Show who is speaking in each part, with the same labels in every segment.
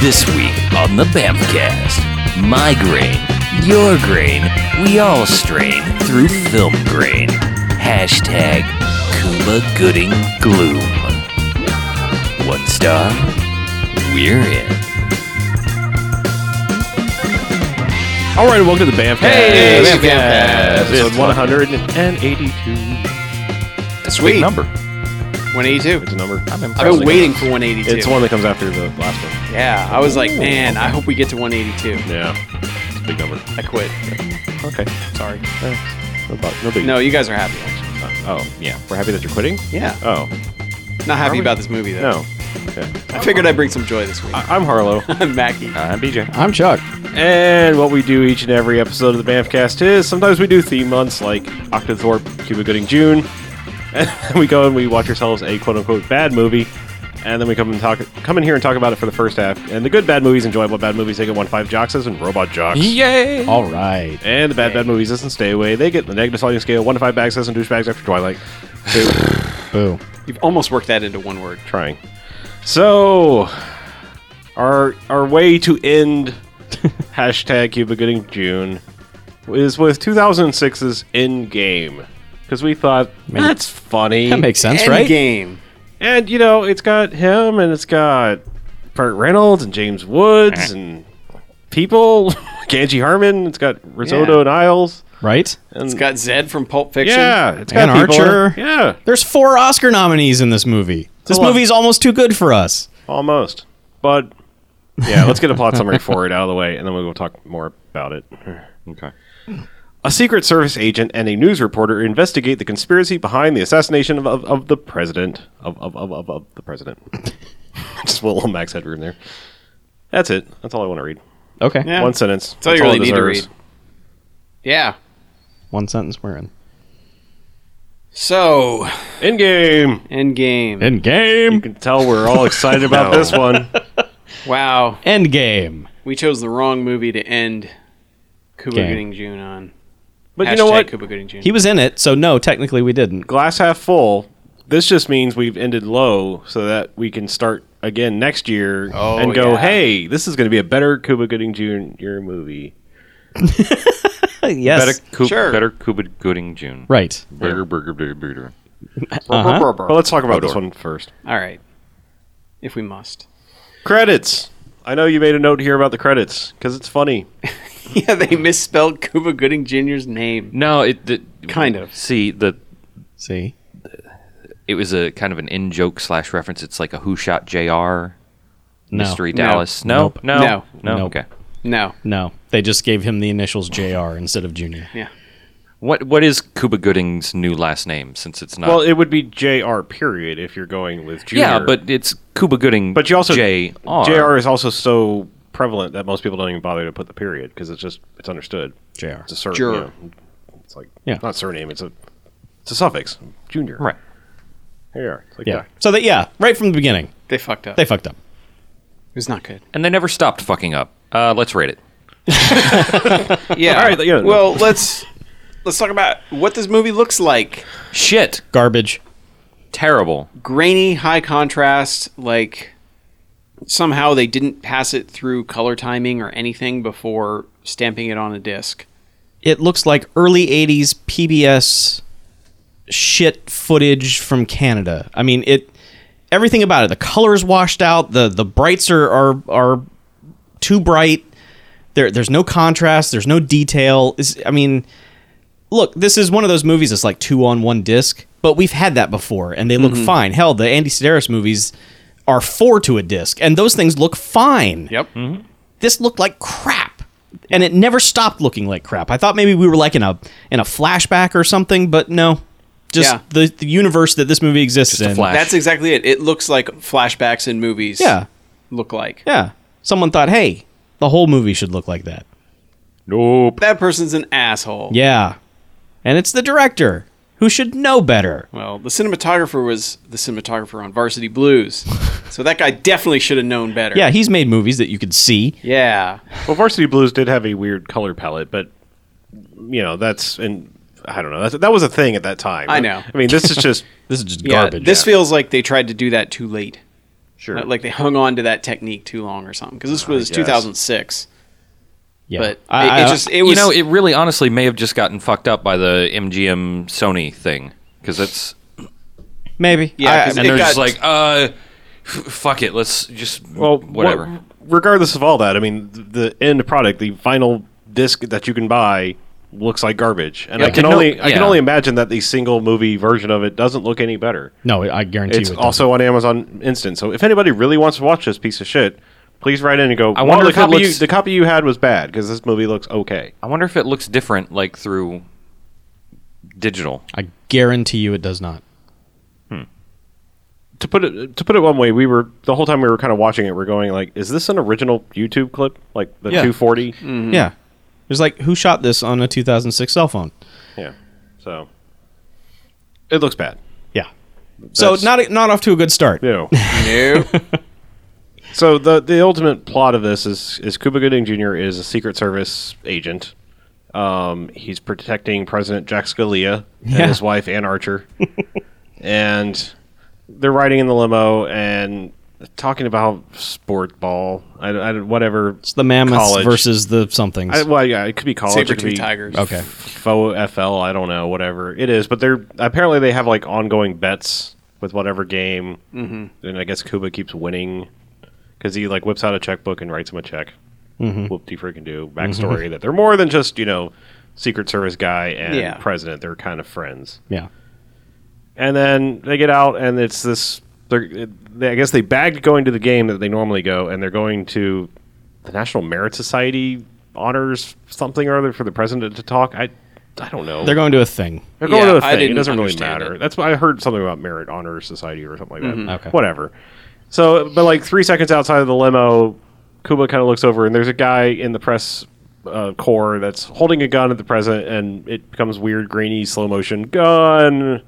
Speaker 1: This week on the Bamfcast, my grain, your grain, we all strain through film grain. Hashtag Cuba Gooding Gloom. One star, we're in.
Speaker 2: All right, welcome to the Bamcast.
Speaker 3: Hey, Bamcast.
Speaker 2: Episode 182.
Speaker 3: Sweet.
Speaker 2: Number.
Speaker 3: 182.
Speaker 2: It's a number. I'm
Speaker 3: I've been waiting for 182.
Speaker 2: It's one that comes after the last one.
Speaker 3: Yeah, I was like, man, I hope we get to 182.
Speaker 2: Yeah. It's a big number.
Speaker 3: I quit.
Speaker 2: Okay.
Speaker 3: Sorry.
Speaker 2: Thanks. No, bu- no big
Speaker 3: No, you guys are happy. Actually.
Speaker 2: Oh, yeah. We're happy that you're quitting?
Speaker 3: Yeah.
Speaker 2: Oh,
Speaker 3: Not
Speaker 2: Are we?
Speaker 3: happy about this movie though.
Speaker 2: no. Okay.
Speaker 3: I figured I'd bring some joy this week.
Speaker 2: I- I'm Harlow.
Speaker 3: I'm Mackie.
Speaker 2: I'm BJ.
Speaker 4: I'm Chuck.
Speaker 2: And what we do each and every episode of the Bamfcast is sometimes we do theme months like Octothorpe, Cuba Gooding June, and we go and we watch ourselves a quote unquote bad movie, and then we come and talk come in here and talk about it for the first half. And the good bad movies, enjoyable bad movies, they get one five joxes and robot jocks.
Speaker 1: Yay!
Speaker 4: All right.
Speaker 2: And the bad bad movies, this and Stay Away, they get the negative sliding scale, one to five bagsets and douchebags after Twilight. They're
Speaker 4: Boo.
Speaker 3: You've almost worked that into one word.
Speaker 2: trying. So our our way to end hashtag Cuba Gooding June is with 2006's Endgame because we thought that's funny.
Speaker 4: That makes sense, right?
Speaker 3: Game.
Speaker 2: and you know it's got him and it's got Burt Reynolds and James
Speaker 4: Eh.
Speaker 2: Woods and people Ganji Harmon. It's got Risotto
Speaker 3: Yeah.
Speaker 2: and Isles.
Speaker 4: Right?
Speaker 2: And
Speaker 3: It's got Zed from Pulp Fiction.
Speaker 2: yeah, it's got
Speaker 4: And
Speaker 2: people in it.
Speaker 4: Archer.
Speaker 2: Yeah,
Speaker 4: There's four Oscar nominees in this movie. This
Speaker 2: Hold on.
Speaker 4: movie's almost too good for us.
Speaker 2: almost, but. yeah, let's get a plot summary for it out of the way, and then we'll talk more about it.
Speaker 5: Okay.
Speaker 2: A Secret Service agent and a news reporter investigate the conspiracy behind the assassination of, of, of the president. Of, of, of, of, of the president. Just a little Max Headroom there. That's it. That's all I want to read.
Speaker 4: Okay.
Speaker 3: Yeah.
Speaker 2: One sentence.
Speaker 3: That's all you
Speaker 2: it
Speaker 3: really need to
Speaker 2: deserves.
Speaker 3: read. Yeah.
Speaker 4: One sentence we're in.
Speaker 3: So,
Speaker 2: Endgame.
Speaker 3: end game.
Speaker 4: End
Speaker 2: You
Speaker 4: game.
Speaker 2: can tell we're all excited about this one.
Speaker 3: Wow.
Speaker 4: End game.
Speaker 3: We chose the wrong movie to end Cuba
Speaker 4: Game.
Speaker 3: Gooding June on.
Speaker 2: But
Speaker 3: Hashtag
Speaker 2: you know what?
Speaker 3: Cuba Gooding June.
Speaker 4: He was in it, so no, technically we didn't.
Speaker 2: Glass half full. This just means we've ended low so that we can start again next year
Speaker 3: Oh,
Speaker 2: and go,
Speaker 3: yeah.
Speaker 2: hey, this is going to be a better Cuba Gooding Jr. movie.
Speaker 4: yes.
Speaker 5: Better, Coop,
Speaker 3: Sure.
Speaker 5: better Cuba Gooding June.
Speaker 4: Right.
Speaker 5: Burger, burger, burger, burger.
Speaker 2: But let's talk about this one first.
Speaker 3: All right. If we must.
Speaker 2: Credits. I know you made a note here about the credits because it's funny.
Speaker 3: Yeah, they misspelled Cuba Gooding Jr.'s name.
Speaker 5: No, it, the-
Speaker 3: Kind of.
Speaker 5: See, the
Speaker 4: See?
Speaker 5: it was a kind of an in joke slash reference. It's like a Who Shot Jr.
Speaker 4: No.
Speaker 5: Mystery
Speaker 3: No.
Speaker 5: Dallas. No,
Speaker 4: Nope.
Speaker 5: no,
Speaker 3: No.
Speaker 4: Nope.
Speaker 5: Okay.
Speaker 3: No.
Speaker 4: No. They just gave him the initials JR instead of Junior.
Speaker 3: Yeah.
Speaker 5: What what is Cuba Gooding's new last name? Since it's not.
Speaker 2: Well, it would be Jr. Period if you're going with Junior.
Speaker 5: Uh, yeah, but it's Cuba Gooding.
Speaker 2: but you also
Speaker 5: Jr.
Speaker 2: Jr. is also so prevalent that most people don't even bother to put the period because it's just it's understood.
Speaker 4: JR.
Speaker 2: It's a surname.
Speaker 3: Jur.
Speaker 2: it's like
Speaker 4: Yeah.
Speaker 2: not surname. It's a it's a suffix. Junior.
Speaker 5: Right.
Speaker 2: Here you are. It's like "Ah,
Speaker 4: Yeah.
Speaker 2: that.
Speaker 4: So that yeah, right from the beginning.
Speaker 3: They fucked up.
Speaker 4: They fucked up.
Speaker 3: it was not good.
Speaker 5: And they never stopped fucking up. Uh, let's rate it.
Speaker 3: Yeah.
Speaker 2: All right, yeah.
Speaker 3: Well, let's let's talk about what this movie looks like.
Speaker 5: Shit.
Speaker 4: Garbage.
Speaker 5: Terrible.
Speaker 3: Grainy, high contrast, like somehow they didn't pass it through color timing or anything before stamping it on a disc.
Speaker 4: it looks like early 80s PBS shit footage from Canada. I mean, it everything about it, the colors washed out, the the brights are are, are too bright. There there's no contrast, there's no detail. It's, I mean, look, this is one of those movies that's like two on one disc, but we've had that before and they look fine. Hell, the Andy Sedaris movies are four to a disc and those things look fine
Speaker 3: Yep.
Speaker 4: this looked like crap and it never stopped looking like crap i thought maybe we were like in a in a flashback or something but no just
Speaker 3: Yeah.
Speaker 4: the, the universe that this movie exists
Speaker 5: a
Speaker 4: in
Speaker 5: flash.
Speaker 3: That's exactly it. It looks like flashbacks in movies.
Speaker 4: yeah
Speaker 3: Look like.
Speaker 4: yeah someone thought hey the whole movie should look like that
Speaker 5: Nope.
Speaker 3: That person's an asshole.
Speaker 4: yeah and it's the director who should know better
Speaker 3: Well, the cinematographer was the cinematographer on Varsity Blues. so that guy definitely should have known better.
Speaker 4: yeah he's made movies that you could see
Speaker 3: Yeah.
Speaker 2: Well, Varsity Blues did have a weird color palette, but you know that's and I don't know that's, that was a thing at that time.
Speaker 3: I know.
Speaker 2: I mean, this is just
Speaker 4: this is just
Speaker 3: Yeah,
Speaker 4: garbage
Speaker 3: This feels like they tried to do that too late.
Speaker 4: Sure.
Speaker 3: Uh, Like they hung on to that technique too long or something because this was
Speaker 2: guess.
Speaker 3: 2006.
Speaker 4: yeah.
Speaker 3: But
Speaker 4: I,
Speaker 3: it, it
Speaker 4: I-
Speaker 3: just it was
Speaker 5: you know, it really honestly may have just gotten fucked up by the MGM Sony thing because that's
Speaker 4: maybe.
Speaker 3: Yeah, 'cause
Speaker 4: I-
Speaker 5: and
Speaker 3: It
Speaker 5: they're
Speaker 3: got-
Speaker 5: just like, uh, f- fuck it, let's just
Speaker 2: Well,
Speaker 5: whatever.
Speaker 2: what- regardless of all that, I mean, th- the end product, the final disc that you can buy, looks like garbage, and
Speaker 5: Yeah,
Speaker 2: I can
Speaker 5: no-
Speaker 2: only I can
Speaker 5: yeah.
Speaker 2: only imagine that the single movie version of it doesn't look any better.
Speaker 4: no, I guarantee
Speaker 2: It's
Speaker 4: you. It
Speaker 2: also on Amazon Instant. So if anybody really wants to watch this piece of shit, please write in and go. I
Speaker 5: wonder
Speaker 2: the
Speaker 5: if it
Speaker 2: copy you,
Speaker 5: looks-
Speaker 2: the copy you had was bad because this movie looks okay.
Speaker 5: I wonder if it looks different, like through digital.
Speaker 4: doesn't. I guarantee you it does not.
Speaker 2: To put it to put it one way, we were the whole time we were kind of watching it. We're going like, is this an original YouTube clip, like the
Speaker 5: Yeah.
Speaker 2: 240?
Speaker 4: Yeah. There's like who shot this on a 2006 cell phone?
Speaker 2: Yeah. So it looks bad.
Speaker 4: Yeah. so
Speaker 2: That's-
Speaker 4: not not off to a good start.
Speaker 2: No.
Speaker 3: no.
Speaker 2: So the the ultimate plot of this is is Cuba Gooding Jr. is a Secret Service agent. Um, he's protecting President Jack Scalia and
Speaker 4: Yeah.
Speaker 2: his wife Ann Archer, and they're riding in the limo and talking about sport ball. I, I whatever
Speaker 4: It's the mammoths
Speaker 2: College.
Speaker 4: versus the somethings.
Speaker 2: I, well, yeah, it could be college. it
Speaker 3: Saber
Speaker 2: could be
Speaker 3: two tigers.
Speaker 4: okay.
Speaker 2: faux FL. I don't know, whatever it is. But they're apparently they have like ongoing bets with whatever game, mm-hmm. and I guess Cuba keeps winning because he like whips out a checkbook and writes him a check.
Speaker 3: Mm-hmm.
Speaker 2: Whoop de freaking do backstory that they're more than just you know Secret Service guy and
Speaker 3: Yeah.
Speaker 2: president. They're kind of friends.
Speaker 4: Yeah.
Speaker 2: And then they get out, and it's this. They're, they, I guess they bagged going to the game that they normally go, and they're going to the National Merit Society honors something or other for the president to talk. I, I don't know.
Speaker 4: They're going to a thing.
Speaker 2: They're going
Speaker 3: Yeah,
Speaker 2: to a
Speaker 3: I
Speaker 2: thing. It
Speaker 3: didn't
Speaker 2: doesn't really
Speaker 3: understand
Speaker 2: matter.
Speaker 3: it. Mm-hmm.
Speaker 2: That's why I heard something about merit honor society or something like that.
Speaker 4: Okay.
Speaker 2: Whatever. So, but like three seconds outside of the limo, Kuba kind of looks over and there's a guy in the press uh, corps that's holding a gun at the president, and it becomes weird, grainy, slow motion gun.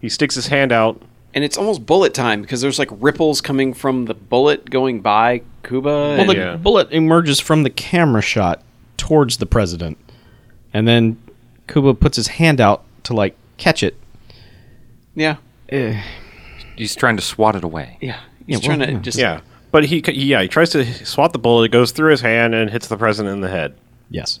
Speaker 2: He sticks his hand out.
Speaker 3: and it's almost bullet time because there's like ripples coming from the bullet going by Cuba.
Speaker 4: Well,
Speaker 3: and-
Speaker 4: the
Speaker 2: Yeah.
Speaker 4: bullet emerges from the camera shot towards the president, and then Kuba puts his hand out to like catch it.
Speaker 3: yeah,
Speaker 2: Eh.
Speaker 5: He's trying to swat it away.
Speaker 3: yeah. He's
Speaker 4: well,
Speaker 3: trying to
Speaker 4: yeah.
Speaker 3: just
Speaker 2: Yeah, but he yeah he tries to swat the bullet. It goes through his hand and hits the president in the head.
Speaker 4: Yes.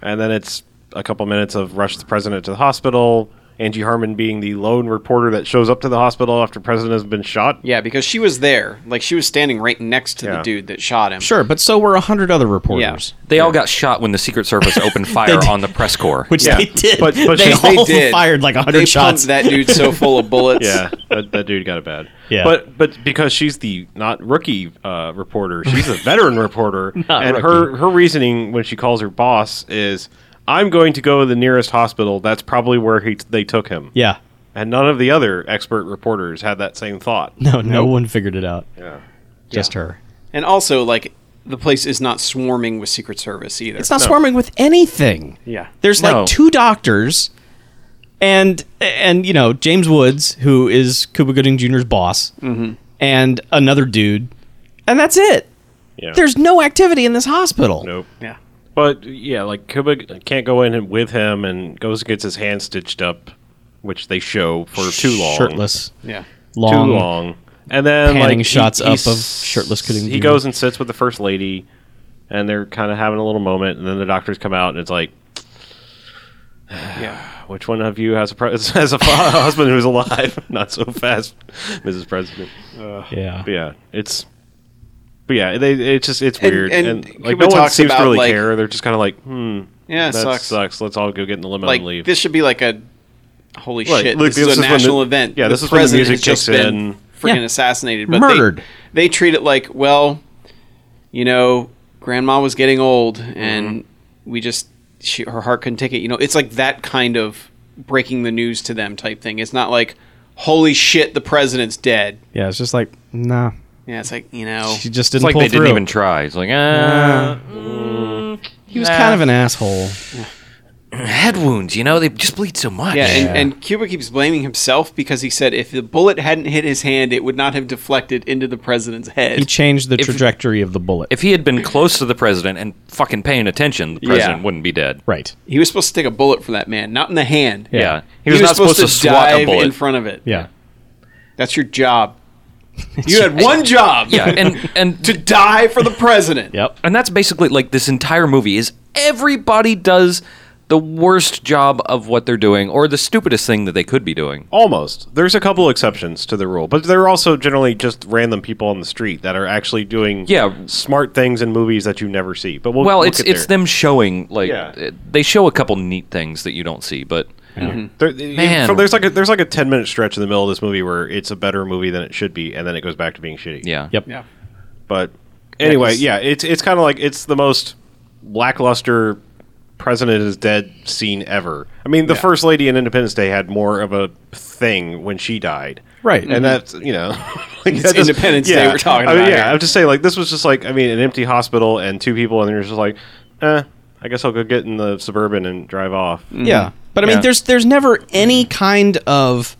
Speaker 2: And then it's a couple minutes of rush the president to the hospital. Angie Harmon being the lone reporter that shows up to the hospital after president has been shot.
Speaker 3: Yeah, because she was there. Like she was standing right next to
Speaker 2: Yeah.
Speaker 3: the dude that shot him.
Speaker 4: Sure, but so were a hundred other reporters.
Speaker 5: They all got shot when the Secret Service opened fire on the press corps.
Speaker 4: Which
Speaker 2: Yeah.
Speaker 4: they did.
Speaker 2: But- but
Speaker 4: they
Speaker 2: she-
Speaker 4: all
Speaker 3: they did.
Speaker 4: fired like a
Speaker 3: They
Speaker 4: hundred
Speaker 3: pumped
Speaker 4: shots.
Speaker 3: that dude so full of bullets.
Speaker 2: Yeah, that, that dude got it bad.
Speaker 4: Yeah.
Speaker 2: but but because she's the not rookie uh, reporter, she's a veteran reporter, and her her reasoning when she calls her boss is, "I'm going to go to the nearest hospital. That's probably where he they took him."
Speaker 4: yeah.
Speaker 2: and none of the other expert reporters had that same thought.
Speaker 4: No, no one figured it out.
Speaker 2: Yeah.
Speaker 4: Just her.
Speaker 3: And also, like, the place is not swarming with Secret Service either.
Speaker 4: It's not swarming with anything.
Speaker 3: Yeah.
Speaker 4: There's
Speaker 5: No.
Speaker 4: like two doctors and and you know, James Woods, who is Cuba Gooding Jr.'s boss,
Speaker 5: Mm-hmm.
Speaker 4: and another dude, and that's it.
Speaker 2: Yeah.
Speaker 4: There's no activity in this hospital.
Speaker 2: nope.
Speaker 3: Yeah.
Speaker 2: But yeah, like Kuba can't go in with him and goes and gets his hand stitched up, which they show for too long.
Speaker 4: Shirtless.
Speaker 3: Yeah.
Speaker 2: Too
Speaker 4: Long.
Speaker 2: long. And then
Speaker 4: Panning
Speaker 2: like
Speaker 4: shots up
Speaker 2: s-
Speaker 4: of shirtless Kuba
Speaker 2: He
Speaker 4: Jr..
Speaker 2: goes and sits with the first lady, and they're kind of having a little moment. And then the doctors come out, and it's like,
Speaker 3: Yeah.
Speaker 2: which one of you has a pre- has a fa- husband who's alive? Not so fast, Mrs. President.
Speaker 4: Yeah.
Speaker 2: But yeah, it's. But yeah, they, it's just it's
Speaker 3: And-
Speaker 2: weird, and,
Speaker 3: and
Speaker 2: like
Speaker 3: Kuba
Speaker 2: no one
Speaker 3: talks
Speaker 2: seems to
Speaker 3: about,
Speaker 2: really
Speaker 3: like-
Speaker 2: care. They're just kind of like, hmm,
Speaker 3: Yeah, it
Speaker 2: that
Speaker 3: sucks.
Speaker 2: sucks. Let's all go get in the limo
Speaker 3: Like,
Speaker 2: and leave.
Speaker 3: this should be like a holy
Speaker 2: Right,
Speaker 3: shit.
Speaker 2: look,
Speaker 3: this,
Speaker 2: this
Speaker 3: is
Speaker 2: is
Speaker 3: a
Speaker 2: when the-
Speaker 3: national event.
Speaker 2: yeah, this is when the
Speaker 3: president
Speaker 2: music
Speaker 3: has just
Speaker 2: kicks
Speaker 3: been
Speaker 2: in.
Speaker 3: Freaking
Speaker 4: Yeah.
Speaker 3: assassinated. But
Speaker 4: Murdered.
Speaker 3: They, they treat it like, well, you know, grandma was getting old and
Speaker 2: Mm-hmm.
Speaker 3: we just, she, her heart couldn't take it. You know, it's like that kind of breaking the news to them type thing. It's not like, holy shit, the president's dead.
Speaker 4: Yeah, it's just like, nah.
Speaker 3: Yeah, it's like, you know.
Speaker 4: She just
Speaker 5: It's
Speaker 4: didn't
Speaker 5: like
Speaker 4: pull
Speaker 5: they
Speaker 4: through.
Speaker 5: didn't even try. It's like, uh,
Speaker 4: he was kind of an asshole.
Speaker 5: head wounds, you know, they just bleed so much.
Speaker 3: Yeah, and, and Cuba keeps blaming himself because he said if the bullet hadn't hit his hand, it would not have deflected into the president's
Speaker 4: He
Speaker 3: head.
Speaker 4: changed the trajectory of the bullet.
Speaker 5: if he had been close to the president and fucking paying attention, the president wouldn't be dead.
Speaker 4: right.
Speaker 3: He was supposed to take a bullet for that man, not in the hand.
Speaker 5: Yeah. He was not supposed to swat a
Speaker 3: dive
Speaker 5: bullet.
Speaker 3: in front of it.
Speaker 4: Yeah.
Speaker 3: That's your job. You had one job.
Speaker 5: Yeah, and and
Speaker 3: to die for the president.
Speaker 4: Yep.
Speaker 5: and that's basically like this entire movie is everybody does the worst job of what they're doing or the stupidest thing that they could be doing.
Speaker 2: Almost. There's a couple exceptions to the rule, but there are also generally just random people on the street that are actually doing
Speaker 5: Yeah.
Speaker 2: smart things in movies that you never see. But we'll,
Speaker 5: Well,
Speaker 2: we'll
Speaker 5: it's
Speaker 2: get
Speaker 5: it's
Speaker 2: there.
Speaker 5: them showing like
Speaker 2: Yeah.
Speaker 5: uh, they show a couple neat things that you don't see, but Mm-hmm.
Speaker 2: There- you-
Speaker 5: Man.
Speaker 2: so there's like a, there's like a ten minute stretch in the middle of this movie where it's a better movie than it should be, and then it goes back to being shitty.
Speaker 5: yeah.
Speaker 4: Yep.
Speaker 3: Yeah.
Speaker 2: But anyway,
Speaker 3: 'cause-
Speaker 2: yeah, it's it's kind of like it's the most lackluster president is dead scene ever. I mean, the first lady in Independence Day had more of a thing when she died,
Speaker 4: Right.
Speaker 2: And that's you know, like, that doesn't-
Speaker 3: Independence Day we're talking
Speaker 2: I mean,
Speaker 3: about
Speaker 2: yeah,
Speaker 3: here.
Speaker 2: I'm just saying like this was just like I mean an empty hospital and two people, and you're just like, eh, I guess I'll go get in the suburban and drive off.
Speaker 4: Yeah. But I mean
Speaker 5: Yeah.
Speaker 4: there's there's never any kind of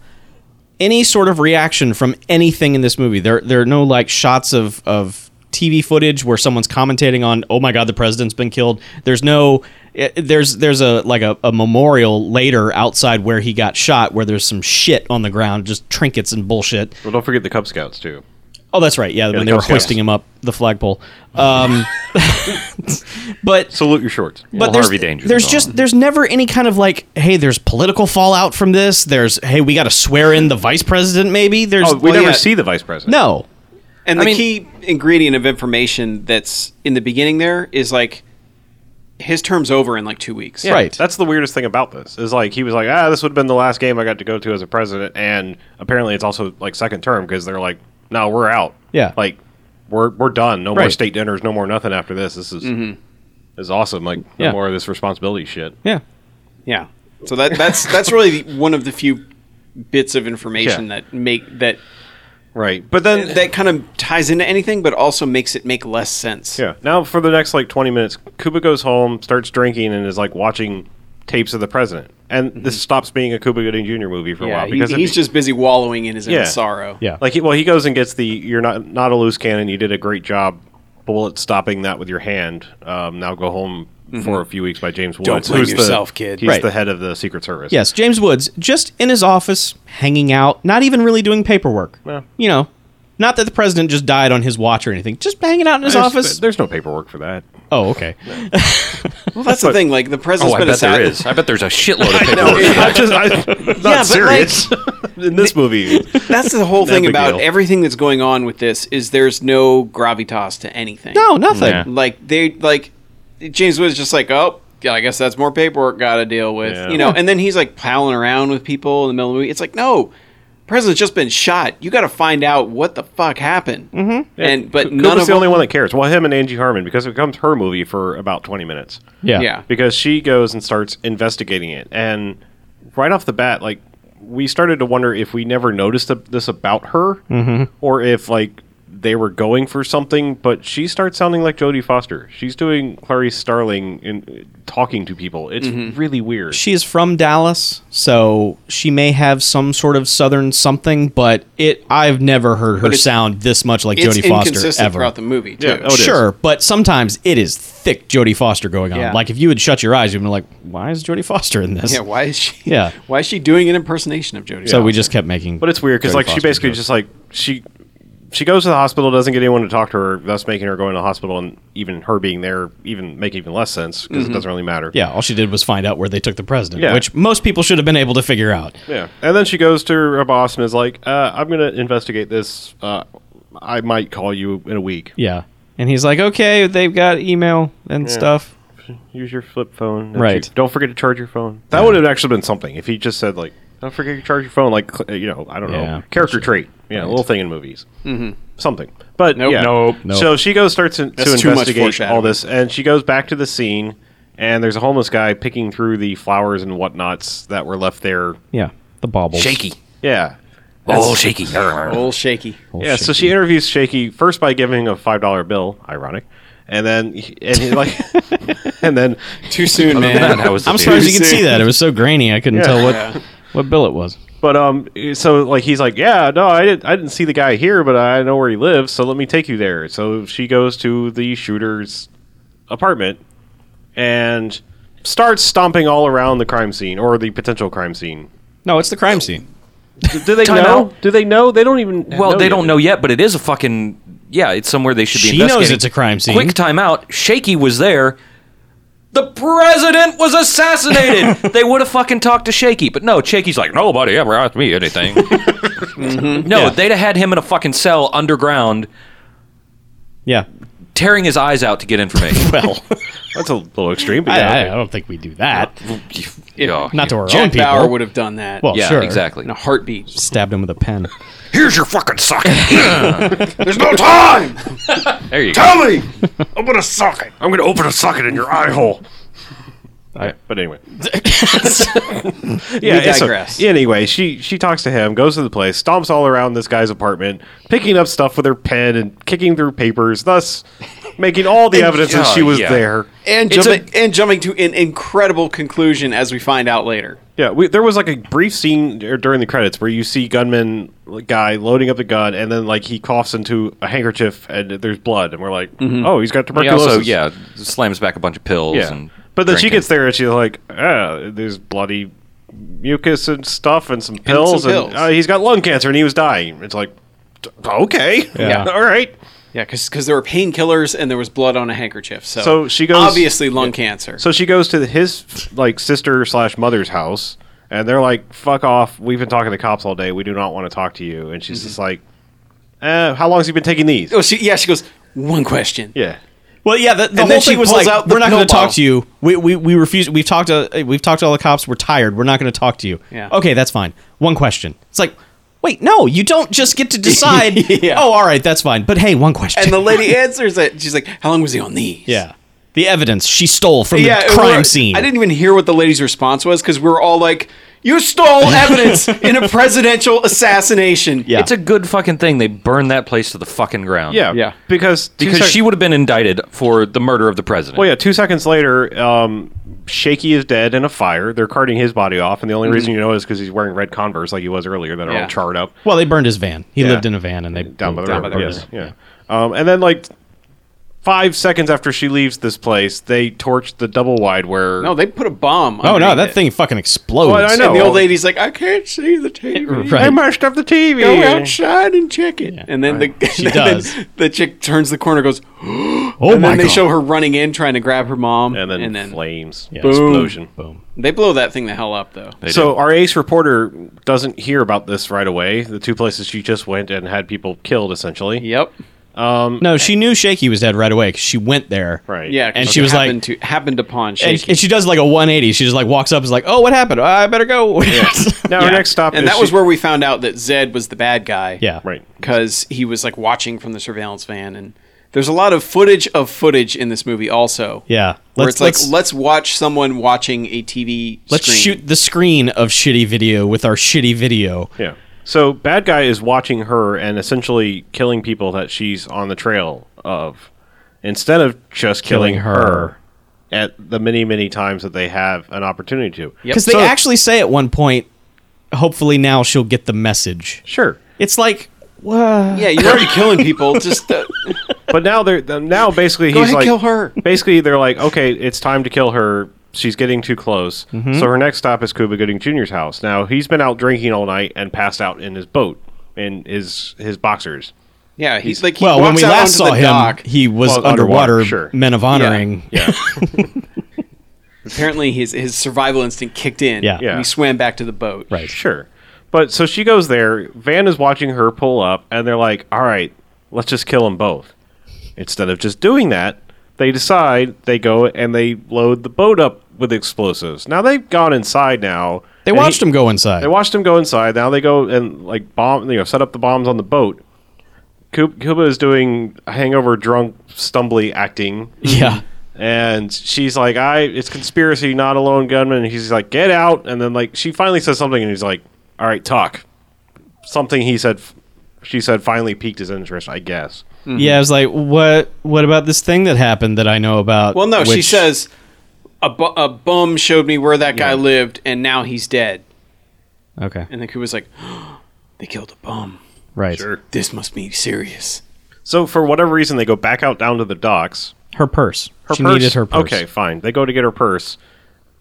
Speaker 4: any sort of reaction from anything in this movie. There there are no like shots of of TV footage where someone's commentating on oh my god the president's been killed. There's no eh, there's there's a like a, a memorial later outside where he got shot where there's some shit on the ground just trinkets and bullshit.
Speaker 2: Well, don't forget the Cub Scouts too.
Speaker 4: Oh, that's right. Yeah, when
Speaker 2: the
Speaker 4: they were
Speaker 2: Cub Scouts.
Speaker 4: hoisting him up the flagpole. Um, but
Speaker 2: Salute your shorts.
Speaker 5: Well,
Speaker 4: but there's,
Speaker 5: Harvey Danger
Speaker 4: there's
Speaker 5: is
Speaker 4: just there's never any kind of like hey there's political fallout from this there's hey we got to swear in the vice president maybe there's
Speaker 2: Oh, we
Speaker 3: Well,
Speaker 2: never
Speaker 3: yeah.
Speaker 2: see the vice president.
Speaker 4: no
Speaker 3: And the
Speaker 5: mean-
Speaker 3: key ingredient of information that's in the beginning there is like his term's over in like two weeks.
Speaker 4: right
Speaker 2: That's the weirdest thing about this is like he was like, ah, this would have been the last game I got to go to as a president, and apparently it's also like second term because they're like, no, we're out.
Speaker 4: Yeah.
Speaker 2: like we're we're done. No more
Speaker 4: Right.
Speaker 2: state dinners. No more nothing after this. This is
Speaker 3: Mm-hmm.
Speaker 2: this is awesome. Like no
Speaker 4: Yeah.
Speaker 2: more of this responsibility shit.
Speaker 4: yeah
Speaker 3: Yeah. So that that's that's really the- one of the few bits of information
Speaker 2: Yeah.
Speaker 3: that make that
Speaker 2: Right, but then
Speaker 3: that kind of ties into anything, but also makes it make less sense.
Speaker 2: yeah. Now for the next like twenty minutes, Cuba goes home, starts drinking, and is like watching tapes of the president. And this stops being a Cuba Gooding Jr. movie for a
Speaker 3: Mm-hmm. Yeah,
Speaker 2: while
Speaker 3: he-
Speaker 2: because if
Speaker 3: he's
Speaker 2: you-
Speaker 3: just busy wallowing in his
Speaker 2: Yeah.
Speaker 3: own sorrow.
Speaker 4: yeah
Speaker 2: Like, he- well, he goes and gets the "You're not not a loose cannon. You did a great job bullet stopping that with your hand. Um, now go home for a few weeks." By James Woods.
Speaker 3: Mm-hmm. blame
Speaker 2: who's the-
Speaker 3: yourself, kid.
Speaker 2: He's
Speaker 4: Right.
Speaker 2: the head of the Secret Service.
Speaker 4: yes James Woods just in his office hanging out not even really doing paperwork
Speaker 2: No.
Speaker 4: you know not that the president just died on his watch or anything just hanging out in his
Speaker 2: There's,
Speaker 4: office
Speaker 2: There's no paperwork for that.
Speaker 4: oh okay
Speaker 3: Well, that's the thing. Like the president's
Speaker 5: Oh, I
Speaker 3: been
Speaker 5: bet there
Speaker 3: assassinated.
Speaker 5: is. I bet there's a shitload of paperwork.
Speaker 2: I just, I, not
Speaker 3: like-
Speaker 2: serious. in this movie,
Speaker 3: That's the whole
Speaker 2: No
Speaker 3: thing
Speaker 2: big
Speaker 3: about
Speaker 2: deal.
Speaker 3: everything that's going on with this is there's no gravitas to anything.
Speaker 4: no nothing
Speaker 5: Yeah.
Speaker 3: like they like James Woods just like oh yeah I guess that's more paperwork got to deal with
Speaker 2: Yeah.
Speaker 3: you know and then he's like palling around with people in the middle of the movie it's like no president's just been shot you got to find out what the fuck happened mm-hmm. and but none
Speaker 2: Cuba's
Speaker 3: of
Speaker 2: the only
Speaker 3: them-
Speaker 2: one that cares. Well, him and Angie Harmon, because it becomes her movie for about 20 minutes.
Speaker 4: yeah
Speaker 3: yeah
Speaker 2: because she goes and starts investigating it and right off the bat like we started to wonder if we never noticed th- this about her
Speaker 4: Mm-hmm.
Speaker 2: or if like they were going for something but she starts sounding like jodie foster she's doing clarice starling and uh, talking to people it's really weird
Speaker 4: She is from Dallas, so she may have some sort of southern something, but it I've never heard her
Speaker 3: it's-
Speaker 4: sound this much like
Speaker 3: it's
Speaker 4: Jodie
Speaker 3: inconsistent
Speaker 4: Foster ever.
Speaker 3: throughout the movie too
Speaker 2: Yeah, oh, it is.
Speaker 4: sure, but sometimes it is thick Jodie Foster going on.
Speaker 3: Yeah.
Speaker 4: Like if you would shut your eyes, you'd be like, "Why is Jodie Foster in this?"
Speaker 3: yeah why is she
Speaker 4: Yeah.
Speaker 3: why is she doing an impersonation of Jodie
Speaker 4: so we just kept making.
Speaker 2: But it's weird because
Speaker 4: Jodie
Speaker 2: like she
Speaker 4: Foster
Speaker 2: basically
Speaker 4: jokes.
Speaker 2: just like she she goes to the hospital, doesn't get anyone to talk to her, thus making her go into the hospital, and even her being there even make even less sense because it doesn't really matter.
Speaker 4: yeah, all she did was find out where they took the president,
Speaker 2: Yeah.
Speaker 4: which most people should have been able to figure out.
Speaker 2: Yeah, and then she goes to her boss and is like, uh, "I'm going to investigate this. Uh, I might call you in a week.
Speaker 4: Yeah, and he's like, "Okay, they've got email and stuff."
Speaker 2: Use your flip phone.
Speaker 4: Right.
Speaker 2: You- don't forget to charge your phone. That would have actually been something if he just said like, "Don't forget to charge your phone." Like, cl- you know, I don't
Speaker 4: Yeah,
Speaker 2: know, character trait. Yeah, a little thing in movies. Mm-hmm. Something. But
Speaker 3: Nope.
Speaker 2: yeah.
Speaker 5: Nope.
Speaker 2: So she goes starts in, to
Speaker 3: That's too much
Speaker 2: investigate
Speaker 3: foreshadowing.
Speaker 2: all this, and she goes back to the scene, and there's a homeless guy picking through the flowers and whatnots that were left there.
Speaker 4: Yeah, the baubles.
Speaker 5: shaky.
Speaker 2: Yeah.
Speaker 5: Oh, shaky.
Speaker 3: old shaky
Speaker 2: Yeah, so she interviews Shaky first by giving him a five dollar bill, ironic, and then and he like, and then
Speaker 3: too soon
Speaker 5: That
Speaker 3: man
Speaker 5: was the
Speaker 4: I'm
Speaker 5: theory.
Speaker 4: surprised you could see that. It was so grainy. I couldn't
Speaker 2: Yeah.
Speaker 4: tell what
Speaker 3: Yeah.
Speaker 4: what bill it was.
Speaker 2: but um, so like he's like, yeah, no, I didn't, I didn't see the guy here, but I know where he lives, so let me take you there. So she goes to the shooter's apartment and starts stomping all around the crime scene or the potential crime scene.
Speaker 4: No, it's the crime scene.
Speaker 2: D- Do they
Speaker 5: Time
Speaker 2: know?
Speaker 5: out.
Speaker 2: Do they know? They don't even.
Speaker 5: Well, they
Speaker 2: yet.
Speaker 5: don't know yet, but it is a fucking yeah. It's somewhere they should be.
Speaker 4: She knows
Speaker 5: investigating.
Speaker 4: it's a crime scene.
Speaker 5: Quick timeout. Shaky was there. The president was assassinated. they would have fucking talked to Shaky, but no. Shaky's like nobody ever asked me anything.
Speaker 2: Mm-hmm.
Speaker 5: No, they'd have had him in a fucking cell underground,
Speaker 4: Yeah.
Speaker 5: tearing his eyes out to get information.
Speaker 4: Well,
Speaker 2: That's a little extreme, but
Speaker 4: I, I
Speaker 2: yeah.
Speaker 4: don't think we do that.
Speaker 5: Yeah.
Speaker 4: Not to our own
Speaker 3: Jack
Speaker 4: people.
Speaker 3: Bauer would have done that.
Speaker 4: Well,
Speaker 5: yeah,
Speaker 4: sure.
Speaker 5: exactly.
Speaker 3: in a heartbeat.
Speaker 4: Stabbed him with a pen.
Speaker 5: Here's your fucking socket.
Speaker 6: There's no time!
Speaker 5: there you go.
Speaker 6: Tell me! I'm gonna suck it.
Speaker 2: I'm going to open a socket in your eye hole. But anyway, yeah, it's a-
Speaker 3: digress.
Speaker 2: anyway, she she talks to him, goes to the place, stomps all around this guy's apartment, picking up stuff with her pen and kicking through papers, thus making all the evidence that
Speaker 5: yeah,
Speaker 2: she was
Speaker 5: yeah.
Speaker 2: there.
Speaker 3: And
Speaker 5: It's
Speaker 3: jumping, and jumping to an incredible conclusion as we find out later.
Speaker 2: Yeah, we, there was like a brief scene dur- during the credits where you see gunman guy loading up the gun, and then like he coughs into a handkerchief, and there's blood, and we're like, oh, he's got
Speaker 5: He
Speaker 2: tuberculosis.
Speaker 5: also yeah slams back a bunch of pills.
Speaker 2: yeah.
Speaker 5: And
Speaker 2: But then she
Speaker 5: drinking.
Speaker 2: gets there and she's like, ah, there's bloody mucus and stuff, and some
Speaker 3: some
Speaker 2: pills, and,
Speaker 3: pills.
Speaker 2: uh, he's got lung cancer, and he was dying. It's like, "D- okay,
Speaker 4: Yeah.
Speaker 2: all right.
Speaker 3: Yeah, because there were painkillers and there was blood on a handkerchief. So,
Speaker 2: So she goes-
Speaker 3: obviously lung cancer.
Speaker 2: So she goes to his like sister slash mother's house, and they're like, "Fuck off! We've been talking to cops all day. We do not want to talk to you." And she's just like, eh, "How long has he been taking these?"
Speaker 3: oh, she, yeah, she goes. One question.
Speaker 2: Yeah,
Speaker 4: Well, yeah, the, the
Speaker 3: And
Speaker 4: whole
Speaker 3: then she
Speaker 4: thing was
Speaker 3: pulls
Speaker 4: like,
Speaker 3: out the
Speaker 4: we're not going
Speaker 3: pill
Speaker 4: to talk
Speaker 3: bottle.
Speaker 4: to you. We, we, we refuse. We've talked to we've talked to all the cops. We're tired. We're not going to talk to you.
Speaker 3: Yeah.
Speaker 4: Okay, that's fine. One question. It's like, wait, no, you don't just get to decide.
Speaker 3: Yeah.
Speaker 4: Oh, all right, that's fine. But hey, one question.
Speaker 3: And the lady answers it. She's like, "How long was he on these?"
Speaker 4: yeah, the evidence she stole from
Speaker 3: yeah,
Speaker 4: the
Speaker 3: it
Speaker 4: crime
Speaker 3: were-
Speaker 4: scene.
Speaker 3: I didn't even hear what the lady's response was because we were all like, "You stole evidence in a presidential assassination."
Speaker 4: Yeah.
Speaker 5: It's a good fucking thing they burned that place to the fucking ground.
Speaker 2: yeah,
Speaker 3: Yeah.
Speaker 2: Because two
Speaker 5: Because
Speaker 2: sec-
Speaker 5: she would have been indicted for the murder of the president.
Speaker 2: Well, yeah. Two seconds later, um, Shaky is dead in a fire. They're carting his body off, and the only reason you know is because he's wearing red Converse like he was earlier that are
Speaker 3: Mm-hmm. Yeah. Mm,
Speaker 2: all charred up.
Speaker 4: well, they burned his van. He
Speaker 2: Yeah.
Speaker 4: lived in a van, and they
Speaker 2: down by the river.
Speaker 4: burned
Speaker 2: yes,
Speaker 4: it.
Speaker 2: yeah. Um, and then like five seconds after she leaves this place, they torch the double wide where
Speaker 3: No, they put a bomb.
Speaker 4: Oh no,
Speaker 3: underneath
Speaker 4: that
Speaker 3: it.
Speaker 4: thing fucking explodes.
Speaker 2: Well, I know.
Speaker 3: And the old lady's like, "I can't see the TV.
Speaker 4: Right.
Speaker 2: I mashed up the TV.
Speaker 3: Go outside and check it." and then the
Speaker 4: She
Speaker 3: and then
Speaker 4: does.
Speaker 3: the chick turns the corner, goes,
Speaker 4: Oh
Speaker 3: and
Speaker 4: my
Speaker 3: then they
Speaker 4: god.
Speaker 3: show her running in, trying to grab her mom,
Speaker 2: And then, flames,
Speaker 4: Yeah.
Speaker 2: explosion.
Speaker 4: Boom.
Speaker 3: they blow that thing the hell up, though.
Speaker 2: So our ace reporter doesn't hear about this right away. The two places she just went and had people killed, essentially.
Speaker 3: Yep. Mm.
Speaker 4: No, she knew Shaky was dead right away because she went there.
Speaker 2: Right.
Speaker 3: Yeah, 'cause
Speaker 4: And
Speaker 3: it
Speaker 4: she was like-
Speaker 3: happened to, happened upon
Speaker 4: And,
Speaker 3: Shaky.
Speaker 4: and she does like a 180. She just like walks up and is like, "Oh, what happened? I better go."
Speaker 2: Now our next stop
Speaker 3: and
Speaker 2: is
Speaker 3: that
Speaker 2: she-
Speaker 3: was where we found out that Zed was the bad guy.
Speaker 4: Yeah.
Speaker 2: right.
Speaker 3: because he was like watching from the surveillance van and there's a lot of footage of footage in this movie also
Speaker 4: Yeah.
Speaker 3: where
Speaker 4: Let's-
Speaker 3: it's like
Speaker 4: let's-
Speaker 3: let's, watch someone watching a tv
Speaker 4: Let's
Speaker 3: screen.
Speaker 4: shoot the screen of shitty video with our shitty video.
Speaker 2: Yeah. So bad guy is watching her and essentially killing people that she's on the trail of, instead of just killing,
Speaker 4: Killing
Speaker 2: her.
Speaker 4: her.
Speaker 2: at the many many times that they have an opportunity to.
Speaker 3: Yep.
Speaker 4: Because they
Speaker 2: So-
Speaker 4: actually say at one point, hopefully now she'll get the message.
Speaker 2: Sure.
Speaker 4: It's like, what?
Speaker 3: yeah you're already killing people just uh,
Speaker 2: But now they're th- now basically
Speaker 3: Go
Speaker 2: he's
Speaker 3: ahead,
Speaker 2: like
Speaker 3: kill her.
Speaker 2: Basically, they're like, okay, it's time to kill her. She's getting too close. So her next stop is Cuba Gooding Jr.'s house. Now he's been out drinking all night and passed out in his boat in his his boxers.
Speaker 3: yeah he's like he
Speaker 4: Well, when
Speaker 3: walks
Speaker 4: we
Speaker 3: out
Speaker 4: last
Speaker 3: onto the
Speaker 4: saw him,
Speaker 3: dock.
Speaker 4: he was
Speaker 2: Well,
Speaker 4: underwater,
Speaker 2: underwater, sure.
Speaker 4: men of honoring.
Speaker 2: Yeah.
Speaker 3: apparently his his survival instinct kicked in
Speaker 4: Yeah.
Speaker 2: Yeah.
Speaker 3: and he swam back to the boat
Speaker 4: Right.
Speaker 2: Sure. But so she goes there. Van is watching her pull up, and they're like, all right, let's just kill them both. Instead of just doing that, they decide they go and they load the boat up with explosives. Now they've gone inside now.
Speaker 4: They
Speaker 2: and
Speaker 4: watched
Speaker 2: he-
Speaker 4: him go inside.
Speaker 2: They watched him go inside. Now they go and like bomb, you know, set up the bombs on the boat. Cu- Cuba is doing hangover, drunk, stumbly acting,
Speaker 4: yeah.
Speaker 2: and she's like, "I, it's conspiracy, not a lone gunman." And he's like, "Get out!" And then like she finally says something, and he's like, "All right, talk." Something he said, she said, finally piqued his interest, I guess.
Speaker 3: Mm-hmm.
Speaker 4: Yeah. I was like, what? What about this thing that happened that I know about?
Speaker 3: well no she
Speaker 4: which-
Speaker 3: says a, bu- a bum showed me where that guy lived and now he's dead
Speaker 4: Okay.
Speaker 3: and then was like they killed a bum
Speaker 4: Right.
Speaker 3: this must be serious
Speaker 2: So for whatever reason, they go back out down to the docks.
Speaker 4: Her purse.
Speaker 2: Her
Speaker 4: she
Speaker 2: purse.
Speaker 4: needed her purse.
Speaker 2: Okay, fine. They go to get her purse,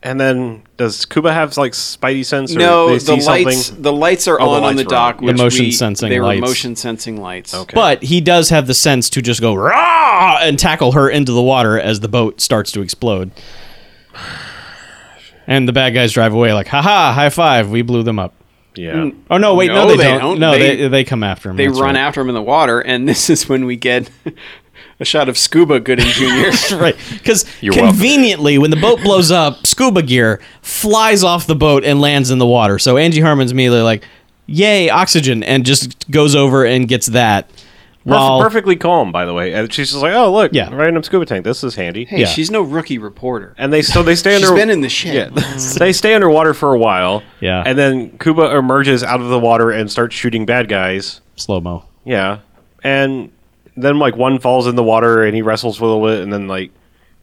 Speaker 2: And then does Kuba have like spidey sense? Or
Speaker 3: No,
Speaker 2: they
Speaker 3: the
Speaker 2: see
Speaker 3: lights
Speaker 2: something?
Speaker 3: the lights are
Speaker 2: Oh, the
Speaker 3: on on
Speaker 2: lights
Speaker 3: the
Speaker 2: were
Speaker 3: dock.
Speaker 2: on.
Speaker 4: The
Speaker 3: which
Speaker 4: motion
Speaker 3: we-
Speaker 4: sensing
Speaker 3: They
Speaker 4: lights.
Speaker 3: were motion sensing lights.
Speaker 2: Okay.
Speaker 4: But he does have the sense to just go rah and tackle her into the water as the boat starts to explode. And the bad guys drive away like, haha, high five, we blew them up.
Speaker 2: Yeah.
Speaker 4: Oh no, wait, no, they, don't. No, they,
Speaker 3: They-
Speaker 4: they come after him.
Speaker 3: They
Speaker 4: that's
Speaker 3: run
Speaker 4: right.
Speaker 3: after him in the water, and this is when we get a shot of Scuba Gooding Jr.
Speaker 4: Right, because
Speaker 5: welcome.
Speaker 4: conveniently, when the boat blows up, scuba gear flies off the boat and lands in the water. So Angie Harmon's immediately like, "Yay, oxygen!" and just goes over and gets that.
Speaker 2: Perf-
Speaker 4: While
Speaker 2: perfectly calm, by the way. And she's just like, "Oh, look,
Speaker 4: Yeah.
Speaker 2: random scuba tank. This is handy."
Speaker 3: hey,
Speaker 4: Yeah.
Speaker 3: she's no rookie reporter.
Speaker 2: And they so they stay
Speaker 3: She's
Speaker 2: under.
Speaker 3: been in the shit. Mm-hmm.
Speaker 2: yeah, they stay underwater for a while.
Speaker 4: Yeah.
Speaker 2: And then Kuba emerges out of the water and starts shooting bad guys.
Speaker 4: slow mo,
Speaker 2: Yeah. And then like one falls in the water and he wrestles with a little bit, and then like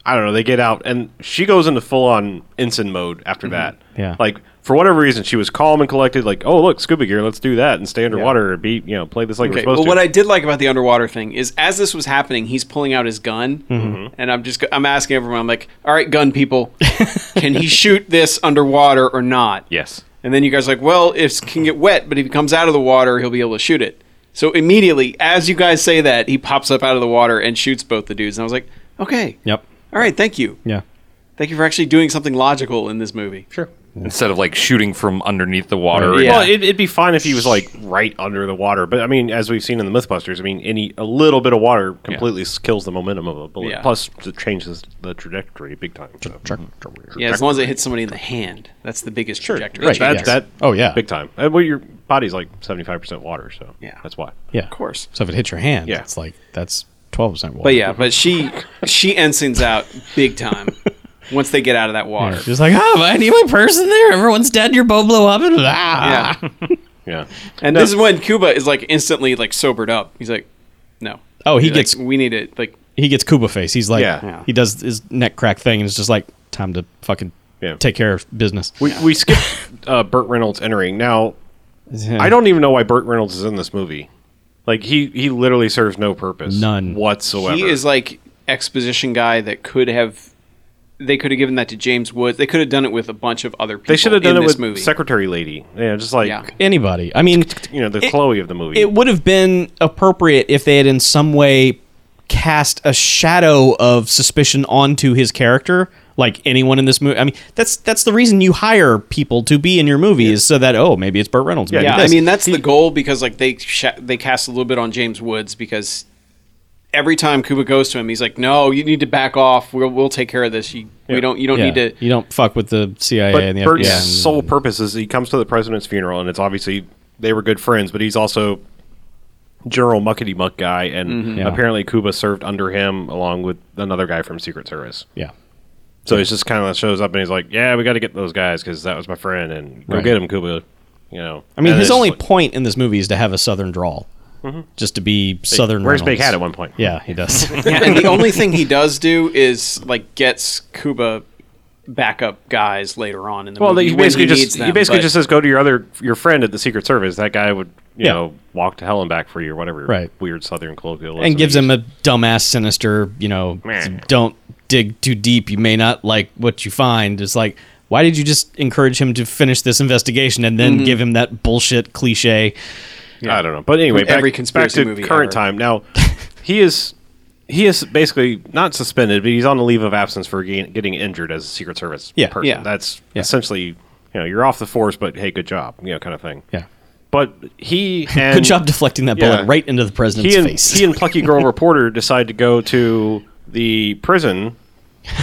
Speaker 2: I don't know, they get out and she goes into full on ensign mode after that.
Speaker 4: Mm-hmm. Yeah.
Speaker 2: Like for whatever reason, she was calm and collected. Like, oh look, scuba gear, let's do that and stay underwater and be you know play this like we're
Speaker 3: Okay,
Speaker 2: supposed
Speaker 3: well,
Speaker 2: to.
Speaker 3: what I did like about the underwater thing is, as this was happening, he's pulling out his gun,
Speaker 2: Mm-hmm.
Speaker 3: and I'm just I'm asking everyone, I'm like, all right, gun people, can he shoot this underwater or not?
Speaker 5: Yes.
Speaker 3: And then you guys are like, well, it can get wet, but if he comes out of the water, he'll be able to shoot it. So immediately, as you guys say that, he pops up out of the water and shoots both the dudes, and I was like, okay,
Speaker 4: Yep.
Speaker 3: all right, thank you,
Speaker 4: Yeah.
Speaker 3: thank you for actually doing something logical in this movie. Sure.
Speaker 5: Instead of like shooting from underneath the water.
Speaker 3: Yeah.
Speaker 2: Well, it, it'd be fine if he was like right under the water, but I mean, as we've seen in the MythBusters, I mean, any a little bit of water completely s kills the momentum of a bullet.
Speaker 3: Yeah.
Speaker 2: Plus, it changes the trajectory big time. So.
Speaker 3: Yeah, as long as it hits somebody in the hand, that's the biggest trajectory.
Speaker 2: Right, that,
Speaker 3: change.
Speaker 2: that
Speaker 4: Oh, yeah.
Speaker 2: big time. And well, your body's like seventy five percent water, so
Speaker 3: Yeah.
Speaker 2: that's why.
Speaker 4: Yeah.
Speaker 3: of course.
Speaker 4: So if it hits your hand,
Speaker 2: Yeah.
Speaker 4: it's like that's twelve percent water.
Speaker 3: But yeah, but she she ensigns out big time once they get out of that water.
Speaker 4: She's like, oh, I need my purse in there. Everyone's dead. Your boat blew up. And ah.
Speaker 3: Yeah.
Speaker 2: Yeah,
Speaker 3: And this is when Cuba is like instantly like sobered up. He's like, no.
Speaker 4: Oh, he
Speaker 3: He's like,
Speaker 4: gets
Speaker 3: we need it. Like,
Speaker 4: he gets Kuba face. He's like,
Speaker 2: Yeah. Yeah.
Speaker 4: he does his neck crack thing, and it's just like time to fucking
Speaker 2: Yeah.
Speaker 4: take care of business.
Speaker 2: we we skipped uh, Burt Reynolds entering. Now, I don't even know why Burt Reynolds is in this movie. Like he he literally serves no purpose,
Speaker 4: None.
Speaker 2: whatsoever.
Speaker 3: he is like exposition guy that could have. They could have given that to James Woods. They could have done it with a bunch of other people.
Speaker 2: They should have done
Speaker 3: in
Speaker 2: it
Speaker 3: this
Speaker 2: with
Speaker 3: movie.
Speaker 2: Secretary Lady. Yeah, just like
Speaker 3: Yeah.
Speaker 4: Anybody. I mean,
Speaker 2: you know the
Speaker 4: It-
Speaker 2: Chloe of the movie.
Speaker 4: it would have been appropriate if they had in some way cast a shadow of suspicion onto his character like anyone in this movie i mean that's that's the reason you hire people to be in your movie is so that oh maybe it's burt reynolds maybe
Speaker 3: yeah, I
Speaker 4: this.
Speaker 3: mean that's the goal because like they sh- they cast a little bit on James Woods because every time Cuba goes to him, he's like, "No, you need to back off. We'll we'll take care of this. You we don't you don't
Speaker 4: Yeah.
Speaker 3: need to."
Speaker 4: you don't fuck with the cia
Speaker 2: But
Speaker 4: and the
Speaker 2: Bert's
Speaker 4: FBI and-
Speaker 2: sole purpose is he comes to the president's funeral, and it's obviously they were good friends, but he's also General Muckety Muck guy, and
Speaker 3: Mm-hmm.
Speaker 4: Yeah.
Speaker 2: apparently Cuba served under him along with another guy from Secret Service.
Speaker 4: yeah
Speaker 2: So he's just kind of shows up and he's like, "Yeah, we got to get those guys because that was my friend, and go
Speaker 4: Right.
Speaker 2: get him, Cuba." You know,
Speaker 4: i mean
Speaker 2: And
Speaker 4: his
Speaker 2: it's
Speaker 4: only
Speaker 2: like,
Speaker 4: point in this movie is to have a southern drawl
Speaker 3: Mm-hmm.
Speaker 4: just to be southern
Speaker 2: where's Big
Speaker 4: reynolds.
Speaker 2: Hat at one point?
Speaker 4: yeah he does
Speaker 3: and the only thing he does do is like gets Cuba backup guys later on in the
Speaker 2: Well,
Speaker 3: movie.
Speaker 2: he
Speaker 3: when
Speaker 2: basically
Speaker 3: needs
Speaker 2: just he
Speaker 3: them,
Speaker 2: basically
Speaker 3: but-
Speaker 2: just says, "Go to your other your friend at the Secret Service. That guy would." You
Speaker 4: Yeah.
Speaker 2: know, walk to hell and back for you, or whatever.
Speaker 4: Right.
Speaker 2: Weird Southern colloquial.
Speaker 4: and gives him a dumbass sinister you know
Speaker 2: Meh.
Speaker 4: don't dig too deep you may not like what you find it's like why did you just encourage him to finish this investigation and
Speaker 3: Mm-hmm.
Speaker 4: then give him that bullshit cliche
Speaker 2: I don't know. But anyway,
Speaker 3: From every
Speaker 2: back,
Speaker 3: conspiracy
Speaker 2: back to
Speaker 3: movie
Speaker 2: current
Speaker 3: ever.
Speaker 2: time. Now, he is he is basically not suspended, but he's on a leave of absence for ge- getting injured as a Secret Service
Speaker 4: Yeah.
Speaker 2: person.
Speaker 3: Yeah.
Speaker 2: That's
Speaker 4: Yeah.
Speaker 2: essentially, you know, you're off the force, but hey, good job, you know, kind of thing.
Speaker 4: yeah
Speaker 2: But he and
Speaker 4: good job deflecting that bullet
Speaker 2: yeah.
Speaker 4: right into the president's
Speaker 2: he and
Speaker 4: face
Speaker 2: he and Plucky Girl Reporter decide to go to the prison.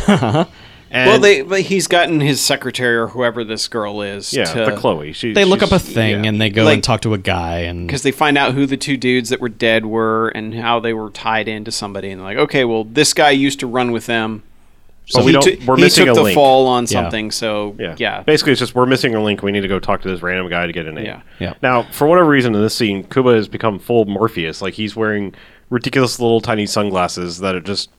Speaker 4: Uh-huh.
Speaker 2: and,
Speaker 3: well, they but he's gotten his secretary or whoever this girl is.
Speaker 2: yeah,
Speaker 3: to,
Speaker 2: the Chloe. She,
Speaker 4: they look up
Speaker 2: she's-
Speaker 4: a thing
Speaker 2: yeah.
Speaker 4: and they go
Speaker 3: Like-
Speaker 4: and talk to a guy and
Speaker 3: because they find out who the two dudes that were dead were and how they were tied into somebody and like okay well this guy used to run with them so
Speaker 2: we
Speaker 3: he,
Speaker 2: don't-
Speaker 3: took-
Speaker 2: we're
Speaker 3: he
Speaker 2: missing
Speaker 3: took
Speaker 2: a
Speaker 3: the
Speaker 2: link.
Speaker 3: fall on
Speaker 4: Yeah.
Speaker 3: something so
Speaker 2: Yeah.
Speaker 3: yeah,
Speaker 2: Basically, it's just we're missing a link. We need to go talk to this random guy to get an name.
Speaker 3: Yeah.
Speaker 4: Yeah.
Speaker 2: Now, for whatever reason, in this scene, Kuba has become full Morpheus. Like he's wearing ridiculous little tiny sunglasses that are just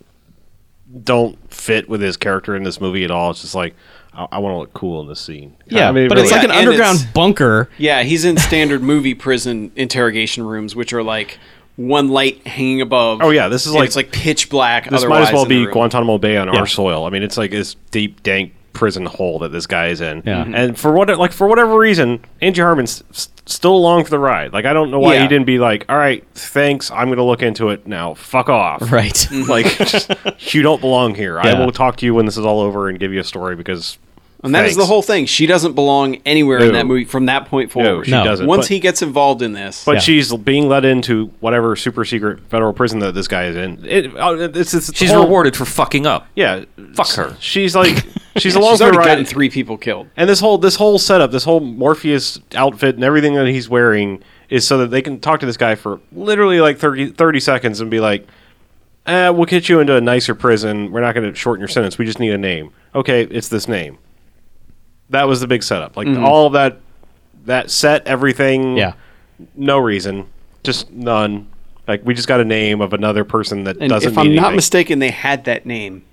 Speaker 2: don't fit with his character in this movie at all. It's just like I, I want to look cool in this scene.
Speaker 4: yeah
Speaker 2: I mean,
Speaker 4: but it's
Speaker 2: really-
Speaker 4: like an
Speaker 3: Yeah, and
Speaker 4: underground
Speaker 3: it's-
Speaker 4: bunker
Speaker 3: yeah he's in standard movie prison interrogation rooms which are like one light hanging above
Speaker 2: Oh, yeah, this is
Speaker 3: and
Speaker 2: like-
Speaker 3: it's like pitch black
Speaker 2: this might
Speaker 3: otherwise
Speaker 2: as well
Speaker 3: in the
Speaker 2: be
Speaker 3: room.
Speaker 2: Guantanamo Bay on our soil. I mean, it's like this deep, dank prison hole that this guy is in.
Speaker 4: Yeah. Mhm.
Speaker 2: And for what like for whatever reason, Angie Harmon's s- still along for the ride. Like I don't know why
Speaker 3: Yeah.
Speaker 2: he didn't be like, "All right, thanks. I'm going to look into it now. Fuck off."
Speaker 4: Right.
Speaker 2: Like just, you don't belong here. I
Speaker 4: Yeah.
Speaker 2: will talk to you when this is all over and give you a story because
Speaker 3: And that is the
Speaker 2: thanks.
Speaker 3: whole thing. She doesn't belong anywhere in
Speaker 2: No.
Speaker 3: that movie from that point
Speaker 2: No,
Speaker 3: forward.
Speaker 2: she
Speaker 4: No.
Speaker 2: doesn't.
Speaker 3: Once
Speaker 2: but,
Speaker 3: he gets involved in this,
Speaker 2: but
Speaker 4: Yeah.
Speaker 2: she's being led into whatever super secret federal prison that this guy is in. It, uh, it's, it's the
Speaker 5: She's
Speaker 2: whole-
Speaker 5: rewarded for fucking up.
Speaker 2: Yeah,
Speaker 5: Fuck her.
Speaker 2: She's like she's along for
Speaker 3: she's
Speaker 2: the
Speaker 3: already
Speaker 2: ride.
Speaker 3: gotten three people killed.
Speaker 2: And this whole this whole setup, this whole Morpheus outfit and everything that he's wearing is so that they can talk to this guy for literally like 30, 30 seconds and be like, eh, we'll get you into a nicer prison. We're not going to shorten your sentence. We just need a name. Okay, it's this name. That was the big setup. Like
Speaker 3: Mm-hmm.
Speaker 2: all of that that set everything.
Speaker 4: Yeah.
Speaker 2: No reason. Just none. Like we just got a name of another person that
Speaker 3: And
Speaker 2: doesn't
Speaker 3: if I'm
Speaker 2: mean
Speaker 3: not
Speaker 2: anything.
Speaker 3: mistaken, they had that name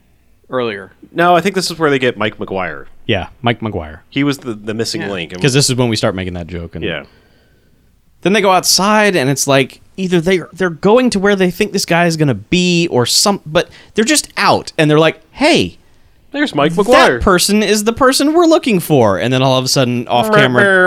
Speaker 3: earlier.
Speaker 2: no, I think this is where they get Mike McGuire.
Speaker 4: Yeah, Mike McGuire.
Speaker 2: He was the, the missing
Speaker 3: Yeah.
Speaker 2: link. And-
Speaker 4: Because this is when we start making that joke. And
Speaker 2: yeah.
Speaker 4: Then they go outside, and it's like either they they're going to where they think this guy is going to be, or some. But they're just out, and they're like, "Hey,
Speaker 2: There's Mike
Speaker 4: that
Speaker 2: McGuire.
Speaker 4: person is the person we're looking for." And then all of a sudden, off camera,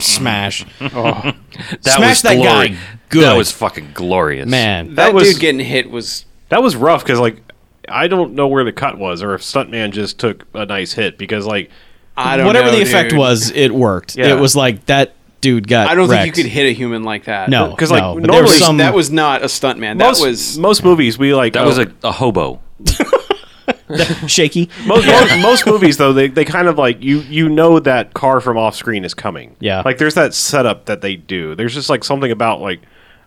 Speaker 4: smash,
Speaker 3: Oh,
Speaker 5: That
Speaker 4: Smash
Speaker 5: was
Speaker 4: that
Speaker 5: glory.
Speaker 4: guy good.
Speaker 5: That was fucking glorious.
Speaker 4: man.
Speaker 3: That,
Speaker 2: was-
Speaker 3: dude getting hit was
Speaker 2: that was rough because like I don't know where the cut was or if stuntman just took a nice hit because like
Speaker 3: I don't
Speaker 4: Whatever
Speaker 3: know,
Speaker 4: the effect
Speaker 3: dude.
Speaker 4: was, it worked.
Speaker 2: Yeah.
Speaker 4: It was like that dude got.
Speaker 3: I don't
Speaker 4: wrecked.
Speaker 3: think you could hit a human like that.
Speaker 4: No,
Speaker 2: 'Cause,
Speaker 4: because
Speaker 2: like,
Speaker 4: like there was
Speaker 2: normally-
Speaker 4: some
Speaker 3: that was not a stuntman. That
Speaker 2: most
Speaker 3: was
Speaker 2: most movies we like oh,
Speaker 5: That was a, a hobo.
Speaker 4: shaky.
Speaker 2: most, most, most movies though they, they kind of like you you know that car from off screen is coming
Speaker 4: Yeah.
Speaker 2: like there's that setup that they do there's just like something about like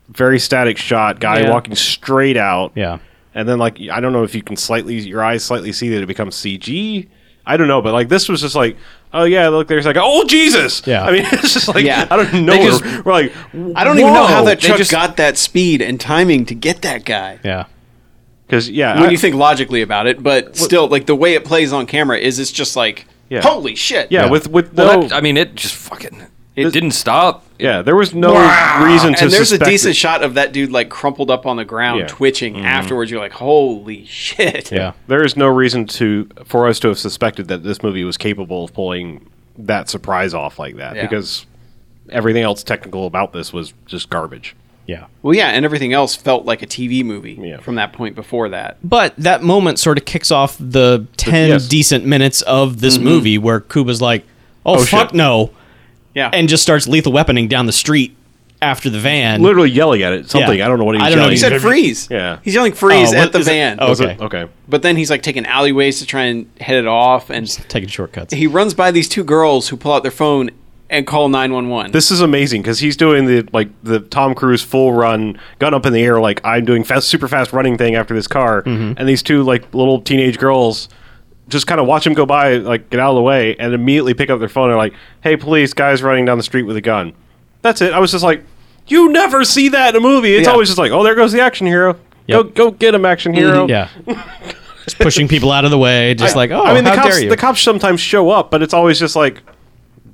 Speaker 2: very static shot guy
Speaker 3: Yeah.
Speaker 2: walking straight out
Speaker 4: Yeah.
Speaker 2: and then like I don't know if you can slightly your eyes slightly see that it becomes CG I don't know but like this was just like oh yeah look there's like oh Jesus
Speaker 4: Yeah.
Speaker 2: I mean it's just like
Speaker 3: Yeah.
Speaker 2: I don't know
Speaker 5: They
Speaker 2: we're,
Speaker 5: just-
Speaker 2: we're like
Speaker 3: I don't even know how
Speaker 5: Whoa,
Speaker 3: that
Speaker 5: they
Speaker 3: truck
Speaker 5: just-
Speaker 3: got that speed and timing to get that guy.
Speaker 4: Yeah.
Speaker 2: because yeah
Speaker 3: When
Speaker 2: I-
Speaker 3: you think logically about it, but still, like the way it plays on camera is it's just like
Speaker 2: Yeah.
Speaker 3: holy shit.
Speaker 2: Yeah, with with no,
Speaker 5: Well, that, I mean, it just fucking it didn't stop.
Speaker 2: yeah, there was no reason to.
Speaker 3: and there's a
Speaker 2: suspect
Speaker 3: decent
Speaker 2: that-
Speaker 3: shot of that dude like crumpled up on the ground,
Speaker 2: Yeah.
Speaker 3: twitching. Afterwards, you're like, holy shit.
Speaker 4: Yeah.
Speaker 2: there is no reason to for us to have suspected that this movie was capable of pulling that surprise off like that
Speaker 3: Yeah.
Speaker 2: because everything else technical about this was just garbage.
Speaker 4: Yeah.
Speaker 3: Well, yeah, and everything else felt like a TV movie
Speaker 2: Yeah.
Speaker 3: from that point before that.
Speaker 4: But that moment sort of kicks off the 10
Speaker 2: yes. Mm-hmm.
Speaker 4: decent minutes of this movie where Kuba's like, oh, fuck
Speaker 2: shit."
Speaker 4: no,
Speaker 3: Yeah,
Speaker 4: and just starts lethal weaponing down the street after the van.
Speaker 2: Literally yelling at it, something
Speaker 4: Yeah.
Speaker 2: I don't know what he was
Speaker 4: I don't know
Speaker 2: yelling.
Speaker 3: he said freeze.
Speaker 2: Yeah.
Speaker 3: he's yelling freeze
Speaker 4: Oh, what
Speaker 3: at the
Speaker 4: is it?
Speaker 3: van.
Speaker 4: Oh,
Speaker 2: Was it?
Speaker 4: okay.
Speaker 2: okay.
Speaker 3: But then he's like taking alleyways to try and head it off, and
Speaker 4: Taking shortcuts.
Speaker 3: he runs by these two girls who pull out their phone and call nine one one.
Speaker 2: This is amazing because he's doing the like the Tom Cruise full run, gun up in the air, like I'm doing fast, super fast running thing after this car, and these two like little teenage girls just kind of watch him go by, like get out of the way, and immediately pick up their phone and are like, "Hey, police! Guy's running down the street with a gun." That's it. I was just like, "You never see that in a movie. It's
Speaker 3: Yeah.
Speaker 2: always just like, oh, there goes the action hero. Go,
Speaker 4: Yep. Mm-hmm.
Speaker 2: go get him, action hero."
Speaker 4: Yeah. just pushing people out of the way. Just like, oh,
Speaker 2: I mean, the
Speaker 4: how
Speaker 2: cops,
Speaker 4: dare you?
Speaker 2: the cops sometimes show up, but it's always just like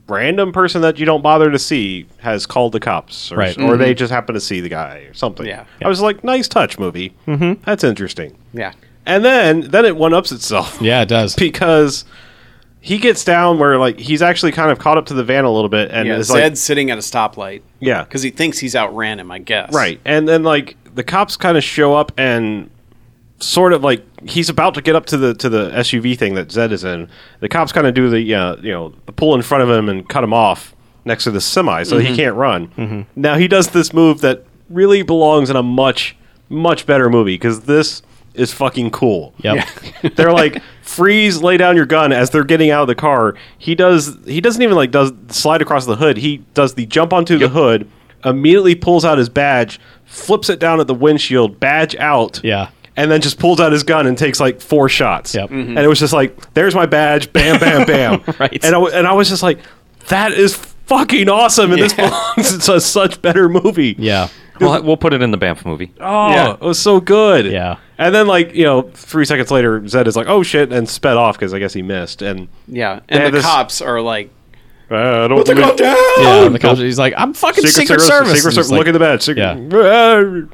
Speaker 2: random person that you don't bother to see has called the cops, or,
Speaker 4: Right.
Speaker 2: or
Speaker 3: Mm-hmm.
Speaker 2: they just happen to see the guy or something.
Speaker 3: Yeah.
Speaker 2: I was like, nice touch, movie. Mm-hmm. That's interesting.
Speaker 3: yeah,
Speaker 2: And then, then it one ups itself
Speaker 4: yeah, it does.
Speaker 2: because he gets down where like he's actually kind of caught up to the van a little bit, and
Speaker 3: yeah.
Speaker 2: is
Speaker 3: Zed's
Speaker 2: like,
Speaker 3: sitting at a stoplight
Speaker 2: yeah,
Speaker 3: because he thinks he's outran him. I guess.
Speaker 2: Right. And then like the cops kind of show up and sort of like he's about to get up to the to the SUV thing that Zed is in. The cops kind of do the uh, you know the pull in front of him and cut him off next to the semi so he can't run. Now he does this move that really belongs in a much much better movie because this is fucking cool.
Speaker 4: Yep.
Speaker 2: they're like freeze lay down your gun as they're getting out of the car he does he doesn't even like does slide across the hood he does the jump onto the hood immediately pulls out his badge flips it down at the windshield badge out
Speaker 4: Yeah.
Speaker 2: and then just pulls out his gun and takes like four shots
Speaker 4: Yep. Mhm.
Speaker 2: and it was just like there's my badge bam bam bam
Speaker 4: Right.
Speaker 2: and I, wa- and I was just like that is fucking awesome and this belongs it's a such better movie
Speaker 4: Yeah.
Speaker 5: We'll, we'll put it in the Banff movie.
Speaker 2: Oh, it was so good.
Speaker 4: Yeah.
Speaker 2: And then, like, you know, three seconds later, Zed is like, oh shit, and sped off because I guess he missed. And
Speaker 3: Yeah,
Speaker 2: They
Speaker 3: and the
Speaker 2: have this-
Speaker 3: cops are like,
Speaker 2: uh, I don't
Speaker 6: the
Speaker 2: believe-
Speaker 6: goddamn?
Speaker 4: Yeah. The cops, he's like, I'm fucking Secret, Service.
Speaker 2: Oh, Secret
Speaker 4: And it's
Speaker 2: Service.
Speaker 4: like-
Speaker 2: look at the badge. Secret,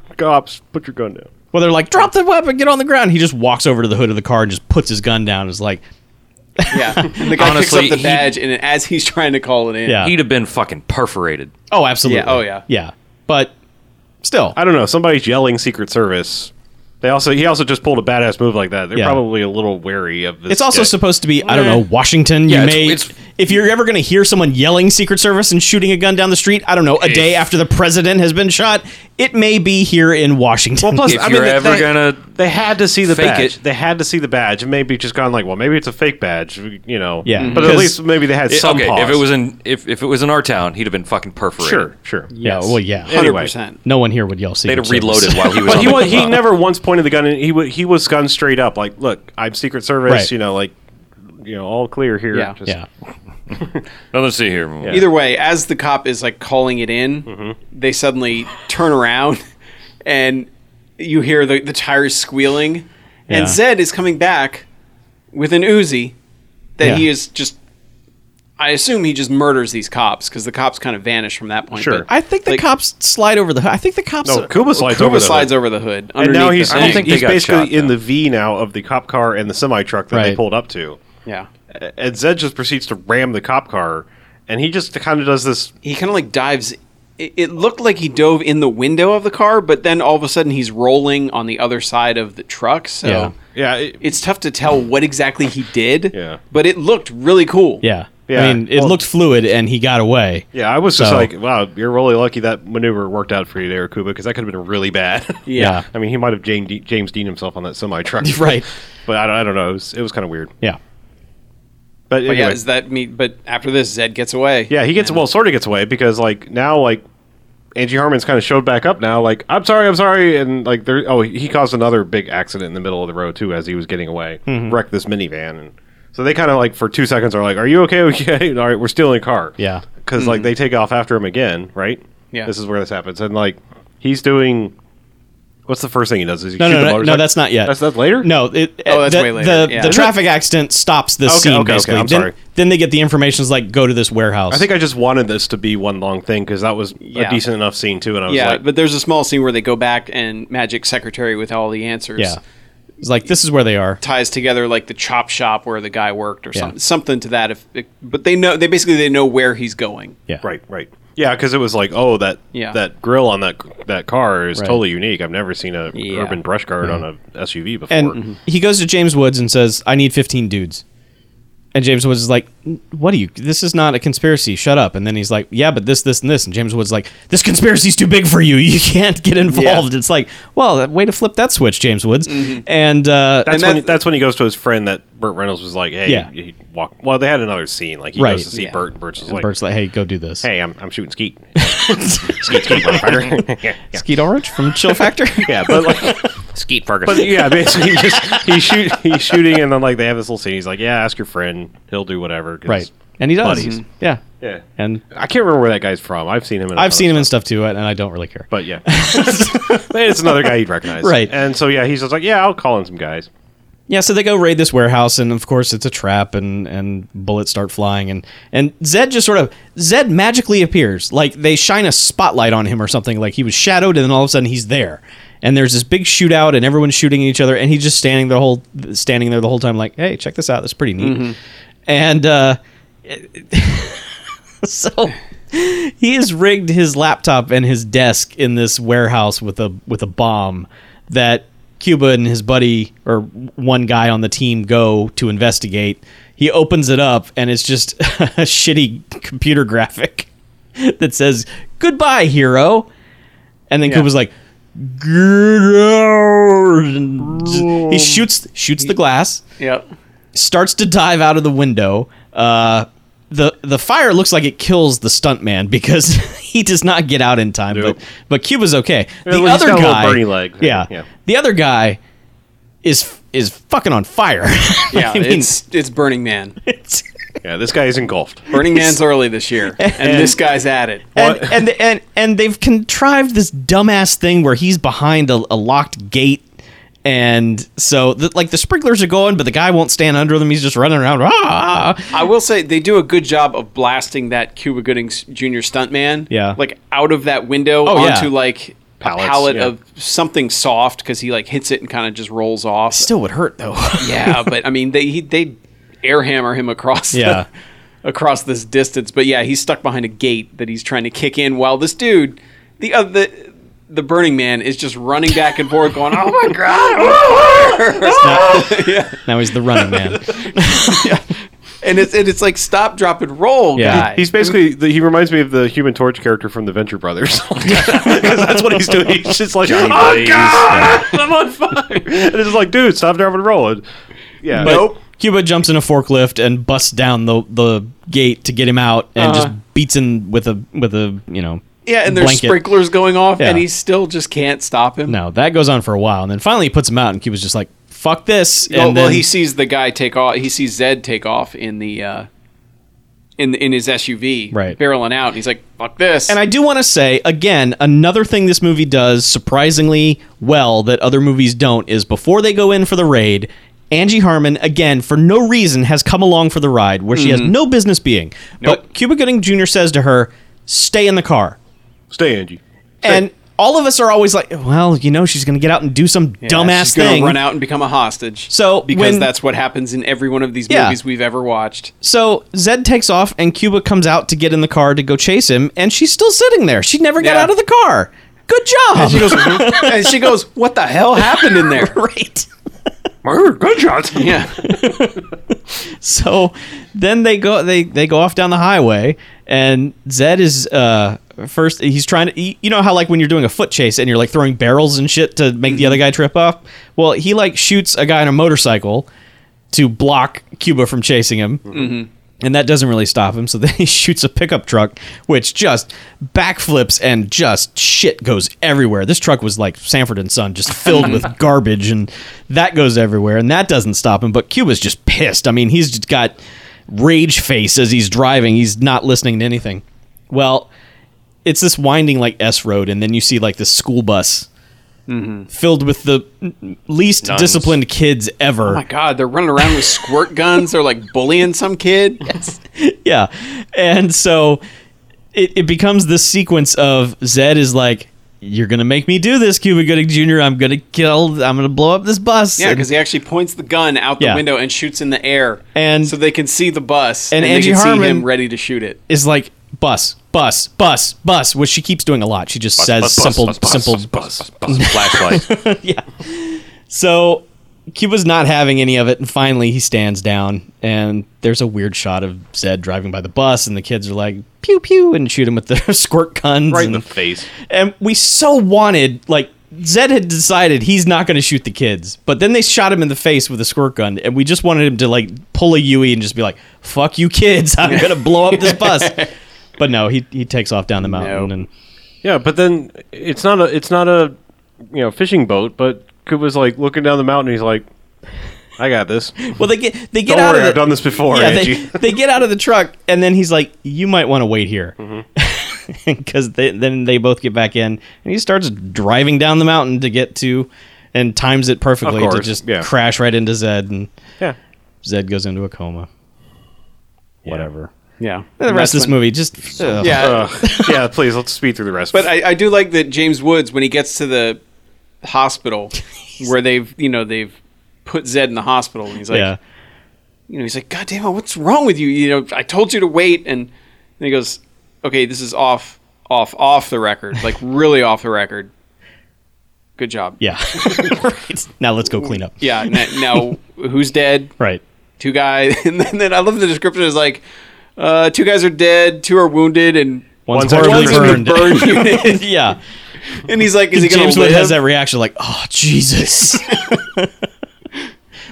Speaker 2: yeah. cops, put your gun down.
Speaker 4: Well, they're like, drop the weapon, get on the ground. He just walks over to the hood of the car and just puts his gun down. And is like,
Speaker 3: Yeah, and the guy
Speaker 5: Honestly,
Speaker 3: picks up the
Speaker 5: he-
Speaker 3: badge, and as he's trying to call it in,
Speaker 4: Yeah.
Speaker 5: He'd have been fucking perforated.
Speaker 4: Oh, absolutely.
Speaker 3: Yeah, oh, yeah.
Speaker 4: Yeah. But still,
Speaker 2: I don't know. Somebody's yelling Secret Service. They also he also just pulled a badass move like that. They're
Speaker 4: Yeah.
Speaker 2: probably a little wary of this.
Speaker 4: it's also
Speaker 2: guy.
Speaker 4: supposed to be I don't know Washington.
Speaker 5: Yeah,
Speaker 4: you
Speaker 5: it's-
Speaker 4: may
Speaker 5: it's-
Speaker 4: if you're ever going to hear someone yelling Secret Service and shooting a gun down the street. I don't know a day after the president has been shot. It may be here in Washington.
Speaker 2: Plus,
Speaker 5: if
Speaker 2: I mean,
Speaker 5: you're
Speaker 2: they-
Speaker 5: ever
Speaker 2: they-
Speaker 5: gonna
Speaker 2: They had to see the
Speaker 5: fake
Speaker 2: badge.
Speaker 5: it.
Speaker 2: They had to see the badge. and Maybe just gone like, well, maybe it's a fake badge. You know.
Speaker 4: Yeah.
Speaker 2: But at
Speaker 4: Because-
Speaker 2: least maybe they had
Speaker 5: It-
Speaker 2: some.
Speaker 5: okay,
Speaker 2: pause.
Speaker 5: if it was in if, if it was in our town, he'd have been fucking perforated.
Speaker 2: sure, sure.
Speaker 4: yeah. Well,
Speaker 2: Yeah.
Speaker 4: yeah.
Speaker 3: hundred
Speaker 2: anyway.
Speaker 3: percent.
Speaker 4: No one here would yell
Speaker 5: they'd
Speaker 4: Secret
Speaker 5: have
Speaker 4: Service.
Speaker 5: reloaded while he was.
Speaker 2: But
Speaker 5: on
Speaker 2: he
Speaker 5: the
Speaker 2: was, he
Speaker 5: job.
Speaker 2: never once pointed the gun. In, he wa he was gunned straight up. Like, look, I'm Secret Service.
Speaker 4: Right.
Speaker 2: You know, like, you know, all clear here.
Speaker 3: Yeah.
Speaker 2: Just-
Speaker 4: yeah.
Speaker 5: Now, let's see here.
Speaker 3: Either way, as the cop is like calling it in, they suddenly turn around and you hear the, the tires squealing.
Speaker 4: Yeah.
Speaker 3: And Zed is coming back with an Uzi that he
Speaker 4: Yeah.
Speaker 3: is just. I assume he just murders these cops because the cops kind of vanish from that point.
Speaker 2: Sure.
Speaker 4: I think the
Speaker 3: Like-
Speaker 4: cops slide over the. hood. I think the cops.
Speaker 2: No, Kuba slides over. the
Speaker 3: Kuba
Speaker 2: hood.
Speaker 3: slides over the hood.
Speaker 2: And now he's,
Speaker 5: I don't
Speaker 2: he's,
Speaker 5: think they
Speaker 2: he's
Speaker 5: got
Speaker 2: basically
Speaker 5: shot,
Speaker 2: in
Speaker 5: though.
Speaker 2: the V now of the cop car and the semi truck that they
Speaker 4: Right.
Speaker 2: pulled up to.
Speaker 3: yeah.
Speaker 2: And Zed just proceeds to ram the cop car, and he just kind of does this.
Speaker 3: He kind of like dives. It, it looked like he dove in the window of the car, but then all of a sudden he's rolling on the other side of the truck. So.
Speaker 4: Yeah.
Speaker 2: Yeah, it-
Speaker 3: it's tough to tell what exactly he did.
Speaker 2: Yeah.
Speaker 3: But it looked really cool.
Speaker 4: yeah.
Speaker 2: Yeah.
Speaker 4: I mean, it
Speaker 2: Well-
Speaker 4: looked fluid, and he got away.
Speaker 2: yeah. I was just
Speaker 4: So-
Speaker 2: like, wow, you're really lucky that maneuver worked out for you there, Kuba, because that could have been really bad.
Speaker 4: Yeah.
Speaker 2: I mean, he might have James, De- James Dean himself on that semi truck,
Speaker 4: Right.
Speaker 2: But I don't, I don't know. It was, it was kind of weird.
Speaker 4: Yeah.
Speaker 2: But,
Speaker 3: But
Speaker 2: anyway,
Speaker 3: yeah, is that me? But after this, Zed gets away.
Speaker 2: Yeah, he gets well, sort of gets away because like now like Angie Harmon's kind of showed back up now. Like I'm sorry, I'm sorry, and like there. Oh, he caused another big accident in the middle of the road too as he was getting away,
Speaker 4: Mm-hmm.
Speaker 2: wrecked this minivan, and so they kind of like for two seconds are like, "Are you okay? Okay, all right, we're stealing a car."
Speaker 4: Yeah. Mm-hmm.
Speaker 2: because like they take off after him again, right?
Speaker 3: Yeah.
Speaker 2: this is where this happens, and like he's doing. What's the first thing he does? Is he
Speaker 4: No,
Speaker 2: shoot
Speaker 4: no,
Speaker 2: the
Speaker 4: no, no,
Speaker 2: motorcycle?
Speaker 4: that's not yet.
Speaker 2: That's that's later.
Speaker 4: No, it,
Speaker 3: Oh, that's
Speaker 4: the,
Speaker 3: way later,
Speaker 4: The,
Speaker 3: yeah.
Speaker 4: the
Speaker 3: Is it-
Speaker 4: traffic accident stops the scene.
Speaker 2: okay, okay,
Speaker 4: basically.
Speaker 2: I'm
Speaker 4: then,
Speaker 2: sorry.
Speaker 4: then they get the information. Is like go to this warehouse.
Speaker 2: I think I just wanted this to be one long thing because that was a
Speaker 3: Yeah.
Speaker 2: decent enough scene too, and I was
Speaker 3: Yeah,
Speaker 2: like,
Speaker 3: but there's a small scene where they go back and Magic Secretary with all the answers
Speaker 4: yeah. It's like this is where they are.
Speaker 3: ties together like the chop shop where the guy worked or
Speaker 4: Yeah.
Speaker 3: something, something to that. If but they know they basically they know where he's going.
Speaker 4: Yeah.
Speaker 2: Right, right. Yeah, because it was like, oh, that
Speaker 3: Yeah.
Speaker 2: that grill on that that car is
Speaker 4: Right.
Speaker 2: totally unique. I've never seen a
Speaker 3: Yeah. Mm-hmm.
Speaker 2: urban brush guard on
Speaker 4: Mm-hmm.
Speaker 2: a SUV before.
Speaker 4: And he goes to James Woods and says, "I need 15 dudes." And James Woods is like, "What are you? This is not a conspiracy. Shut up." And then he's like, "Yeah, but this, this, and this." And James Woods is like, "This conspiracy's too big for you. You can't get involved." It's like, well, that way to flip that switch, James Woods. And
Speaker 2: Mm-hmm.
Speaker 4: uh,
Speaker 2: that's
Speaker 3: and
Speaker 2: when
Speaker 3: that-
Speaker 2: that's when he goes to his friend that Burt Reynolds was like, hey,
Speaker 4: Yeah.
Speaker 2: he walk. Well, they had another scene like he
Speaker 4: Right.
Speaker 2: goes to see
Speaker 3: Yeah.
Speaker 2: Burt, and Burt's just like,
Speaker 4: Bert's like, "Hey, go do this."
Speaker 2: hey, I'm I'm shooting skeet, skeet, skeet, motherfucker. yeah, yeah.
Speaker 4: Skeet Orange from Chill Factor.
Speaker 2: yeah, but like,
Speaker 5: Skeet Ferguson.
Speaker 2: but yeah, basically, he just he shoot he's shooting, and then like they have this little scene. He's like, yeah, ask your friend, he'll do whatever. 'cause-
Speaker 4: right. And he does.
Speaker 2: Buddies.
Speaker 4: Yeah.
Speaker 2: Yeah.
Speaker 4: And
Speaker 2: I can't remember where that guy's from. I've seen him. In a
Speaker 4: I've
Speaker 2: ton
Speaker 4: seen
Speaker 2: of
Speaker 4: him in stuff too, and I don't really care.
Speaker 2: But yeah, it's another guy he'd recognize.
Speaker 4: Right.
Speaker 2: And so yeah, he's just like, yeah, I'll call in some guys.
Speaker 4: Yeah, so they go raid this warehouse, and of course it's a trap, and and bullets start flying, and and Zed just sort of Zed magically appears, like they shine a spotlight on him or something, like he was shadowed, and then all of a sudden he's there, and there's this big shootout, and everyone's shooting at each other, and he's just standing the whole standing there the whole time, like, hey, check this out, that's pretty neat, and uh, so he has rigged his laptop and his desk in this warehouse with a with a bomb that Cuba and his buddy or one guy on the team go to investigate. He opens it up and it's just a shitty computer graphic that says "Goodbye, hero," and then Cuba's like. Get out. And just- He shoots shoots the glass
Speaker 3: Yep.
Speaker 4: starts to dive out of the window. Uh, the the fire looks like it kills the stuntman because he does not get out in time.
Speaker 2: Nope.
Speaker 4: But but Cuba's okay. The
Speaker 2: well, he's
Speaker 4: other
Speaker 2: got a little
Speaker 4: guy,
Speaker 2: burny leg.
Speaker 4: Yeah,
Speaker 2: Yeah.
Speaker 4: the other guy is is fucking on fire.
Speaker 3: Yeah,
Speaker 4: I mean,
Speaker 3: it's it's Burning Man.
Speaker 4: it's-
Speaker 2: Yeah, this guy is engulfed.
Speaker 3: Burning Man's early this year, and this guy's at it.
Speaker 4: and, and and and they've contrived this dumbass thing where he's behind a, a locked gate. And so, the, like the sprinklers are going, but the guy won't stand under them. He's just running around. "Ah."
Speaker 3: I will say they do a good job of blasting that Cuba Gooding s- Jr. stuntman.
Speaker 4: Yeah.
Speaker 3: Like out of that window
Speaker 4: Oh, yeah.
Speaker 3: onto like
Speaker 2: Pallets,
Speaker 3: a pallet
Speaker 2: yeah.
Speaker 3: of something soft because he like hits it and kind of just rolls off.
Speaker 4: Still would hurt though.
Speaker 3: yeah, but I mean they he, they air hammer him across the-
Speaker 4: Yeah.
Speaker 3: across this distance. But yeah, he's stuck behind a gate that he's trying to kick in while this dude, the other the, the Burning Man, is just running back and forth, going, "Oh my god!"
Speaker 4: Now he's the running man.
Speaker 3: and it's and it's like stop, drop, and roll,
Speaker 4: Yeah.
Speaker 3: guy.
Speaker 2: He's basically the, he reminds me of the Human Torch character from the Venture Brothers. 'Cause that's what he's doing. He's just like, oh god, I'm on fire, and it's just like, dude, stop driving and rolling. Yeah,
Speaker 4: But Cuba jumps in a forklift and busts down the the gate to get him out and just beats him with a with a you know
Speaker 3: Uh-huh. yeah, and there's
Speaker 4: blanket.
Speaker 3: sprinklers going off, and
Speaker 4: Yeah.
Speaker 3: he still just can't stop him.
Speaker 4: No, that goes on for a while, and then finally he puts him out, and Cuba's just like, "Fuck this!" And
Speaker 3: Oh, well,
Speaker 4: then
Speaker 3: well, he sees the guy take off. He sees Zed take off in the uh, in in his SUV,
Speaker 4: Right.
Speaker 3: barreling out. And he's like, "Fuck this!"
Speaker 4: And I do want to say again, another thing this movie does surprisingly well that other movies don't is before they go in for the raid, Angie Harmon again for no reason has come along for the ride where she has
Speaker 3: Mm-hmm.
Speaker 4: no business being. But Cuba Gooding Jr. says to her, "Stay in the car."
Speaker 2: stay, Angie.
Speaker 4: And all of us are always like, "Well, you know, she's going to get out and do some dumbass
Speaker 3: She's gonna
Speaker 4: thing."
Speaker 3: Run out and become a hostage.
Speaker 4: So,
Speaker 3: because
Speaker 4: when-
Speaker 3: that's what happens in every one of these
Speaker 4: Yeah.
Speaker 3: movies we've ever watched.
Speaker 4: So Zed takes off, and Cuba comes out to get in the car to go chase him, and she's still sitting there. She never got
Speaker 3: Yeah.
Speaker 4: out of the car. Good job.
Speaker 3: She goes, and she goes, "What the hell happened in there?"
Speaker 4: right.
Speaker 2: Good shots.
Speaker 3: Yeah, "Oh
Speaker 4: So then they go they they go off down the highway, and Zed is uh first he's trying to you know how like when you're doing a foot chase and you're like throwing barrels and shit to make the other guy trip up. Well, he like shoots a guy on a motorcycle to block Cuba from chasing him. And that doesn't really stop him. So then he shoots a pickup truck, which just backflips and just shit goes everywhere. This truck was like Sanford and Son, just filled with garbage, and that goes everywhere. And that doesn't stop him. But Cuba's just pissed. I mean, he's just got rage face as he's driving. He's not listening to anything. Well, it's this winding like S road, and then you see like this school bus filled with the least
Speaker 5: Nuns.
Speaker 4: disciplined kids ever.
Speaker 3: my God, they're running around with squirt guns. They're like bullying some kid.
Speaker 4: yeah. And so it, it becomes this sequence of Zed is like, You're gonna make me do this, Cuba Gooding Jr. I'm gonna kill I'm gonna blow up this bus.
Speaker 3: Yeah,
Speaker 4: And-
Speaker 3: because he actually points the gun out the
Speaker 4: Yeah.
Speaker 3: window and shoots in the air,
Speaker 4: And-
Speaker 3: so they can see the bus
Speaker 4: and
Speaker 3: they
Speaker 4: Angie
Speaker 3: can see
Speaker 4: Harmon-
Speaker 3: him ready to shoot it.
Speaker 4: is like bus, bus, bus, bus, which she keeps doing a lot. She just says simple simple
Speaker 5: bus, bus, flashlight.
Speaker 4: So Cuba's not having any of it, and finally he stands down, and there's a weird shot of Zed driving by the bus, and the kids are like pew pew and shoot him with their squirt guns.
Speaker 2: Right in
Speaker 4: and,
Speaker 2: the face.
Speaker 4: and we so wanted like Zed had decided he's not going to shoot the kids, but then they shot him in the face with a squirt gun, and we just wanted him to like pull a Yui and just be like, "Fuck you, kids! I'm going to blow up this bus." But no, he he takes off down the mountain,
Speaker 3: No.
Speaker 4: and
Speaker 2: Yeah, but then it's not a it's not a you know fishing boat. But Kuba's like looking down the mountain. He's like, I got this.
Speaker 4: well, they get they get
Speaker 2: Don't
Speaker 4: out
Speaker 2: worry,
Speaker 4: of
Speaker 2: I've
Speaker 4: the,
Speaker 2: done this before,
Speaker 4: yeah,
Speaker 2: Angie.
Speaker 4: they, they get out of the truck, and then he's like, "You might want to wait here,"
Speaker 2: Mm-hmm.
Speaker 4: because then they both get back in, and he starts driving down the mountain to get to, and times it perfectly to
Speaker 2: course,
Speaker 4: just
Speaker 2: yeah.
Speaker 4: crash right into Zed, and
Speaker 2: yeah,
Speaker 4: Zed goes into a coma. Whatever.
Speaker 3: Yeah,
Speaker 4: The rest of this movie just Oh, ugh.
Speaker 3: yeah,
Speaker 2: Ugh. yeah. Please, let's speed through the rest.
Speaker 3: But I, I do like that James Woods when he gets to the hospital where they've you know they've put Zed in the hospital and he's like
Speaker 4: yeah.
Speaker 3: you know he's like God damn it what's wrong with you you know I told you to wait and then he goes okay this is off off off the record like really off the record good job
Speaker 4: Yeah. right. Now let's go clean up.
Speaker 3: yeah n- now who's dead
Speaker 4: Right.
Speaker 3: two guys and then, then I love the description is like uh, two guys are dead two are wounded and
Speaker 2: One's
Speaker 4: One's, horribly
Speaker 2: actually
Speaker 3: in
Speaker 4: burned.
Speaker 3: the burn unit.
Speaker 4: yeah.
Speaker 3: and he's like is he gonna
Speaker 4: James
Speaker 3: live
Speaker 4: Wood has that reaction like, oh, Jesus.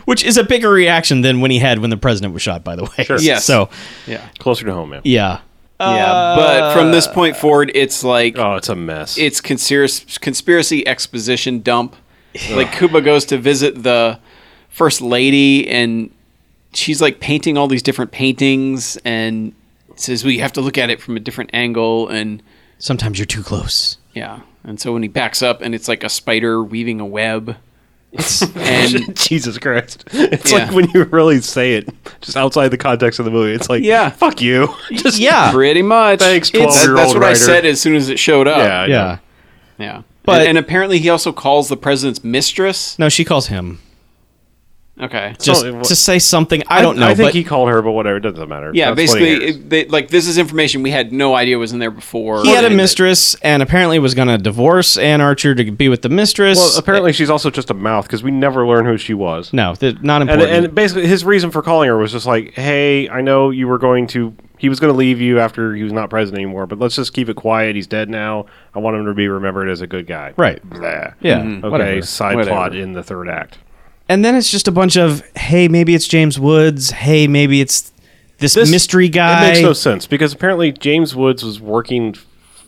Speaker 4: Which is a bigger reaction than when he had when the president was shot, by the way.
Speaker 3: Yes.
Speaker 4: So,
Speaker 3: yeah
Speaker 2: closer to home, man.
Speaker 4: yeah. Uh,
Speaker 3: Yeah, but from this point forward, it's like
Speaker 2: Oh, it's a mess.
Speaker 3: it's conspiracy, conspiracy exposition dump. like Kuba goes to visit the first lady, and she's like painting all these different paintings, and says we have to look at it from a different angle, and
Speaker 4: Sometimes you're too close.
Speaker 3: yeah. And so when he backs up, and it's like a spider weaving a web, and
Speaker 2: Jesus Christ. It's
Speaker 3: Yeah.
Speaker 2: like when you really say it just outside the context of the movie. It's like,
Speaker 3: Yeah.
Speaker 2: fuck you. Just
Speaker 4: yeah.
Speaker 3: pretty much
Speaker 2: Thanks,
Speaker 3: it's-
Speaker 2: 12-year-old
Speaker 3: That's what I
Speaker 2: writer.
Speaker 3: said as soon as it showed up.
Speaker 2: yeah, I know.
Speaker 4: Yeah.
Speaker 3: yeah.
Speaker 4: But-
Speaker 3: and, and apparently he also calls the president's mistress.
Speaker 4: No, she calls him.
Speaker 3: Okay.
Speaker 4: Just
Speaker 2: it wa-
Speaker 4: to say something. I, don't know.
Speaker 2: I think
Speaker 4: but
Speaker 2: he called her, but whatever. It doesn't matter.
Speaker 3: Yeah,
Speaker 2: That's what he
Speaker 3: basically,
Speaker 2: hears.
Speaker 3: it, they, like this is information we had no idea was in there before.
Speaker 4: he had a
Speaker 3: And-
Speaker 4: mistress and apparently was going to divorce Ann Archer to be with the mistress. Eh,
Speaker 2: well, apparently she's also just a mouth because we never learn who she was.
Speaker 4: no, th- not
Speaker 2: And,
Speaker 4: important.
Speaker 2: and basically, his reason for calling her was just like, "Hey, I know you were going to. He was going to leave you after he was not president anymore, but let's just keep it quiet. He's dead now. I want him to be remembered as a good guy."
Speaker 4: right.
Speaker 2: Blah.
Speaker 4: Yeah.
Speaker 2: Okay.
Speaker 4: whatever.
Speaker 2: Mm-hmm. Side
Speaker 3: Whatever.
Speaker 2: plot in the third act.
Speaker 4: And then it's just a bunch of hey, maybe it's James Woods. Hey, maybe it's this,
Speaker 2: This-
Speaker 4: mystery guy.
Speaker 2: It makes no sense because apparently James Woods was working f-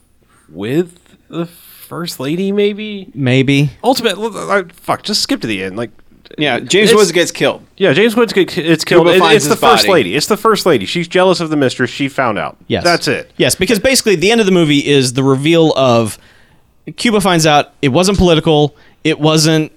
Speaker 2: with the first lady, maybe.
Speaker 4: maybe.
Speaker 2: Ultimate, I, fuck, just skip to the end. Like,
Speaker 3: Yeah, James
Speaker 2: It's-
Speaker 3: Woods gets killed.
Speaker 2: yeah, James Woods gets it's killed.
Speaker 3: Cuba
Speaker 2: It-
Speaker 3: finds
Speaker 2: it's the
Speaker 3: his
Speaker 2: first
Speaker 3: body.
Speaker 2: lady. It's the first lady. She's jealous of the mistress. She found out.
Speaker 4: Yes.
Speaker 2: that's it.
Speaker 4: Yes, because basically the end of the movie is the reveal of Cuba finds out it wasn't political, it wasn't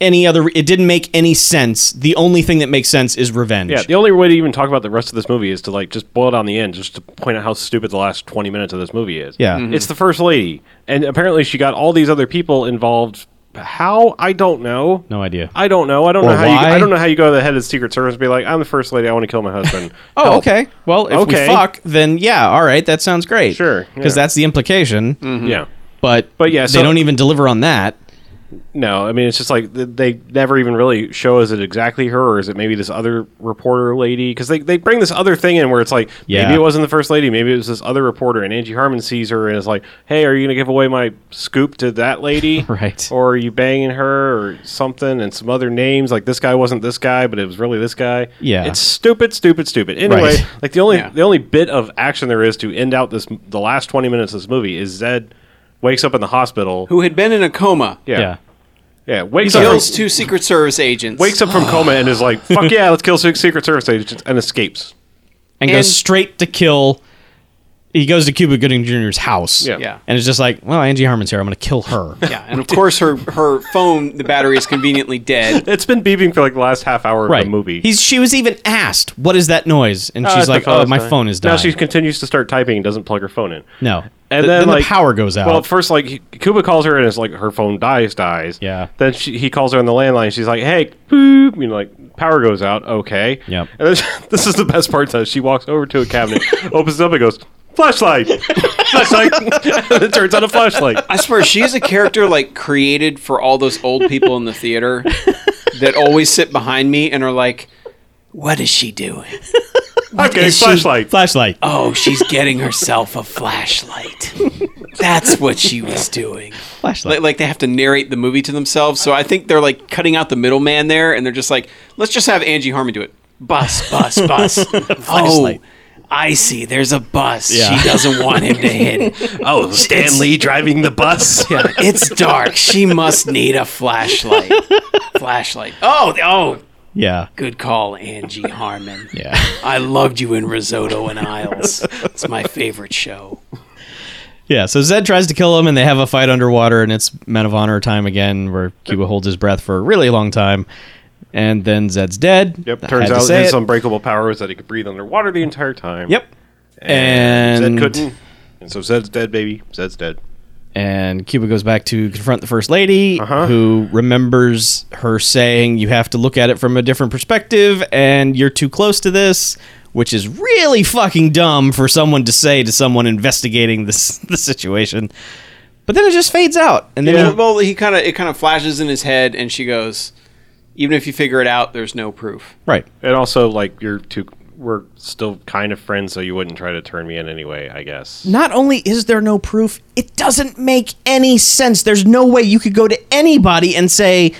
Speaker 4: any other it didn't make any sense. The only thing that makes sense is revenge.
Speaker 2: Yeah, the only way to even talk about the rest of this movie is to like just boil down the end, just to point out how stupid the last twenty minutes of this movie is.
Speaker 4: Yeah. Mhm.
Speaker 2: it's the first lady, and apparently she got all these other people involved. How I don't know.
Speaker 4: No idea.
Speaker 2: I don't know. I don't
Speaker 4: Or
Speaker 2: know how you.
Speaker 4: why?
Speaker 2: I don't know how you go to the head of the Secret Service and be like, "I'm the first lady. I want to kill my husband."
Speaker 4: Oh,
Speaker 2: Help.
Speaker 4: okay. Well, if
Speaker 2: Okay.
Speaker 4: we fuck, then yeah, all right, that sounds great.
Speaker 2: Sure, yeah.
Speaker 4: Because that's the implication.
Speaker 2: Yeah.
Speaker 4: But
Speaker 2: But yeah,
Speaker 4: they
Speaker 2: so-
Speaker 4: don't even deliver on that.
Speaker 2: No, I mean it's just like th- they never even really show is it exactly her or is it maybe this other reporter lady because they, they bring this other thing in where it's like
Speaker 4: Yeah.
Speaker 2: maybe it wasn't the first lady maybe it was this other reporter and Angie Harmon sees her and is like hey are you gonna give away my scoop to that lady
Speaker 4: Right.
Speaker 2: or are you banging her or something and some other names like this guy wasn't this guy but it was really this guy
Speaker 4: Yeah.
Speaker 2: it's stupid stupid stupid anyway
Speaker 4: Right.
Speaker 2: like the only
Speaker 3: Yeah.
Speaker 2: the only bit of action there is to end out this the last twenty minutes of this movie is Zed wakes up in the hospital
Speaker 3: Who had been in a coma,
Speaker 2: yeah. Yeah, wakes up,
Speaker 3: kills
Speaker 2: from,
Speaker 3: two Secret Service agents,
Speaker 2: wakes up from coma and is like, "Fuck yeah, let's kill six Secret Service agents," and escapes.
Speaker 4: And,
Speaker 3: And-
Speaker 4: goes straight to kill he goes to Cuba Gooding Jr.'s house.
Speaker 2: Yeah.
Speaker 3: Yeah.
Speaker 4: And it's just like, well, Angie Harmon's here. I'm going to kill her.
Speaker 3: Yeah, and of course her her phone, the battery is conveniently dead.
Speaker 2: It's been beeping for like the last half hour
Speaker 4: right.
Speaker 2: of the movie.
Speaker 4: He's she was even asked, "What is that noise?" And
Speaker 2: Oh,
Speaker 4: she's
Speaker 2: it's
Speaker 4: like,
Speaker 2: phone,
Speaker 4: "Oh,
Speaker 2: it's
Speaker 4: my
Speaker 2: fine."
Speaker 4: phone is
Speaker 2: Now
Speaker 4: dying."
Speaker 2: she continues to start typing and doesn't plug her phone in.
Speaker 4: no,
Speaker 2: And
Speaker 4: Th-
Speaker 2: then, like,
Speaker 4: the power goes out.
Speaker 2: Well, at first, like he- Cuba calls her and it's like her phone dies, dies.
Speaker 4: Yeah.
Speaker 2: Then she, he calls her on the landline. She's like, "Hey, boop," you know, like power goes out. Okay.
Speaker 4: Yep.
Speaker 2: And then this is the best part. Though she walks over to a cabinet, opens it up, and goes, "Flashlight, flashlight." and it turns on a flashlight.
Speaker 3: I swear, she is a character like created for all those old people in the theater that always sit behind me and are like, "What is she doing?
Speaker 2: Okay,
Speaker 3: is she-
Speaker 2: flashlight.
Speaker 4: Flashlight.
Speaker 3: Oh, she's getting herself a flashlight. That's what she was doing."
Speaker 4: Flashlight.
Speaker 3: Like, like they have to narrate the movie to themselves, so I think they're like cutting out the middleman there, and they're just like, "Let's just have Angie Harmon do it." Bus, bus, bus. oh,
Speaker 4: Flashlight.
Speaker 3: I see. There's a bus.
Speaker 4: Yeah.
Speaker 3: She doesn't want him to hit.
Speaker 2: Oh, Stan Lee driving the bus. yeah.
Speaker 3: It's dark. She must need a flashlight. Flashlight. Oh, oh,
Speaker 4: yeah.
Speaker 3: good call, Angie Harmon.
Speaker 4: Yeah.
Speaker 3: I loved you in Risotto and Isles. It's my favorite show.
Speaker 4: Yeah. So Zed tries to kill him, and they have a fight underwater, and it's Men of Honor time again, where Cuba holds his breath for a really long time, and then Zed's dead.
Speaker 2: Yep.
Speaker 4: I
Speaker 2: Turns
Speaker 4: had to
Speaker 2: out
Speaker 4: say
Speaker 2: his
Speaker 4: it.
Speaker 2: unbreakable power was that he could breathe underwater the entire time.
Speaker 4: Yep.
Speaker 2: And,
Speaker 4: And-
Speaker 2: Zed couldn't. And so Zed's dead, baby. Zed's dead.
Speaker 4: And Cuba goes back to confront the First Lady,
Speaker 2: Uh-huh.
Speaker 4: who remembers her saying, You have to look at it from a different perspective, and you're too close to this, which is really fucking dumb for someone to say to someone investigating this the situation. But then it just fades out. And then
Speaker 3: Well,
Speaker 4: he-
Speaker 3: well, he kind of it kind of flashes in his head, and she goes, "Even if you figure it out, there's no proof."
Speaker 4: Right.
Speaker 2: And also, like, you're too. We're still kind of friends, so you wouldn't try to turn me in anyway, I guess.
Speaker 4: Not only is there no proof, it doesn't make any sense. There's no way you could go to anybody and say,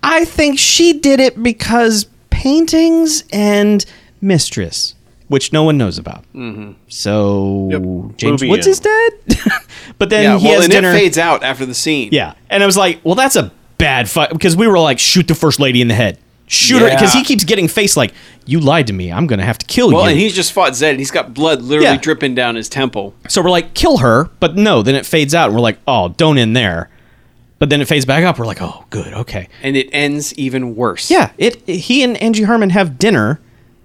Speaker 4: I think she did it because paintings and mistress, which no one knows about. Mm-hmm. So James
Speaker 2: Movie
Speaker 4: Woods
Speaker 2: end.
Speaker 4: is dead. but then
Speaker 3: Yeah,
Speaker 4: he
Speaker 3: well,
Speaker 4: has
Speaker 3: and
Speaker 4: dinner.
Speaker 3: it fades out after the scene.
Speaker 4: Yeah. And I was like, well, that's a bad fight because we were like, shoot the first lady in the head. Shoot her because
Speaker 3: Yeah.
Speaker 4: he keeps getting face like, you lied to me. I'm going to have to kill you.
Speaker 3: Well, and he's just fought Zed, and he's got blood literally
Speaker 4: Yeah.
Speaker 3: dripping down his temple.
Speaker 4: So we're like, kill her, but no, then it fades out and we're like, oh, don't end there. But then it fades back up. We're like, oh, good, okay.
Speaker 3: and it ends even worse.
Speaker 4: Yeah, it he and Angie Herman have dinner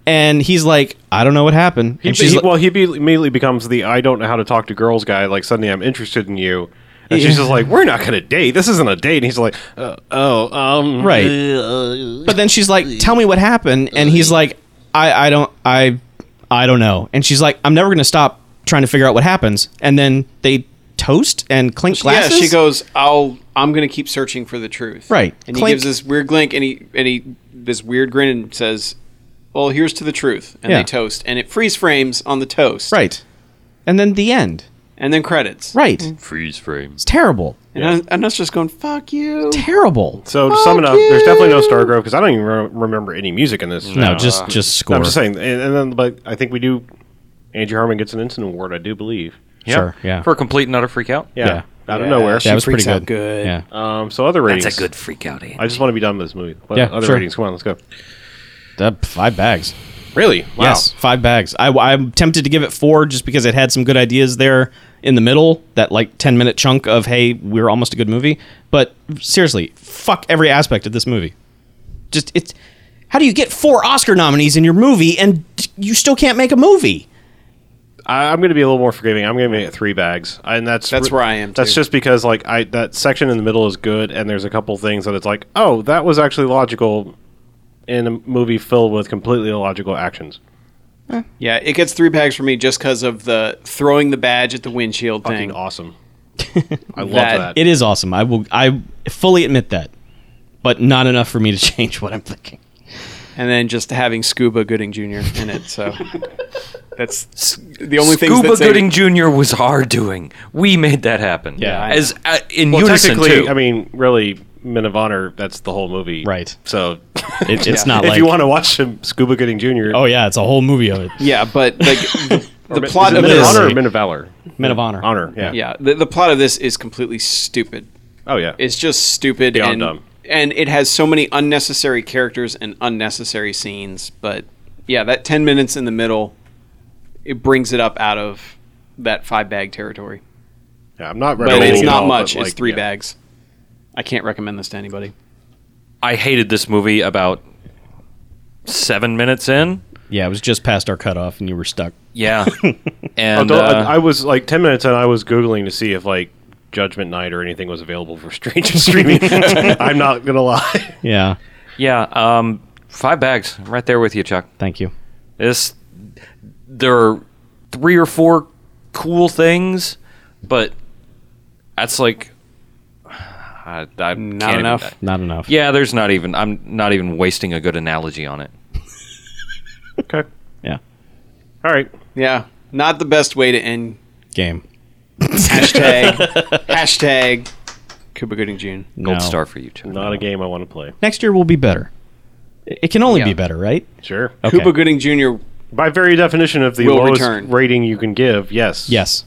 Speaker 4: and he's like, I don't know what happened.
Speaker 2: He,
Speaker 4: And she's
Speaker 2: he-
Speaker 4: like,
Speaker 2: well, he be, immediately becomes the I don't know how to talk to girls guy. Like, suddenly I'm interested in you. And she's just like, "We're not gonna date. This isn't a date." And he's like, uh, "Oh, um,
Speaker 4: Right. But then she's like, "Tell me what happened," and he's like, "I, I don't, I, I don't know." And she's like, "I'm never gonna stop trying to figure out what happens." And then they toast and clink glasses.
Speaker 3: Yeah, she goes, "I'll I'm going to keep searching for the truth."
Speaker 4: Right.
Speaker 3: And
Speaker 4: Clink.
Speaker 3: he gives this weird glink and he and he this weird grin and says, "Well, here's to the truth." And
Speaker 4: Yeah.
Speaker 3: they toast and it freeze frames on the toast.
Speaker 4: right, and then the end.
Speaker 3: And then credits.
Speaker 4: Right,
Speaker 5: Freeze frames.
Speaker 4: it's terrible,
Speaker 3: And I, and I was just going, "Fuck you."
Speaker 4: terrible.
Speaker 2: So to sum it up, there's definitely no Stargrove because I don't even re- remember any music in this.
Speaker 4: No, just just score.
Speaker 2: uh, I'm just saying, and, and then but I think we do. Angie Harmon gets an instant award, I do believe.
Speaker 5: Yeah.
Speaker 4: Sure, yeah.
Speaker 5: For a complete and utter freak out.
Speaker 2: Yeah, out of
Speaker 3: Yeah,
Speaker 2: nowhere.
Speaker 4: that was pretty
Speaker 3: freaks
Speaker 4: good.
Speaker 3: out good.
Speaker 4: Yeah.
Speaker 2: Um, so other ratings.
Speaker 1: That's a good freak out, Andy.
Speaker 2: I just want to be done with this movie. What
Speaker 4: Yeah,
Speaker 2: other
Speaker 4: sure.
Speaker 2: ratings. Come on, let's go.
Speaker 4: Uh, five bags.
Speaker 2: Really? Wow.
Speaker 4: Yes, five bags. I, I'm tempted to give it four just because it had some good ideas there in the middle. That like ten minute chunk of hey, we're almost a good movie. But seriously, fuck every aspect of this movie. Just it's how do you get four Oscar nominees in your movie and you still can't make a movie?
Speaker 2: I, I'm going to be a little more forgiving. I'm going to make it three bags, and that's
Speaker 3: That's where I am,
Speaker 2: That's
Speaker 3: too.
Speaker 2: just because like I that section in the middle is good, and there's a couple things that it's like, oh, that was actually logical in a movie filled with completely illogical actions.
Speaker 3: Yeah, it gets 3 bags for me just cuz of the throwing the badge at the windshield
Speaker 2: Fucking
Speaker 3: thing.
Speaker 2: awesome. I love
Speaker 3: That-
Speaker 2: that.
Speaker 4: It is awesome. I will. I fully admit that, but not enough for me to change what I'm thinking.
Speaker 3: And then just having Scuba Gooding Jr. in it, so that's the only thing
Speaker 5: Scuba
Speaker 3: that's
Speaker 5: Gooding Jr. was our doing. We made that happen.
Speaker 4: Yeah, I
Speaker 5: As uh, in
Speaker 2: well,
Speaker 5: unison
Speaker 2: technically,
Speaker 5: too.
Speaker 2: I mean, really, Men of Honor. That's the whole movie,
Speaker 4: Right.
Speaker 2: So
Speaker 4: It, it's not
Speaker 2: if
Speaker 4: like
Speaker 2: you want to watch him, Scuba Gooding Jr.
Speaker 4: oh yeah, it's a whole movie of it.
Speaker 3: Yeah, but like the, the plot
Speaker 2: is it Men
Speaker 3: of
Speaker 2: of
Speaker 3: this
Speaker 2: Honor or Men of Valor?
Speaker 4: Men of Honor.
Speaker 2: Honor, yeah.
Speaker 3: Yeah, the, the plot of this is completely stupid.
Speaker 2: Oh yeah.
Speaker 3: It's just stupid
Speaker 2: Beyond
Speaker 3: and
Speaker 2: dumb.
Speaker 3: and it has so many unnecessary characters and unnecessary scenes. But yeah, that ten minutes in the middle, it brings it up out of that five bag territory.
Speaker 2: yeah, I'm not
Speaker 3: But
Speaker 2: recommending
Speaker 3: it's
Speaker 2: it all,
Speaker 3: not
Speaker 2: but,
Speaker 3: much.
Speaker 2: like,
Speaker 3: it's three
Speaker 2: yeah.
Speaker 3: bags. I can't recommend this to anybody.
Speaker 5: I hated this movie about seven minutes in.
Speaker 4: Yeah, it was just past our cutoff, and you were stuck.
Speaker 5: Yeah. and
Speaker 2: Although,
Speaker 5: uh,
Speaker 2: I, I was like ten minutes and I was googling to see if like Judgment Night or anything was available for stream- streaming. I'm not gonna lie.
Speaker 4: Yeah.
Speaker 5: yeah, um, five bags. I'm right there with you, Chuck.
Speaker 4: Thank you.
Speaker 5: This there are three or four cool things, but that's like I, I
Speaker 3: Not
Speaker 5: can't
Speaker 3: enough.
Speaker 5: Even,
Speaker 4: Not enough.
Speaker 5: yeah, there's not even. I'm not even wasting a good analogy on it.
Speaker 2: okay.
Speaker 4: Yeah.
Speaker 2: All right.
Speaker 3: Yeah, not the best way to end.
Speaker 4: Game.
Speaker 3: Hashtag hashtag Cuba Gooding June.
Speaker 4: No.
Speaker 5: Gold star for you, Chuck.
Speaker 2: Not a game I want to play.
Speaker 4: Next year will be better. It it can only be better, right?
Speaker 2: Sure.
Speaker 3: Cuba Gooding Jr.
Speaker 2: By very definition of the
Speaker 3: Will
Speaker 2: lowest
Speaker 3: return.
Speaker 2: rating you can give, yes.
Speaker 4: Yes.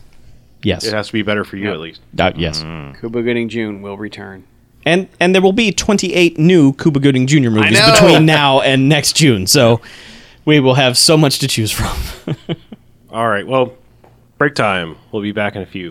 Speaker 4: Yes.
Speaker 2: It has to be better for you at least.
Speaker 4: Uh, yes.
Speaker 3: Cuba Gooding June will return.
Speaker 4: And and there will be 28 new Cuba Gooding Jr. movies
Speaker 3: know.
Speaker 4: between now and next June. So we will have so much to choose from.
Speaker 2: All right. Well, break time. We'll be back in a few.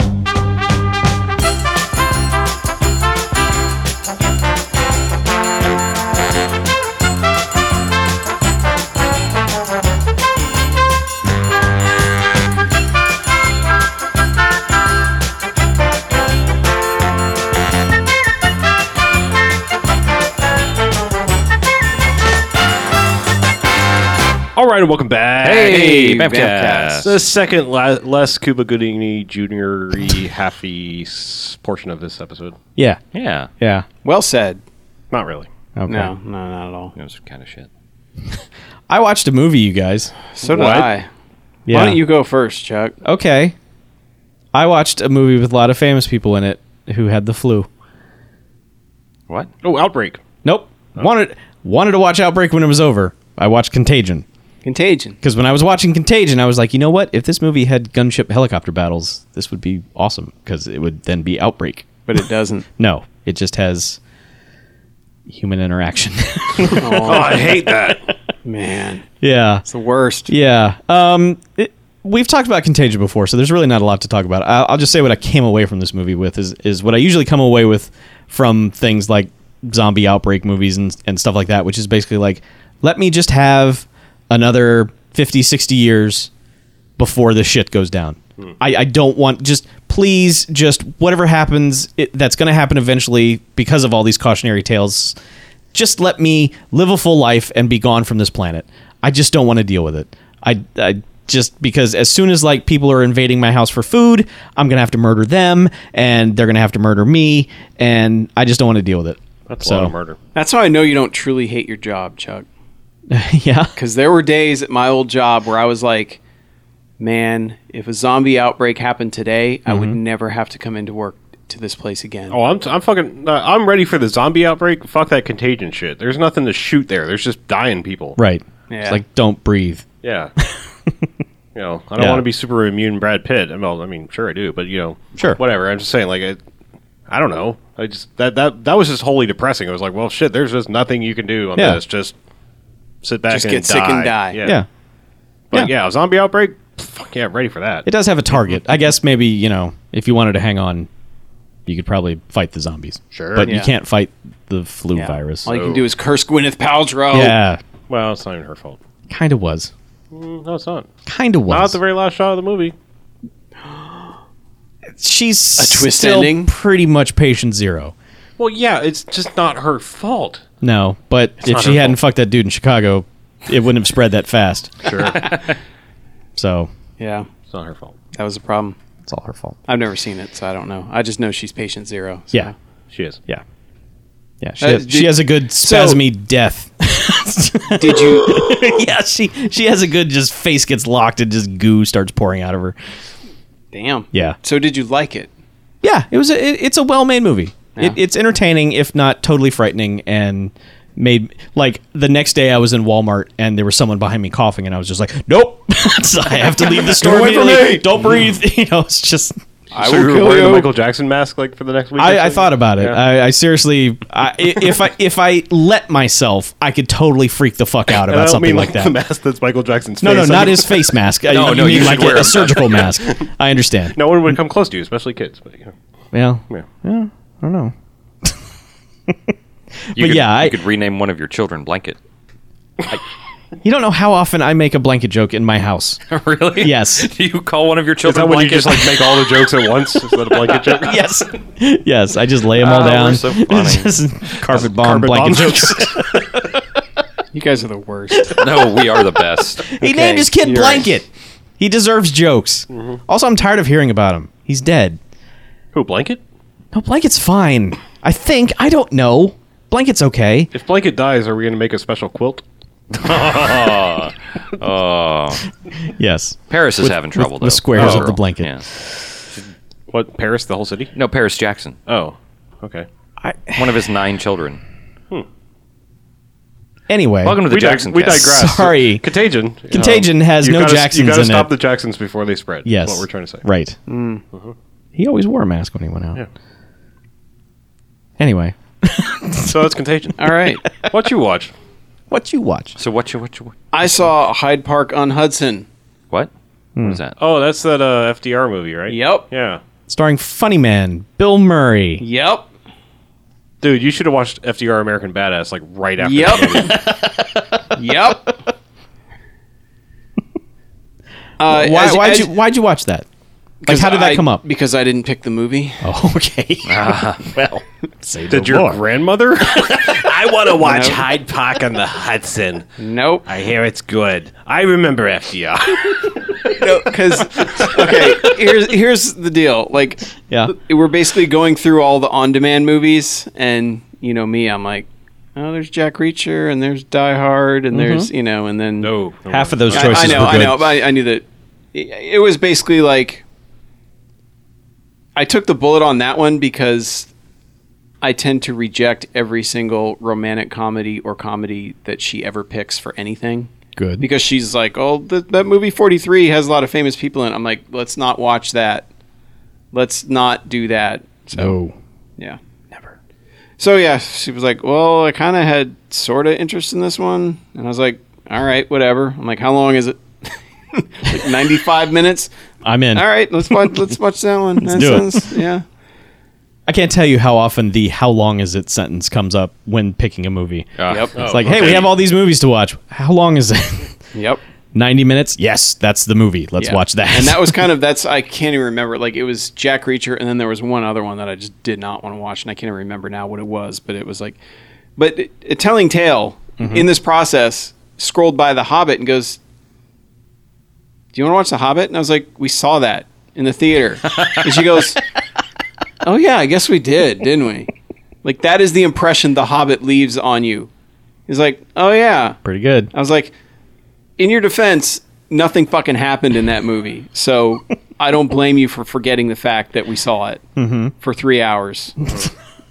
Speaker 2: All right, and welcome back.
Speaker 5: Hey,
Speaker 3: Bamcast.
Speaker 5: Bamcast.
Speaker 2: The second la- less Cuba Gooding Jr. halfy s- portion of this episode.
Speaker 4: yeah.
Speaker 5: Yeah,
Speaker 4: Yeah.
Speaker 3: Well said.
Speaker 2: Not really.
Speaker 4: Okay.
Speaker 3: No, no, not at all.
Speaker 5: it was kind of shit.
Speaker 4: I watched a movie, you guys.
Speaker 3: So did
Speaker 2: What?
Speaker 3: I.
Speaker 4: Yeah.
Speaker 3: Why don't you go first, Chuck?
Speaker 4: Okay. I watched a movie with a lot of famous people in it who had the flu.
Speaker 5: What?
Speaker 2: Oh, Outbreak.
Speaker 4: Nope. Wanted wanted to watch Outbreak when it was over. I watched Contagion.
Speaker 3: Contagion.
Speaker 4: Because when I was watching Contagion, I was like, you know what? If this movie had gunship helicopter battles, this would be awesome because it would then be Outbreak.
Speaker 3: But it doesn't.
Speaker 4: No, it just has human interaction.
Speaker 2: Oh, I hate that.
Speaker 3: Man.
Speaker 4: yeah.
Speaker 3: It's the worst.
Speaker 4: Yeah. Um, it, we've talked about Contagion before, so there's really not a lot to talk about. I'll, I'll just say what I came away from this movie with is is what I usually come away with from things like zombie outbreak movies and and stuff like that, which is basically like, let me just have
Speaker 2: Hmm.
Speaker 4: another 50, 60 years before this shit goes down. I, I don't want just please just whatever happens it, that's going to happen eventually because of all these cautionary tales just let me live a full life and be gone from this planet i just don't want to deal with it I, I just because as soon as like people are invading my house for food i'm going to have to murder them and they're going to have to murder me and i just don't want to deal with it
Speaker 2: That's
Speaker 4: so,
Speaker 2: a lot of murder.
Speaker 3: That's how I know you don't truly hate your job, Chuck.
Speaker 4: yeah
Speaker 3: Because there were days at my old job where I was like, man, if a zombie outbreak happened today, I would
Speaker 4: Mm-hmm.
Speaker 3: never have to come into work to this place again.
Speaker 2: Oh, I'm, I'm fucking. Uh, I'm ready for the zombie outbreak. Fuck that contagion shit. There's nothing to shoot there. There's just dying people.
Speaker 4: right
Speaker 3: Yeah.
Speaker 4: it's like don't breathe
Speaker 2: Yeah. you know, I don't
Speaker 4: Yeah.
Speaker 2: want to be super immune Brad Pitt. Well, I mean, sure I do, but you know,
Speaker 4: Sure.
Speaker 2: whatever. I'm just saying, like, I, I don't know. I just that that that was just wholly depressing. I was like, well, shit. There's just nothing you can do on
Speaker 4: Yeah.
Speaker 2: this. Just sit back
Speaker 3: Just
Speaker 2: and
Speaker 3: get
Speaker 2: die.
Speaker 3: sick and die.
Speaker 2: Yeah.
Speaker 4: yeah
Speaker 2: But yeah. a zombie outbreak. Fuck yeah, I'm ready for that.
Speaker 4: It does have a target. I guess maybe, you know, if you wanted to hang on, you could probably fight the zombies.
Speaker 2: Sure.
Speaker 4: But you
Speaker 3: Yeah.
Speaker 4: can't fight the flu
Speaker 3: Yeah.
Speaker 4: virus.
Speaker 3: All you can do is curse Gwyneth Paltrow.
Speaker 4: yeah.
Speaker 2: well, it's not even her fault.
Speaker 4: Kind of was.
Speaker 2: No, it's not.
Speaker 4: Kind of
Speaker 2: Not
Speaker 4: was.
Speaker 2: the very last shot of the movie.
Speaker 4: She's
Speaker 3: A twist
Speaker 4: still
Speaker 3: ending?
Speaker 4: pretty much patient zero.
Speaker 2: Well, yeah, it's just not her fault.
Speaker 4: No, but if
Speaker 2: not
Speaker 4: she
Speaker 2: her
Speaker 4: hadn't fucked that dude in Chicago, it wouldn't have spread that fast.
Speaker 2: Sure, it's
Speaker 4: So
Speaker 3: Yeah,
Speaker 2: not her fault.
Speaker 3: that was a problem.
Speaker 4: it's all her fault.
Speaker 3: I've never seen it, so I don't know. I just know she's patient zero. so-
Speaker 4: Yeah.
Speaker 2: She is.
Speaker 4: Yeah. Yeah, she,
Speaker 3: Uh,
Speaker 4: has, she
Speaker 3: did-
Speaker 4: has a good spasmy death.
Speaker 3: Did you
Speaker 4: yeah, she she has a good just face gets locked and just goo starts pouring out of her.
Speaker 3: Damn.
Speaker 4: Yeah.
Speaker 3: So did you like it?
Speaker 4: yeah it was a, it, it's a well-made movie
Speaker 3: Yeah.
Speaker 4: it, it's entertaining if not totally frightening and made like the next day i was in walmart and there was someone behind me coughing and i was just like nope so i have to leave the store
Speaker 2: away from
Speaker 4: immediately.
Speaker 2: me!
Speaker 4: don't breathe you know it's just
Speaker 2: I so you're wearing the Michael Jackson mask like for the next week. or
Speaker 4: I, I
Speaker 2: something?
Speaker 4: thought about it.
Speaker 2: Yeah.
Speaker 4: I, I seriously, I, i- if I if I let myself, I could totally freak the fuck out
Speaker 2: And I
Speaker 4: about
Speaker 2: don't
Speaker 4: something
Speaker 2: mean
Speaker 4: like
Speaker 2: the
Speaker 4: that.
Speaker 2: mask that's Michael Jackson's.
Speaker 4: No, no,
Speaker 2: face. I
Speaker 4: not
Speaker 2: mean,
Speaker 4: his face mask. I-
Speaker 5: No, no, you
Speaker 4: mean
Speaker 5: should
Speaker 4: like
Speaker 5: wear
Speaker 4: a,
Speaker 5: it.
Speaker 4: a surgical mask. I understand.
Speaker 2: No one would come close to you, especially kids. But you know,
Speaker 4: Yeah,
Speaker 2: yeah.
Speaker 4: I don't know.
Speaker 5: You
Speaker 4: But
Speaker 5: could,
Speaker 4: yeah, I-
Speaker 5: you could rename one of your children Blanket.
Speaker 4: You don't know how often I make a blanket joke in my house.
Speaker 5: really?
Speaker 4: Yes.
Speaker 5: Do you call one of your
Speaker 2: Is
Speaker 5: children
Speaker 2: that when you
Speaker 5: Blanket?
Speaker 2: just like make all the jokes at once? Is that a blanket joke?
Speaker 4: yes, yes. I just lay them all
Speaker 5: Ah,
Speaker 4: down.
Speaker 5: we're so funny.
Speaker 4: Just carpet bomb blanket jokes.
Speaker 3: You guys are the worst.
Speaker 5: no, we are the best.
Speaker 4: He named his kid
Speaker 3: you're right.
Speaker 4: Blanket. He deserves jokes. Also, I'm tired of hearing about him. He's dead.
Speaker 2: Who blanket?
Speaker 4: No, Blanket's fine. I think. I don't know. Blanket's okay.
Speaker 2: If blanket dies, are we going to make a special quilt?
Speaker 4: Yes.
Speaker 5: Paris is having trouble
Speaker 4: with
Speaker 5: though.
Speaker 4: squares
Speaker 5: Oh.
Speaker 4: of the blanket.
Speaker 5: Yeah.
Speaker 2: What Paris, the whole city?
Speaker 5: No, Paris Jackson,
Speaker 2: Oh, okay.
Speaker 5: one of his nine children.
Speaker 4: Anyway,
Speaker 5: Welcome to the
Speaker 2: we, dig-
Speaker 5: Jackson.
Speaker 2: we
Speaker 5: cast.
Speaker 2: digress.
Speaker 4: Sorry.
Speaker 2: Contagion. Um,
Speaker 4: Contagion has
Speaker 2: you
Speaker 4: no
Speaker 2: gotta,
Speaker 4: Jacksons
Speaker 2: You gotta
Speaker 4: in
Speaker 2: stop
Speaker 4: it.
Speaker 2: the Jacksons before they spread.
Speaker 4: yes.
Speaker 2: That's what we're trying to say.
Speaker 4: Right. He always wore a mask when he went out.
Speaker 2: Yeah.
Speaker 4: Anyway,
Speaker 2: So it's Contagion.
Speaker 3: All right.
Speaker 2: what you watch?
Speaker 4: what you watch?
Speaker 5: So what? You, what? You,
Speaker 3: I saw Hyde Park on Hudson.
Speaker 5: what?
Speaker 4: Hmm.
Speaker 5: What is that?
Speaker 2: Oh, that's that uh, FDR movie, right?
Speaker 3: Yep.
Speaker 2: Yeah.
Speaker 4: Starring Funny Man Bill Murray.
Speaker 3: Yep.
Speaker 2: Dude, you should have watched FDR American Badass like right after.
Speaker 3: Yep.
Speaker 2: that movie.
Speaker 3: Yep. Uh,
Speaker 4: Why,
Speaker 3: as-
Speaker 4: why'd
Speaker 3: as-
Speaker 4: you Why'd you watch that? Like, how did that
Speaker 3: I-
Speaker 4: come up?
Speaker 3: Because I didn't pick the movie.
Speaker 4: Oh, okay.
Speaker 3: Ah,
Speaker 5: well,
Speaker 2: Did your grandmother? I want to watch
Speaker 3: No.
Speaker 2: Hyde Park on the Hudson.
Speaker 3: Nope.
Speaker 2: I hear it's good. I remember FDR.
Speaker 3: Because okay, here's here's the deal. Like,
Speaker 4: Yeah.
Speaker 3: we're basically going through all the on-demand movies, and you know me, I'm like, oh, there's Jack Reacher, and there's Die Hard, and
Speaker 4: Mm-hmm.
Speaker 3: there's you know, and then
Speaker 2: No,
Speaker 4: Half of those
Speaker 3: I,
Speaker 4: choices
Speaker 3: I know,
Speaker 4: were
Speaker 3: I
Speaker 4: good.
Speaker 3: know. But I, I knew that it, it was basically like I took the bullet on that one because I tend to reject every single romantic comedy or comedy that she ever picks for anything
Speaker 4: Good.
Speaker 3: because she's like, "Oh, th- that movie 43 has a lot of famous people in." it." I'm like, "Let's not watch that. Let's not do that." So, yeah. Never. So yeah, she was like, "Well, I kind of had sort of interest in this one," and I was like, "All right, whatever." I'm like, "How long is it?" like 95 minutes.
Speaker 4: I'm in.
Speaker 3: All right, let's watch. Let's watch that one. Let's
Speaker 4: do it.
Speaker 3: Yeah.
Speaker 4: I can't tell you how often the "How long is it?" sentence comes up when picking a movie.
Speaker 5: uh,
Speaker 3: Yep.
Speaker 4: It's like, hey, we have all these movies to watch. How long is it?
Speaker 3: Yep.
Speaker 4: 90 minutes? Yes, that's the movie. Let's
Speaker 3: Yeah.
Speaker 4: watch that.
Speaker 3: And that was kind of that's I can't even remember. Like it was Jack Reacher, and then there was one other one that I just did not want to watch, and I can't even remember now what it was. But it was like, but a telling tale
Speaker 4: Mm-hmm.
Speaker 3: in this process scrolled by The Hobbit and goes, "Do you want to watch The Hobbit?" And I was like, "We saw that in the theater," and she goes, "Oh yeah, I guess we did, didn't we?" Like that is the impression The Hobbit leaves on you. He's like, "Oh yeah."
Speaker 4: pretty good.
Speaker 3: I was like, in your defense, nothing fucking happened in that movie. So I don't blame you for forgetting the fact that we saw it for three hours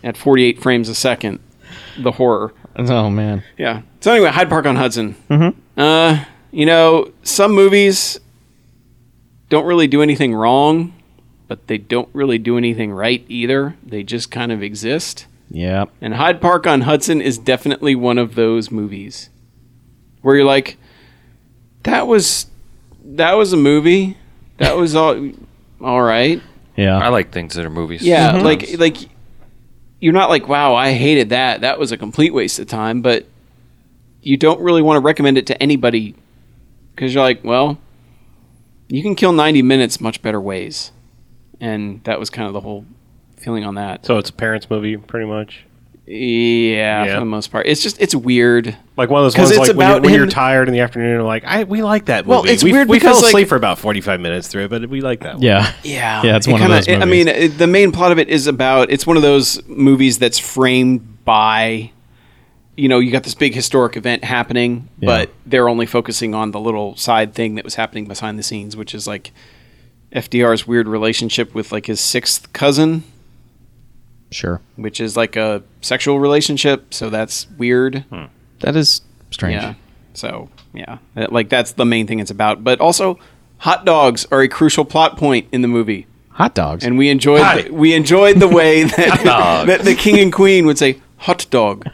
Speaker 3: at 48 frames a second. The horror.
Speaker 4: Oh man.
Speaker 3: Yeah. So anyway, Hyde Park on Hudson. Mm-hmm. Uh, you know, some movies don't really do anything wrong, but they don't really do anything right either. They just kind of exist.
Speaker 4: Yeah.
Speaker 3: And Hyde Park on Hudson is definitely one of those movies where you're like, that was that was a movie. That was all all right.
Speaker 4: Yeah.
Speaker 5: I like things that are movies. Mm-hmm.
Speaker 3: Yeah, like like you're not like, wow, I hated that. That was a complete waste of time, but you don't really want to recommend it to anybody cuz you're like, well, you can kill 90 minutes much better ways. And that was kind of the whole feeling on that.
Speaker 2: So it's a parents' movie, pretty much.
Speaker 3: Yeah,
Speaker 2: Yeah.
Speaker 3: for the most part. It's just it's weird.
Speaker 2: Like one of those
Speaker 3: 'Cause
Speaker 2: ones,
Speaker 3: it's
Speaker 2: like when, you're,
Speaker 3: about
Speaker 2: when you're
Speaker 3: him-
Speaker 2: tired in the afternoon, and like I, we like that movie.
Speaker 3: Well, it's
Speaker 2: we,
Speaker 3: weird
Speaker 2: we
Speaker 3: because,
Speaker 2: fell
Speaker 3: like-
Speaker 2: asleep for about 45 minutes through it, but we like that. One.
Speaker 4: yeah.
Speaker 3: Yeah,
Speaker 4: Yeah, it's one of
Speaker 3: kinda-
Speaker 4: those
Speaker 3: it- I
Speaker 4: movies.
Speaker 3: mean, it, the main plot of it is about it's one of those movies that's framed by, you know, you got this big historic event happening, but they're only focusing on the little side thing that was happening behind the scenes, which is like FDR's weird relationship with like his sixth cousin,
Speaker 4: Sure.
Speaker 3: which is like a sexual relationship, so that's weird.
Speaker 4: Hmm. That is strange.
Speaker 3: Yeah. So yeah, That- like that's the main thing it's about. But also, hot dogs are a crucial plot point in the movie
Speaker 4: Hot dogs.
Speaker 3: and we enjoyed the, we enjoyed the way that, that the king and queen would say hot dog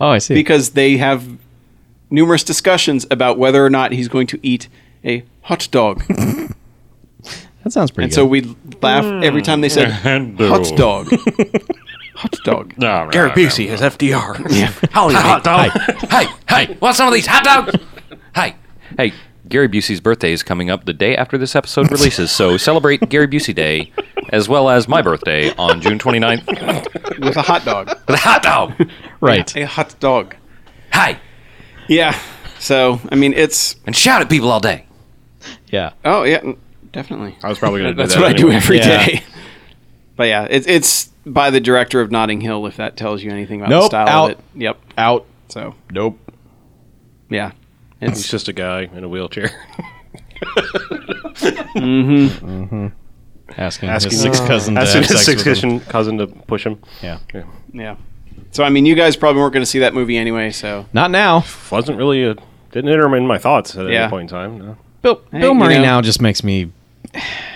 Speaker 4: oh, I see.
Speaker 3: because they have numerous discussions about whether or not he's going to eat a hot dog
Speaker 4: that sounds pretty
Speaker 3: and
Speaker 4: good.
Speaker 3: so we laugh every time they said hot dog hot dog
Speaker 2: Gary Busey as FDR. Yeah.
Speaker 5: Holy hot dog. Hey, hey, want some of these hot dogs? hey, hey, Gary Busey's birthday is coming up the day after this episode releases, so celebrate Gary Busey Day as well as my birthday on June 29th with
Speaker 3: with a hot dog
Speaker 5: a hot dog.
Speaker 4: right.
Speaker 3: a hot dog
Speaker 5: Hey,
Speaker 3: yeah so i mean it's
Speaker 5: and shout at people all day.
Speaker 4: Yeah.
Speaker 3: oh yeah definitely
Speaker 2: I was probably going to do
Speaker 3: That's
Speaker 2: that
Speaker 3: what I do
Speaker 2: anyway.
Speaker 3: every day.
Speaker 4: Yeah.
Speaker 3: But yeah, it's it's by the director of Notting Hill. If that tells you anything about the
Speaker 4: Nope,
Speaker 3: style
Speaker 4: out.
Speaker 3: of it. Yep.
Speaker 4: Out.
Speaker 3: So
Speaker 4: Nope.
Speaker 3: yeah,
Speaker 2: He's
Speaker 3: it's
Speaker 2: just a guy in a wheelchair.
Speaker 4: Asking,
Speaker 2: Asking
Speaker 4: his six cousin to
Speaker 2: Asking
Speaker 4: have
Speaker 2: his
Speaker 4: sex
Speaker 2: six
Speaker 4: with him.
Speaker 2: cousin, cousin to push him.
Speaker 4: Yeah.
Speaker 3: yeah. So I mean, you guys probably weren't going to see that movie anyway. So
Speaker 4: Not now.
Speaker 2: Wasn't really a didn't enter him in my thoughts at
Speaker 3: Yeah.
Speaker 2: any point in time. No.
Speaker 4: Bill Bill
Speaker 3: Eh, you
Speaker 4: Murray
Speaker 3: know-
Speaker 4: now just makes me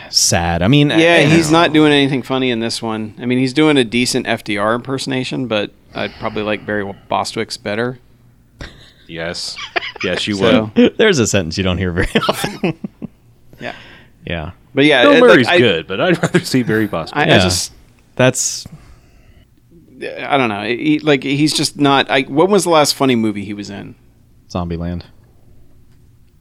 Speaker 4: sad. I mean, eh,
Speaker 3: yeah,
Speaker 4: I-
Speaker 3: he's not doing anything funny in this one. I mean, he's doing a decent FDR impersonation, but I'd probably like Barry Bostwick's better.
Speaker 2: Yes. Yes, you
Speaker 3: So
Speaker 2: would.
Speaker 4: There's a sentence you don't hear very often.
Speaker 3: yeah,
Speaker 4: yeah.
Speaker 3: but yeah,
Speaker 2: Bill
Speaker 3: it- like,
Speaker 2: Murray's
Speaker 3: I-
Speaker 2: good, but I'd rather see Barry Bostwick.
Speaker 3: I, I
Speaker 4: Yeah.
Speaker 3: just
Speaker 4: That's
Speaker 3: I don't know. He, like he's just not. I, when was the last funny movie he was in?
Speaker 4: Zombieland.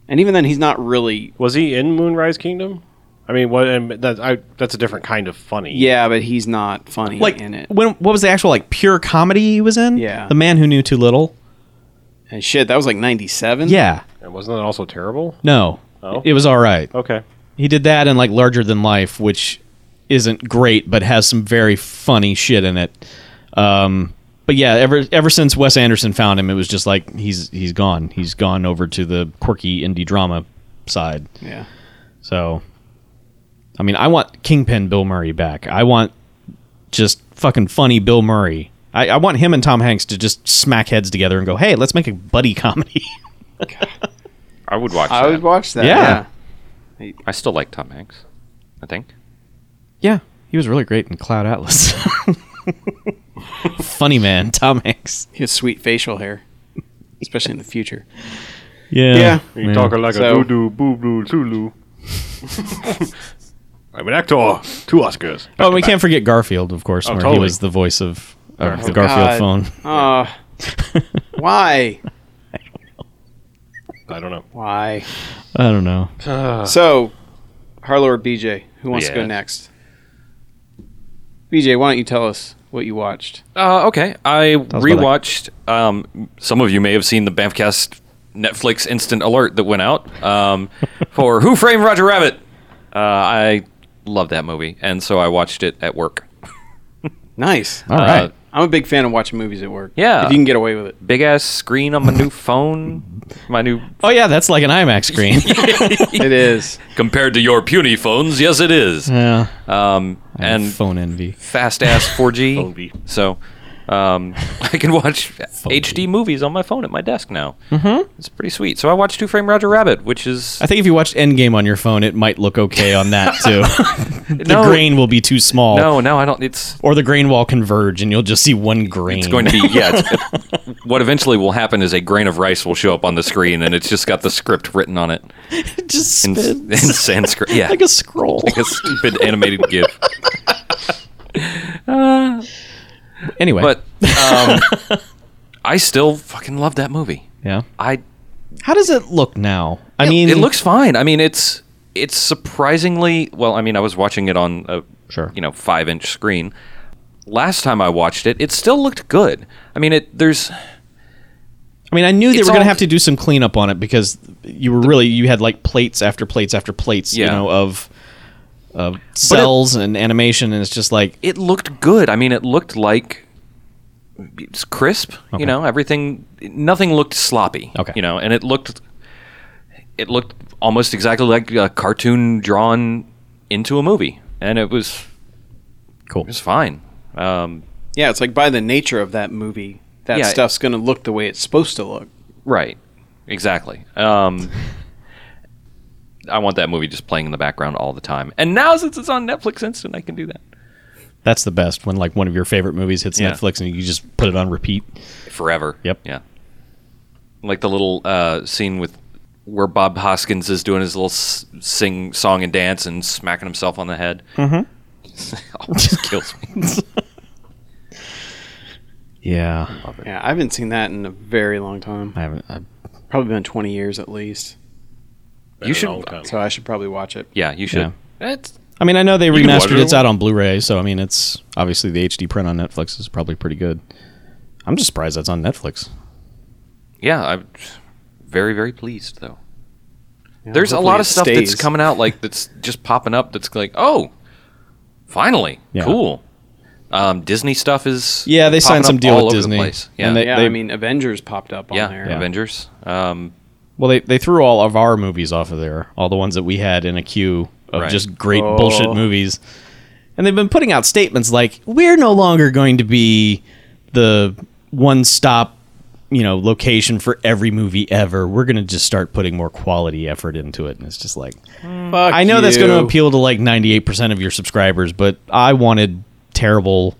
Speaker 3: And even then, he's not really
Speaker 2: was he in Moonrise Kingdom? I mean, what? And that, I, that's a different kind of funny.
Speaker 3: Yeah, but he's not funny
Speaker 4: Like
Speaker 3: in it.
Speaker 4: when what was the actual like pure comedy he was in?
Speaker 3: Yeah.
Speaker 4: The Man Who Knew Too Little.
Speaker 3: And shit, that was like 97?
Speaker 4: Yeah.
Speaker 2: And wasn't that also terrible?
Speaker 4: No.
Speaker 2: Oh.
Speaker 4: It was all right.
Speaker 2: Okay.
Speaker 4: He did that in like Larger Than Life, which isn't great, but has some very funny shit in it. Um, but yeah, ever ever since Wes Anderson found him, it was just like he's he's gone. He's gone over to the quirky indie drama side.
Speaker 3: Yeah.
Speaker 4: So, I mean, I want Kingpin Bill Murray back. I want just fucking funny Bill Murray. I, I want him and Tom Hanks to just smack heads together and go, "Hey, let's make a buddy comedy."
Speaker 5: I would watch
Speaker 3: I
Speaker 5: that.
Speaker 3: would watch that.
Speaker 4: Yeah.
Speaker 3: Yeah.
Speaker 5: I still like Tom Hanks, I think.
Speaker 4: yeah, he was really great in Cloud Atlas. funny man, Tom Hanks.
Speaker 3: He has sweet facial hair, especially in the future.
Speaker 4: Yeah,
Speaker 3: Yeah.
Speaker 2: You talking like
Speaker 3: So-
Speaker 2: a doo doo boo doo Zulu. I'm an actor. Two Oscars.
Speaker 4: Oh, we can't forget Garfield, of
Speaker 5: Oh,
Speaker 4: course, where
Speaker 2: totally.
Speaker 4: he was the voice of, of
Speaker 2: Garfield.
Speaker 4: the
Speaker 3: Uh,
Speaker 4: Garfield
Speaker 3: God. Uh,
Speaker 4: phone.
Speaker 3: why?
Speaker 2: I don't know.
Speaker 3: Why?
Speaker 4: I don't know.
Speaker 3: So, Harlow or BJ, who wants to go
Speaker 5: Yeah.
Speaker 3: next? BJ, why don't you tell us what you watched?
Speaker 5: Uh, okay, I
Speaker 4: about it.
Speaker 5: rewatched. Um, some of you may have seen the Bamfcast Netflix instant alert that went out um, for Who Framed Roger Rabbit. Uh, I love that movie, and so I watched it at work.
Speaker 3: Nice.
Speaker 5: Uh,
Speaker 4: All right.
Speaker 3: I'm a big fan of watching movies at work.
Speaker 5: Yeah.
Speaker 3: If you can get away with it.
Speaker 5: Big ass screen on my new phone. My new
Speaker 4: oh yeah, that's like an IMAX screen.
Speaker 3: It is.
Speaker 5: compared to your puny phones, yes, it is.
Speaker 4: yeah.
Speaker 5: Um, and
Speaker 4: phone envy.
Speaker 5: fast ass 4G.
Speaker 2: Phone B.
Speaker 5: So um, I can watch HD movies on my phone at my desk now. Mm-hmm. It's pretty sweet. So I watched Two Frame Roger Rabbit, which is
Speaker 4: I think if you watched Endgame on your phone, it might look okay on that too. the
Speaker 5: No.
Speaker 4: grain will be too small,
Speaker 5: no, no, I don't. It's
Speaker 4: or the grain will converge, and you'll just see one grain.
Speaker 5: it's going to be yeah. It's, it- what eventually will happen is a grain of rice will show up on the screen, and it's just got the script written on it
Speaker 4: It just
Speaker 5: in,
Speaker 4: spins
Speaker 5: in Sanskrit. Yeah,
Speaker 4: like a scroll.
Speaker 5: a stupid animated gif.
Speaker 4: Anyway,
Speaker 5: But um, I still fucking love that movie.
Speaker 4: yeah.
Speaker 5: I
Speaker 4: How does it look now? I mean,
Speaker 5: it looks fine. I mean, it's it's surprisingly well. I mean, I was watching it on a
Speaker 4: Sure.
Speaker 5: you know five inch screen. Last time I watched it, it still looked good. I mean, it there's
Speaker 4: I mean, I knew they were
Speaker 5: it's
Speaker 4: going to
Speaker 5: all-
Speaker 4: have to do some cleanup on it because you were really you had like plates after plates after plates, you
Speaker 5: Yeah.
Speaker 4: know, of of cells and animation, and it's just like
Speaker 5: it looked good. I mean, it looked like it's crisp. You know, everything nothing looked sloppy.
Speaker 4: Okay.
Speaker 5: you know, and it looked it looked almost exactly like a cartoon drawn into a movie, and it was
Speaker 4: cool.
Speaker 5: it was fine. Um,
Speaker 3: Yeah, it's like by the nature of that movie, that
Speaker 5: Yeah.
Speaker 3: stuff's going to look the way it's supposed to look.
Speaker 5: Right. Exactly. Um, I want that movie just playing in the background all the time. And now since it's on Netflix Instant, I can do that
Speaker 4: That's the best when like one of your favorite movies hits
Speaker 5: Yeah.
Speaker 4: Netflix and you just put it on repeat.
Speaker 5: forever.
Speaker 4: Yep.
Speaker 5: Yeah. Like the little uh, scene with where Bob Hoskins is doing his little s- sing, song, and dance and smacking himself on the head. Mm-hmm. Always kills me.
Speaker 4: Yeah,
Speaker 3: Yeah, I haven't seen that in a very long time.
Speaker 4: I haven't. I,
Speaker 3: Probably been 20 years at least.
Speaker 2: Been a
Speaker 5: should-
Speaker 2: long time.
Speaker 3: So I should probably watch it.
Speaker 5: Yeah, you should. That's
Speaker 4: I mean, I know they
Speaker 2: can watch
Speaker 4: remastered.
Speaker 2: it.
Speaker 4: It's out on Blu-ray, so I mean, it's obviously the HD print on Netflix is probably pretty good. I'm just surprised that's on Netflix.
Speaker 5: yeah. I'm very very pleased though. There's a
Speaker 3: hopefully
Speaker 5: lot of
Speaker 3: it
Speaker 5: stuff
Speaker 3: stays.
Speaker 5: that's coming out like that's just popping up that's like, "Oh, finally.
Speaker 4: Yeah.
Speaker 5: Cool." Um, Disney stuff is
Speaker 4: Yeah, they signed
Speaker 5: popping
Speaker 4: some
Speaker 5: up
Speaker 4: deal
Speaker 5: all
Speaker 4: with
Speaker 5: over the
Speaker 4: Disney,
Speaker 5: place. Yeah.
Speaker 4: and they-
Speaker 3: Yeah, I mean, Avengers popped up
Speaker 5: yeah,
Speaker 3: on there.
Speaker 5: Avengers. Um,
Speaker 4: Well, they, they threw all of our movies off of there, all the ones that we had in a queue of
Speaker 5: Right.
Speaker 4: just great
Speaker 3: Oh.
Speaker 4: bullshit movies. And they've been putting out statements like, we're no longer going to be the one stop, you know, location for every movie ever. We're going to just start putting more quality effort into it. And it's just like,
Speaker 3: Fuck
Speaker 4: Mm-hmm. I know that's going
Speaker 3: you.
Speaker 4: to appeal to like 98% of your subscribers, but I wanted terrible,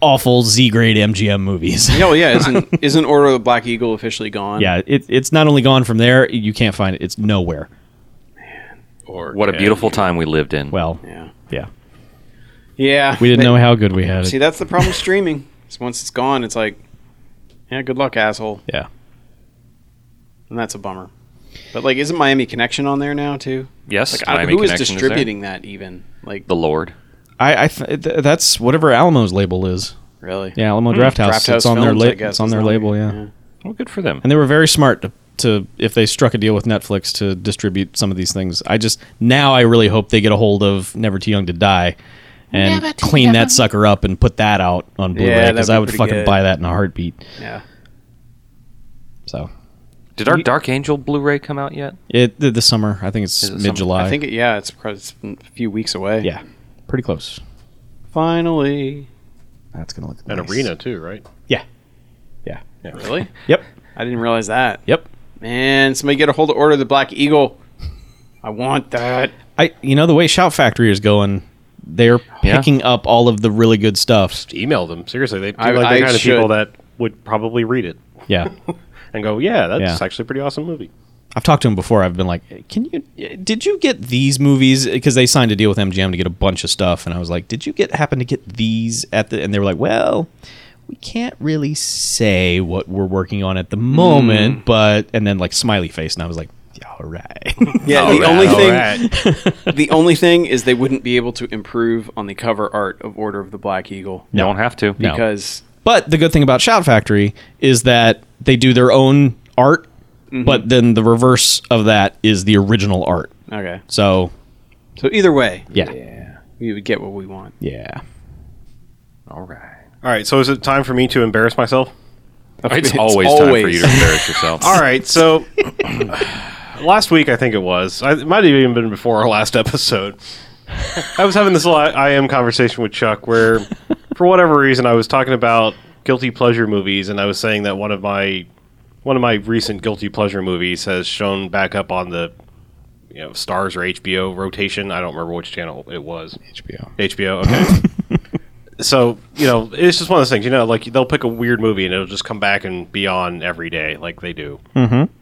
Speaker 4: awful Z grade MGM movies.
Speaker 3: Yeah, well, Oh, yeah. Isn't isn't Order of the Black Eagle officially gone?
Speaker 4: yeah, it, it's not only gone from there, you can't find it, it's nowhere.
Speaker 2: Or
Speaker 5: what a
Speaker 2: can
Speaker 5: beautiful
Speaker 2: you-
Speaker 5: time we lived in.
Speaker 4: Well,
Speaker 3: Yeah.
Speaker 4: yeah.
Speaker 3: Yeah.
Speaker 4: We didn't
Speaker 3: They-
Speaker 4: know how good we had it.
Speaker 3: See, that's the problem with streaming. Is once it's gone, it's like, yeah, good luck, asshole.
Speaker 4: yeah.
Speaker 3: And that's a bummer. But like, isn't Miami Connection on there now too?
Speaker 5: yes,
Speaker 3: Like, I,
Speaker 5: Miami
Speaker 3: who is
Speaker 5: Connection there.
Speaker 3: distributing that even? Like,
Speaker 5: The Lord.
Speaker 4: I, I th- th- that's whatever Alamo's label is.
Speaker 3: really?
Speaker 4: Yeah, Alamo Draft House.
Speaker 3: Draft
Speaker 4: it's
Speaker 3: House
Speaker 4: on their
Speaker 3: Mm. Films,
Speaker 4: la-
Speaker 3: I guess,
Speaker 4: it's on
Speaker 3: is
Speaker 4: their
Speaker 3: not-
Speaker 4: label, yeah.
Speaker 5: Well, good for them.
Speaker 4: And they were very smart to, to if they struck a deal with Netflix to distribute some of these things. I just now I really hope they get a hold of Never Too Young to Die and clean that sucker up and put that out on Blu-ray
Speaker 3: that'd
Speaker 4: because
Speaker 3: be
Speaker 4: I would
Speaker 3: pretty
Speaker 4: fucking
Speaker 3: good.
Speaker 4: buy that in a heartbeat.
Speaker 3: Yeah.
Speaker 4: So
Speaker 5: Did our Dark Angel Blu-ray come out yet?
Speaker 4: it th- this summer I think it's
Speaker 5: it summer?
Speaker 4: mid July.
Speaker 3: I think it, yeah, it's, pro- it's a few weeks away.
Speaker 4: yeah, pretty close.
Speaker 3: Finally.
Speaker 4: That's gonna look
Speaker 2: An
Speaker 4: nice.
Speaker 2: arena too, right?
Speaker 4: Yeah, yeah.
Speaker 3: Really?
Speaker 4: Yep.
Speaker 3: I didn't realize that.
Speaker 4: Yep.
Speaker 3: Man, somebody get a hold of Order of the Black Eagle. I want that.
Speaker 4: I you know the way Shout Factory is going, they're
Speaker 5: Yeah.
Speaker 4: picking up all of the really good stuff.
Speaker 2: Email them seriously. They
Speaker 3: I-
Speaker 2: feel like the
Speaker 3: I
Speaker 2: kind of people
Speaker 3: should.
Speaker 2: that would probably read it
Speaker 4: Yeah.
Speaker 2: and go, "Yeah, that's
Speaker 4: Yeah.
Speaker 2: actually a pretty awesome movie."
Speaker 4: I've talked to him before. I've been like, "Can you did you get these movies because they signed a deal with MGM to get a bunch of stuff and I was like, "Did you get happen to get these at the and they were like, "Well, we can't really say what we're working on at the moment, but and then like smiley face, and I was like, yeah, all right.
Speaker 3: Oh, Yeah, the only thing the only thing is they wouldn't be able to improve on the cover art of Order of the Black Eagle
Speaker 5: You don't have to.
Speaker 4: No.
Speaker 3: because
Speaker 4: But the good thing about Shout Factory is that they do their own art,
Speaker 2: Mm-hmm.
Speaker 4: but then the reverse of that is the original art.
Speaker 3: okay.
Speaker 4: So
Speaker 3: So either way,
Speaker 4: yeah,
Speaker 3: we would get what we want.
Speaker 4: yeah.
Speaker 5: All right.
Speaker 2: All right, so is it time for me to embarrass myself?
Speaker 5: It's,
Speaker 3: It's
Speaker 5: always, time for
Speaker 3: always-
Speaker 5: you to embarrass yourself.
Speaker 2: All right, so last week I think it was. I, it might have even been before our last episode. I was having this little I, I am conversation with Chuck where, for whatever reason, I was talking about guilty pleasure movies, and I was saying that one of my one of my recent guilty pleasure movies has shown back up on the you know stars or HBO rotation. I don't remember which channel it was.
Speaker 4: HBO.
Speaker 2: HBO. Okay. so you know, it's just one of those things. You know, like they'll pick a weird movie and it'll just come back and be on every day, like they do. Mm-hmm.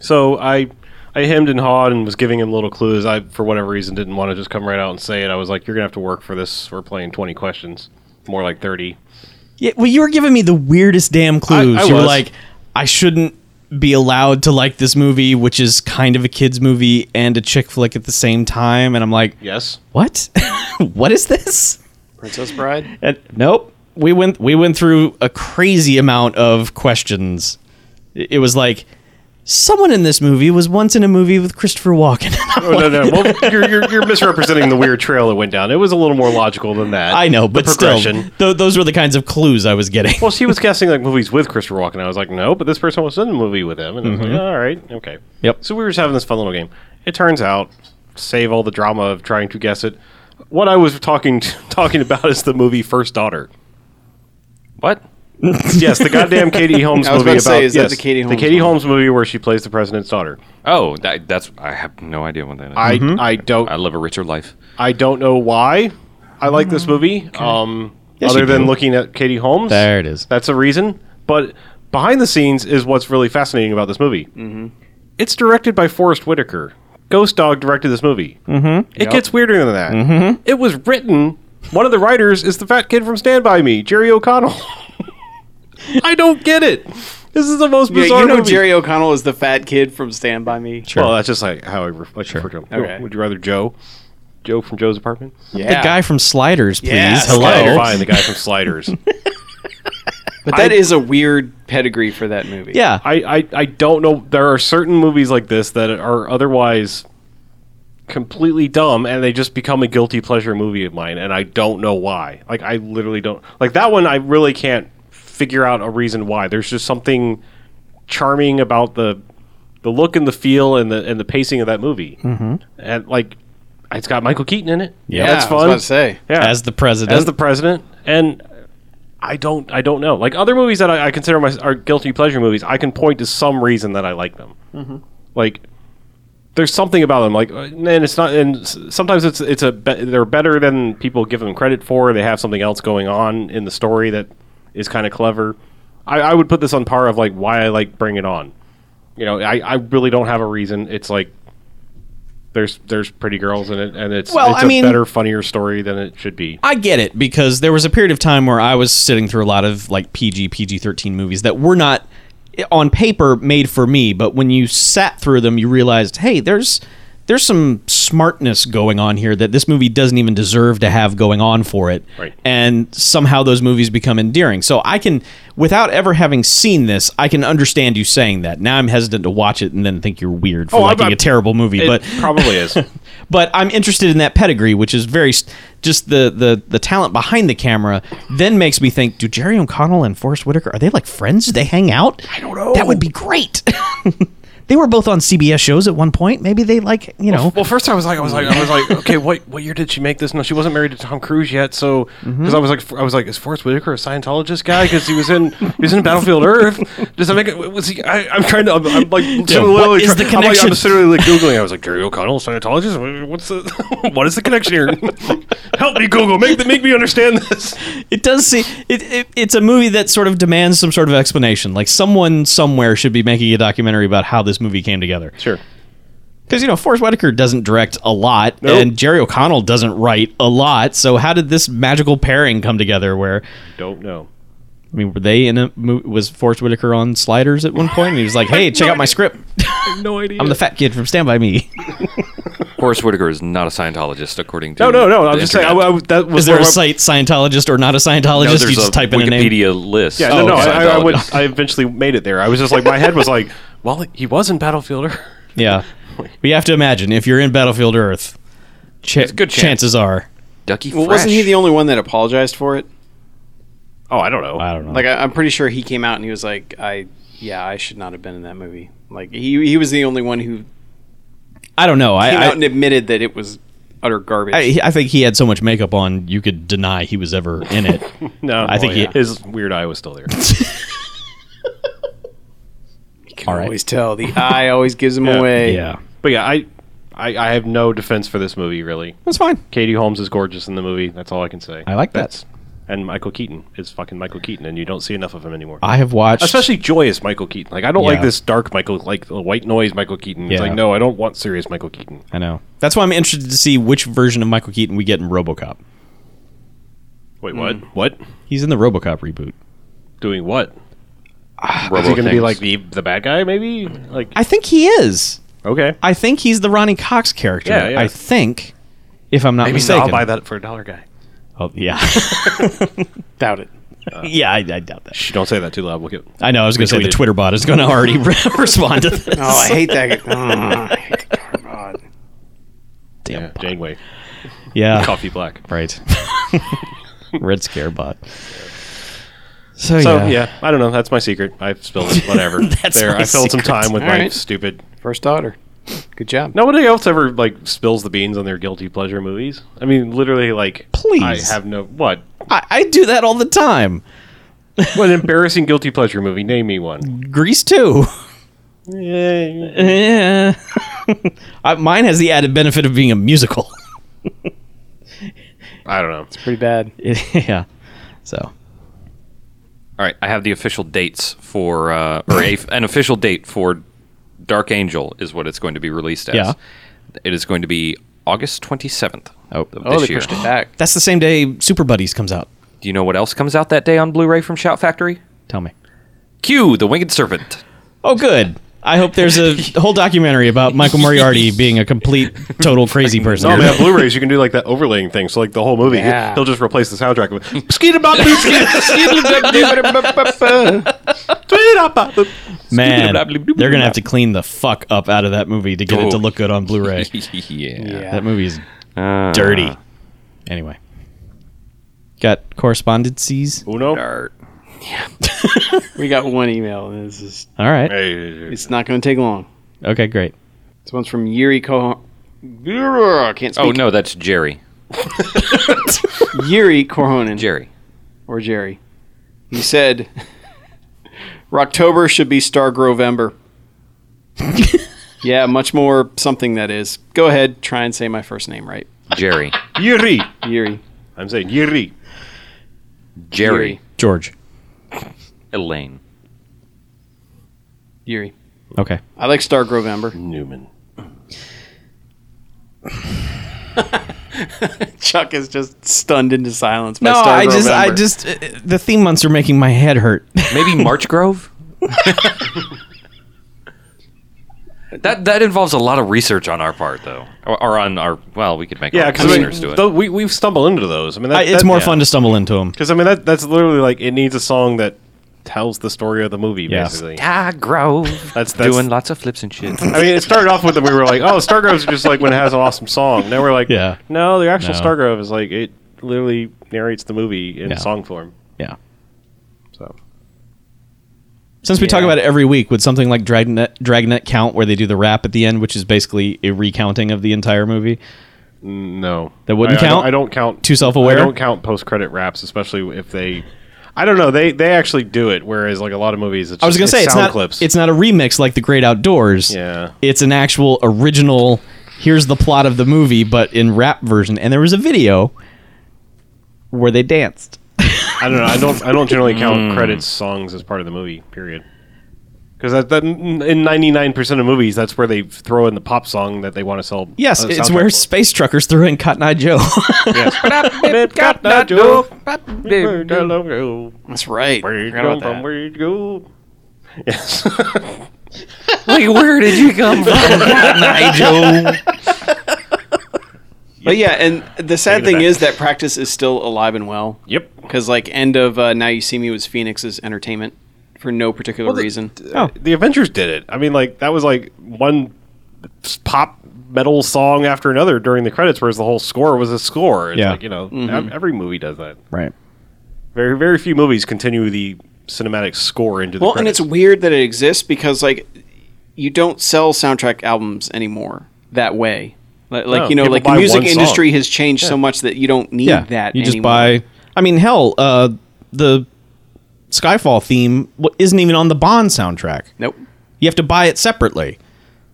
Speaker 2: So I, I hemmed and hawed and was giving him little clues. I, for whatever reason, didn't want to just come right out and say it. I was like, "You're gonna have to work for this. We're playing 20 questions, more like 30."
Speaker 4: Yeah, well, you were giving me the weirdest damn clues.
Speaker 2: I
Speaker 4: you were
Speaker 2: was.
Speaker 4: like, I shouldn't be allowed to like this movie, which is kind of a kids movie and a chick flick at the same time, and I'm like,
Speaker 2: Yes.
Speaker 4: what? what is this?
Speaker 3: Princess Bride.
Speaker 4: And nope. We went we went through a crazy amount of questions. It it was like someone in this movie was once in a movie with Christopher Walken.
Speaker 2: Oh, no, no. Well, you're, you're, you're misrepresenting the weird trail that went down. It was a little more logical than that.
Speaker 4: I know, but
Speaker 2: the
Speaker 4: still,
Speaker 2: progression.
Speaker 4: tho- those were the kinds of clues I was getting.
Speaker 2: Well, she was guessing like movies with Christopher Walken. I was like, no, but this person was in the movie with him, and I was like, all right, okay.
Speaker 4: Yep.
Speaker 2: So we were just having this fun little game. It turns out, save all the drama of trying to guess it. What I was talking talking about is the movie First Daughter.
Speaker 5: What?
Speaker 2: Yes, the goddamn Katie Holmes
Speaker 3: I was
Speaker 2: movie
Speaker 3: about to say, is that
Speaker 2: yes,
Speaker 3: the Katie
Speaker 2: the
Speaker 3: Holmes
Speaker 2: Katie
Speaker 3: one?
Speaker 2: Holmes movie where she plays the president's daughter.
Speaker 5: Oh, that, that's I have no idea what that is.
Speaker 2: I
Speaker 4: Mm-hmm.
Speaker 2: I don't
Speaker 5: I live a richer life.
Speaker 2: I don't know why I like this movie. Um, other
Speaker 4: you
Speaker 2: than
Speaker 4: do.
Speaker 2: looking at Katie Holmes,
Speaker 4: There it is.
Speaker 2: That's a reason. But behind the scenes is what's really fascinating about this movie.
Speaker 3: Mm-hmm.
Speaker 2: It's directed by Forrest Whitaker. Ghost Dog directed this movie. Mm-hmm. It gets weirder than that. Mm-hmm. It was written. One of the writers is the fat kid from Stand By Me, Jerry O'Connell. I don't get it. This is the most
Speaker 3: Yeah,
Speaker 2: bizarre
Speaker 3: you know
Speaker 2: movie.
Speaker 3: Jerry O'Connell is the fat kid from Stand by Me.
Speaker 2: Well, that's just like how I re- like refer to him.
Speaker 3: Okay.
Speaker 2: Would you rather Joe? Joe from Joe's apartment.
Speaker 3: Yeah,
Speaker 4: The guy from Sliders, please.
Speaker 3: Yeah,
Speaker 4: Hello.
Speaker 2: Okay, fine. The guy from Sliders.
Speaker 3: but that is a weird pedigree for that movie.
Speaker 4: Yeah.
Speaker 2: I, I I don't know. There are certain movies like this that are otherwise completely dumb, and they just become a guilty pleasure movie of mine, and I don't know why. Like I literally don't like that one. I really can't figure out a reason why. There's just something charming about the the look and the feel and the and the pacing of that movie, mm-hmm. and like it's got Michael Keaton in it.
Speaker 4: Yeah.
Speaker 2: that's fun.
Speaker 3: I was about to say.
Speaker 2: Yeah,
Speaker 4: As the president.
Speaker 2: as the president and i don't i don't know like other movies that i, I consider my are guilty pleasure movies i can point to some reason that i like them
Speaker 4: Mm-hmm.
Speaker 2: like there's something about them like uh, and it's not and s- sometimes it's it's a be- they're better than people give them credit for they have something else going on in the story that is kind of clever I, I would put this on par of like why i like bring it on you know i, I really don't have a reason it's like there's there's pretty girls in it and it's
Speaker 4: Well,
Speaker 2: it's
Speaker 4: I
Speaker 2: a
Speaker 4: mean-
Speaker 2: better funnier story than it should be
Speaker 4: I get it because there was a period of time where I was sitting through a lot of like PG PG thirteen movies that were not eh, on paper made for me, but when you sat through them, you realized, hey, there's there's some smartness going on here that this movie doesn't even deserve to have going on for it.
Speaker 2: Right.
Speaker 4: And somehow those movies become endearing. So I can, without ever having seen this, I can understand you saying that. Now I'm hesitant to watch it and then think you're weird for
Speaker 2: Oh, I-
Speaker 4: liking a
Speaker 2: I-
Speaker 4: terrible movie.
Speaker 2: It
Speaker 4: but
Speaker 2: probably is.
Speaker 4: but I'm interested in that pedigree, which is very st- just the the the talent behind the camera. Then makes me think: Do Jerry O'Connell and Forrest Whitaker are they like friends? Do they hang out? I don't know. That would be great. they were both on CBS shows at one point. Maybe they like you know.
Speaker 2: Well, first I was like, I was like, I was like, okay, what what year did she make this? No, she wasn't married to Tom Cruise yet, so because
Speaker 4: Mm-hmm.
Speaker 2: I was like, I was like, is Forrest Whitaker a Scientologist guy? Because he was in he was in Battlefield Earth. Does that make it? Was he? I, I'm trying to. I'm, I'm like, literally
Speaker 4: what
Speaker 2: try-
Speaker 4: is the
Speaker 2: I'm, like,
Speaker 4: connection?
Speaker 2: I'm just literally like googling. I was like, Jerry O'Connell, Scientologist. What's the? what is the connection here? Help me, Google. Make the, make me understand this.
Speaker 4: It does seem it, it, it's a movie that sort of demands some sort of explanation. Like someone somewhere should be making a documentary about how this movie came together.
Speaker 2: Sure.
Speaker 4: Because you know Forrest Whitaker doesn't direct a lot,
Speaker 2: Nope.
Speaker 4: and Jerry O'Connell doesn't write a lot. So how did this magical pairing come together? Where
Speaker 2: Don't know.
Speaker 4: I mean, were they in a mo- was Forrest Whitaker on Sliders at one point? And he was like, "Hey, check out my script.
Speaker 2: No idea.
Speaker 4: I'm the fat kid from Stand by Me."
Speaker 5: Horace Whitaker is not a Scientologist, according to
Speaker 2: no, no, no.
Speaker 5: the
Speaker 2: I'm just saying. I,
Speaker 5: internet.
Speaker 2: I- that was
Speaker 4: Is there
Speaker 2: where
Speaker 4: a
Speaker 2: my-
Speaker 4: site Scientologist or not a Scientologist?
Speaker 5: No, there's
Speaker 4: you just
Speaker 5: a
Speaker 4: type in a name.
Speaker 5: Wikipedia list. Oh,
Speaker 2: Yeah, no,
Speaker 4: Oh,
Speaker 2: no.
Speaker 5: of
Speaker 2: I, I,
Speaker 5: Scientologists.
Speaker 2: went, I eventually made it there. I was just like, my head was like, well, he was in Battlefielder.
Speaker 4: Yeah, we have to imagine if you're in Battlefield Earth, cha-
Speaker 5: good chance.
Speaker 4: chances are.
Speaker 5: Ducky
Speaker 3: Well,
Speaker 5: Fresh.
Speaker 3: wasn't he the only one that apologized for it?
Speaker 2: Oh, I don't know.
Speaker 4: I don't know.
Speaker 3: Like, I, I'm pretty sure he came out and he was like, "I, yeah, I should not have been in that movie." Like, he he was the only one who
Speaker 4: I don't know.
Speaker 3: came
Speaker 4: I,
Speaker 3: out and
Speaker 4: I,
Speaker 3: admitted that it was utter garbage.
Speaker 4: I I think he had so much makeup on, you could deny he was ever in it.
Speaker 2: No,
Speaker 4: I think
Speaker 2: well,
Speaker 4: he-
Speaker 2: yeah. his weird eye was still there.
Speaker 3: you can
Speaker 4: all right.
Speaker 3: always tell the eye always gives him
Speaker 2: Yeah.
Speaker 3: away.
Speaker 4: yeah,
Speaker 2: but yeah, I, I, I have no defense for this movie really.
Speaker 4: that's fine.
Speaker 2: Katie Holmes is gorgeous in the movie. That's all I can say.
Speaker 4: I like that.
Speaker 2: That's- And Michael Keaton is fucking Michael Keaton, and you don't see enough of him anymore.
Speaker 4: I have watched.
Speaker 2: Especially joyous Michael Keaton. Like I don't like
Speaker 4: Uh, Yeah.
Speaker 2: this dark Michael, like the white noise Michael Keaton. It's
Speaker 4: Yeah.
Speaker 2: like no, I don't want serious Michael Keaton.
Speaker 4: I know. That's why I'm interested to see which version of Michael Keaton we get in RoboCop.
Speaker 2: Wait, what? What?
Speaker 4: He's in the RoboCop reboot.
Speaker 2: Doing what?
Speaker 5: Robo
Speaker 2: Is he going to be
Speaker 5: things.
Speaker 2: like the the bad guy? Maybe like
Speaker 4: I think he is.
Speaker 2: okay.
Speaker 4: I think he's the Ronnie Cox character.
Speaker 2: Yeah, yeah.
Speaker 4: I think, if I'm not
Speaker 2: Maybe
Speaker 4: mistaken.
Speaker 2: I'll buy that for a dollar guy.
Speaker 4: Oh, yeah,
Speaker 3: Doubt it.
Speaker 2: Uh.
Speaker 4: yeah, I, I doubt that.
Speaker 2: Shh, don't say that too loud. We'll get.
Speaker 4: I know. I was going to say the
Speaker 2: Retweeted.
Speaker 4: Twitter bot is going to already re- respond to this.
Speaker 3: Oh, I hate that. guy. Oh, I hate that. God.
Speaker 4: Damn.
Speaker 2: Yeah, Janeway,
Speaker 4: Yeah.
Speaker 2: coffee black.
Speaker 4: Right. Red scare bot. So,
Speaker 2: So
Speaker 4: yeah.
Speaker 2: yeah. I don't know. That's my secret. I've spilled it, whatever.
Speaker 4: That's
Speaker 2: there,
Speaker 4: my
Speaker 2: I filled some
Speaker 4: secret.
Speaker 2: time with
Speaker 3: All
Speaker 2: my
Speaker 3: right.
Speaker 2: stupid.
Speaker 3: First daughter. Good job.
Speaker 2: Nobody else ever like spills the beans on their guilty pleasure movies. I mean, literally, like I
Speaker 4: Please.
Speaker 2: have no what.
Speaker 4: I, I do that all the time.
Speaker 2: What an embarrassing guilty pleasure movie? Name me one.
Speaker 4: Grease too.
Speaker 2: Yeah.
Speaker 4: Eh. I, mine has the added benefit of being a musical.
Speaker 2: I don't know.
Speaker 3: Pretty bad.
Speaker 4: yeah. So
Speaker 5: All right, I have the official dates for, uh, or a, an official date for Dark Angel is what it's going to be released as.
Speaker 4: Yeah.
Speaker 5: It is going to be August 27th
Speaker 4: Oh.
Speaker 5: of
Speaker 3: Oh,
Speaker 5: this
Speaker 3: they
Speaker 5: year.
Speaker 3: pushed it back.
Speaker 4: that's the same day Super Buddies comes out.
Speaker 5: Do you know what else comes out that day on Blu ray from Shout Factory?
Speaker 4: Tell me.
Speaker 5: Q, The Winged Serpent.
Speaker 4: Oh, good. I hope there's a whole documentary about Michael Moriarty being a complete, total crazy person.
Speaker 2: No, man, on Blu-rays you can do like that overlaying thing. So like the whole movie,
Speaker 3: Yeah.
Speaker 2: he'll just replace the soundtrack with "Skidabop-doop-skidabop-doop-skidabop-doop-skidabop-doop."
Speaker 4: Man, they're gonna have to clean the fuck up out of that movie to get
Speaker 2: Oh.
Speaker 4: it to look good on Blu-ray.
Speaker 5: yeah.
Speaker 4: That movie
Speaker 2: Uh-huh.
Speaker 4: is
Speaker 5: Uh,
Speaker 4: dirty. Anyway, got correspondences.
Speaker 2: Uno.
Speaker 3: We got one email, and this is
Speaker 4: All right.
Speaker 2: Hey,
Speaker 3: it's not going to take long.
Speaker 4: Okay, great.
Speaker 3: This one's from Yuri Kohar. I can't
Speaker 5: Oh,
Speaker 3: speak.
Speaker 5: no, that's Jerry.
Speaker 3: Yuri Korhonen.
Speaker 5: Jerry.
Speaker 3: Or Jerry. He said, Rocktober should be Stargrovember. yeah, much more something that is. Go ahead, try and say my first name right.
Speaker 5: Jerry.
Speaker 2: Yuri.
Speaker 3: Yuri.
Speaker 2: I'm saying Yuri.
Speaker 5: Jerry.
Speaker 4: George.
Speaker 5: Elaine.
Speaker 3: Yuri.
Speaker 4: Okay.
Speaker 3: I like Stargrovember.
Speaker 2: Newman.
Speaker 3: Chuck is just stunned into silence. By
Speaker 4: No, I just, I
Speaker 3: Stargrovember.
Speaker 4: just, uh, the theme months are making my head hurt.
Speaker 5: Maybe March Grove? that that involves a lot of research on our part, though. Or, or on our, well, we could make
Speaker 2: Yeah,
Speaker 5: our
Speaker 2: because I mean,
Speaker 5: listeners do it.
Speaker 2: tho- we we stumble into those. I mean, that,
Speaker 4: I, it's
Speaker 2: that-
Speaker 4: more
Speaker 2: yeah.
Speaker 4: fun to stumble into them.
Speaker 2: Because I mean that that's literally like it needs a song that tells the story of the movie
Speaker 4: Yeah.
Speaker 2: basically.
Speaker 5: Ah, Grove.
Speaker 2: That's- that's-
Speaker 5: doing lots of flips and shit.
Speaker 2: I mean, it started off with that we were like, oh, Stargrove's just like when it has an awesome song. Now we're like,
Speaker 4: Yeah.
Speaker 2: no, the actual
Speaker 4: No.
Speaker 2: Stargrove is like it literally narrates the movie in
Speaker 4: Yeah.
Speaker 2: song form.
Speaker 4: Yeah.
Speaker 2: So
Speaker 4: Since we talk about it every week, would something like Dragnet, Dragnet count, where they do the rap at the end, which is basically a recounting of the entire movie?
Speaker 2: no,
Speaker 4: That wouldn't
Speaker 2: I- I don't-
Speaker 4: count?
Speaker 2: I don't count
Speaker 4: Too self-aware?
Speaker 2: I don't count post credit raps, especially if they. I don't know. They they actually do it, whereas like a lot of movies, it's just,
Speaker 4: I was gonna say it's
Speaker 2: sound
Speaker 4: not
Speaker 2: clips.
Speaker 4: it's not a remix like The Great Outdoors.
Speaker 2: Yeah.
Speaker 4: it's an actual original. Here's the plot of the movie, but in rap version. And there was a video where they danced.
Speaker 2: Hmm. I don't know. I don't I don't generally count credits songs as part of the movie. Period. Because that, that, in ninety nine percent of movies, that's where they throw in the pop song that they want to sell.
Speaker 4: Yes,
Speaker 2: a
Speaker 4: it's
Speaker 2: soundtrack
Speaker 4: where
Speaker 2: for.
Speaker 4: space truckers threw in Cotton Eye Joe.
Speaker 2: Bit got that joke. Bit got that joke.
Speaker 3: That's right.
Speaker 2: Where you
Speaker 3: Forgot
Speaker 2: come
Speaker 3: about
Speaker 2: from,
Speaker 3: that.
Speaker 2: where you go. Yes.
Speaker 5: Like, where did you come from, Nigel?
Speaker 3: But yeah, and the sad
Speaker 2: Take it
Speaker 3: thing
Speaker 2: back.
Speaker 3: is that practice is still alive and well.
Speaker 2: yep.
Speaker 3: Because like end of uh, Now You See Me was Phoenix's entertainment for no particular
Speaker 2: the-
Speaker 3: reason.
Speaker 2: The Avengers did it. I mean, like that was like one s- pop metal song after another during the credits, whereas the whole score was a score. It's
Speaker 4: Yeah.
Speaker 2: like, you know, ev- every movie does that.
Speaker 4: right.
Speaker 2: Very, very few movies continue the cinematic score into the
Speaker 3: well, and
Speaker 2: credits.
Speaker 3: it's weird that it exists because like you don't sell soundtrack albums anymore that way. Like, like,
Speaker 2: No,
Speaker 3: you know,
Speaker 2: people
Speaker 3: like the
Speaker 2: buy
Speaker 3: music
Speaker 2: one
Speaker 3: industry
Speaker 2: song.
Speaker 3: has changed so much that you don't need
Speaker 4: Yeah.
Speaker 3: that.
Speaker 4: you just
Speaker 3: anymore.
Speaker 4: buy. I mean, hell, uh, the Skyfall theme wa- isn't even on the Bond soundtrack.
Speaker 3: Nope.
Speaker 4: You have to buy it separately.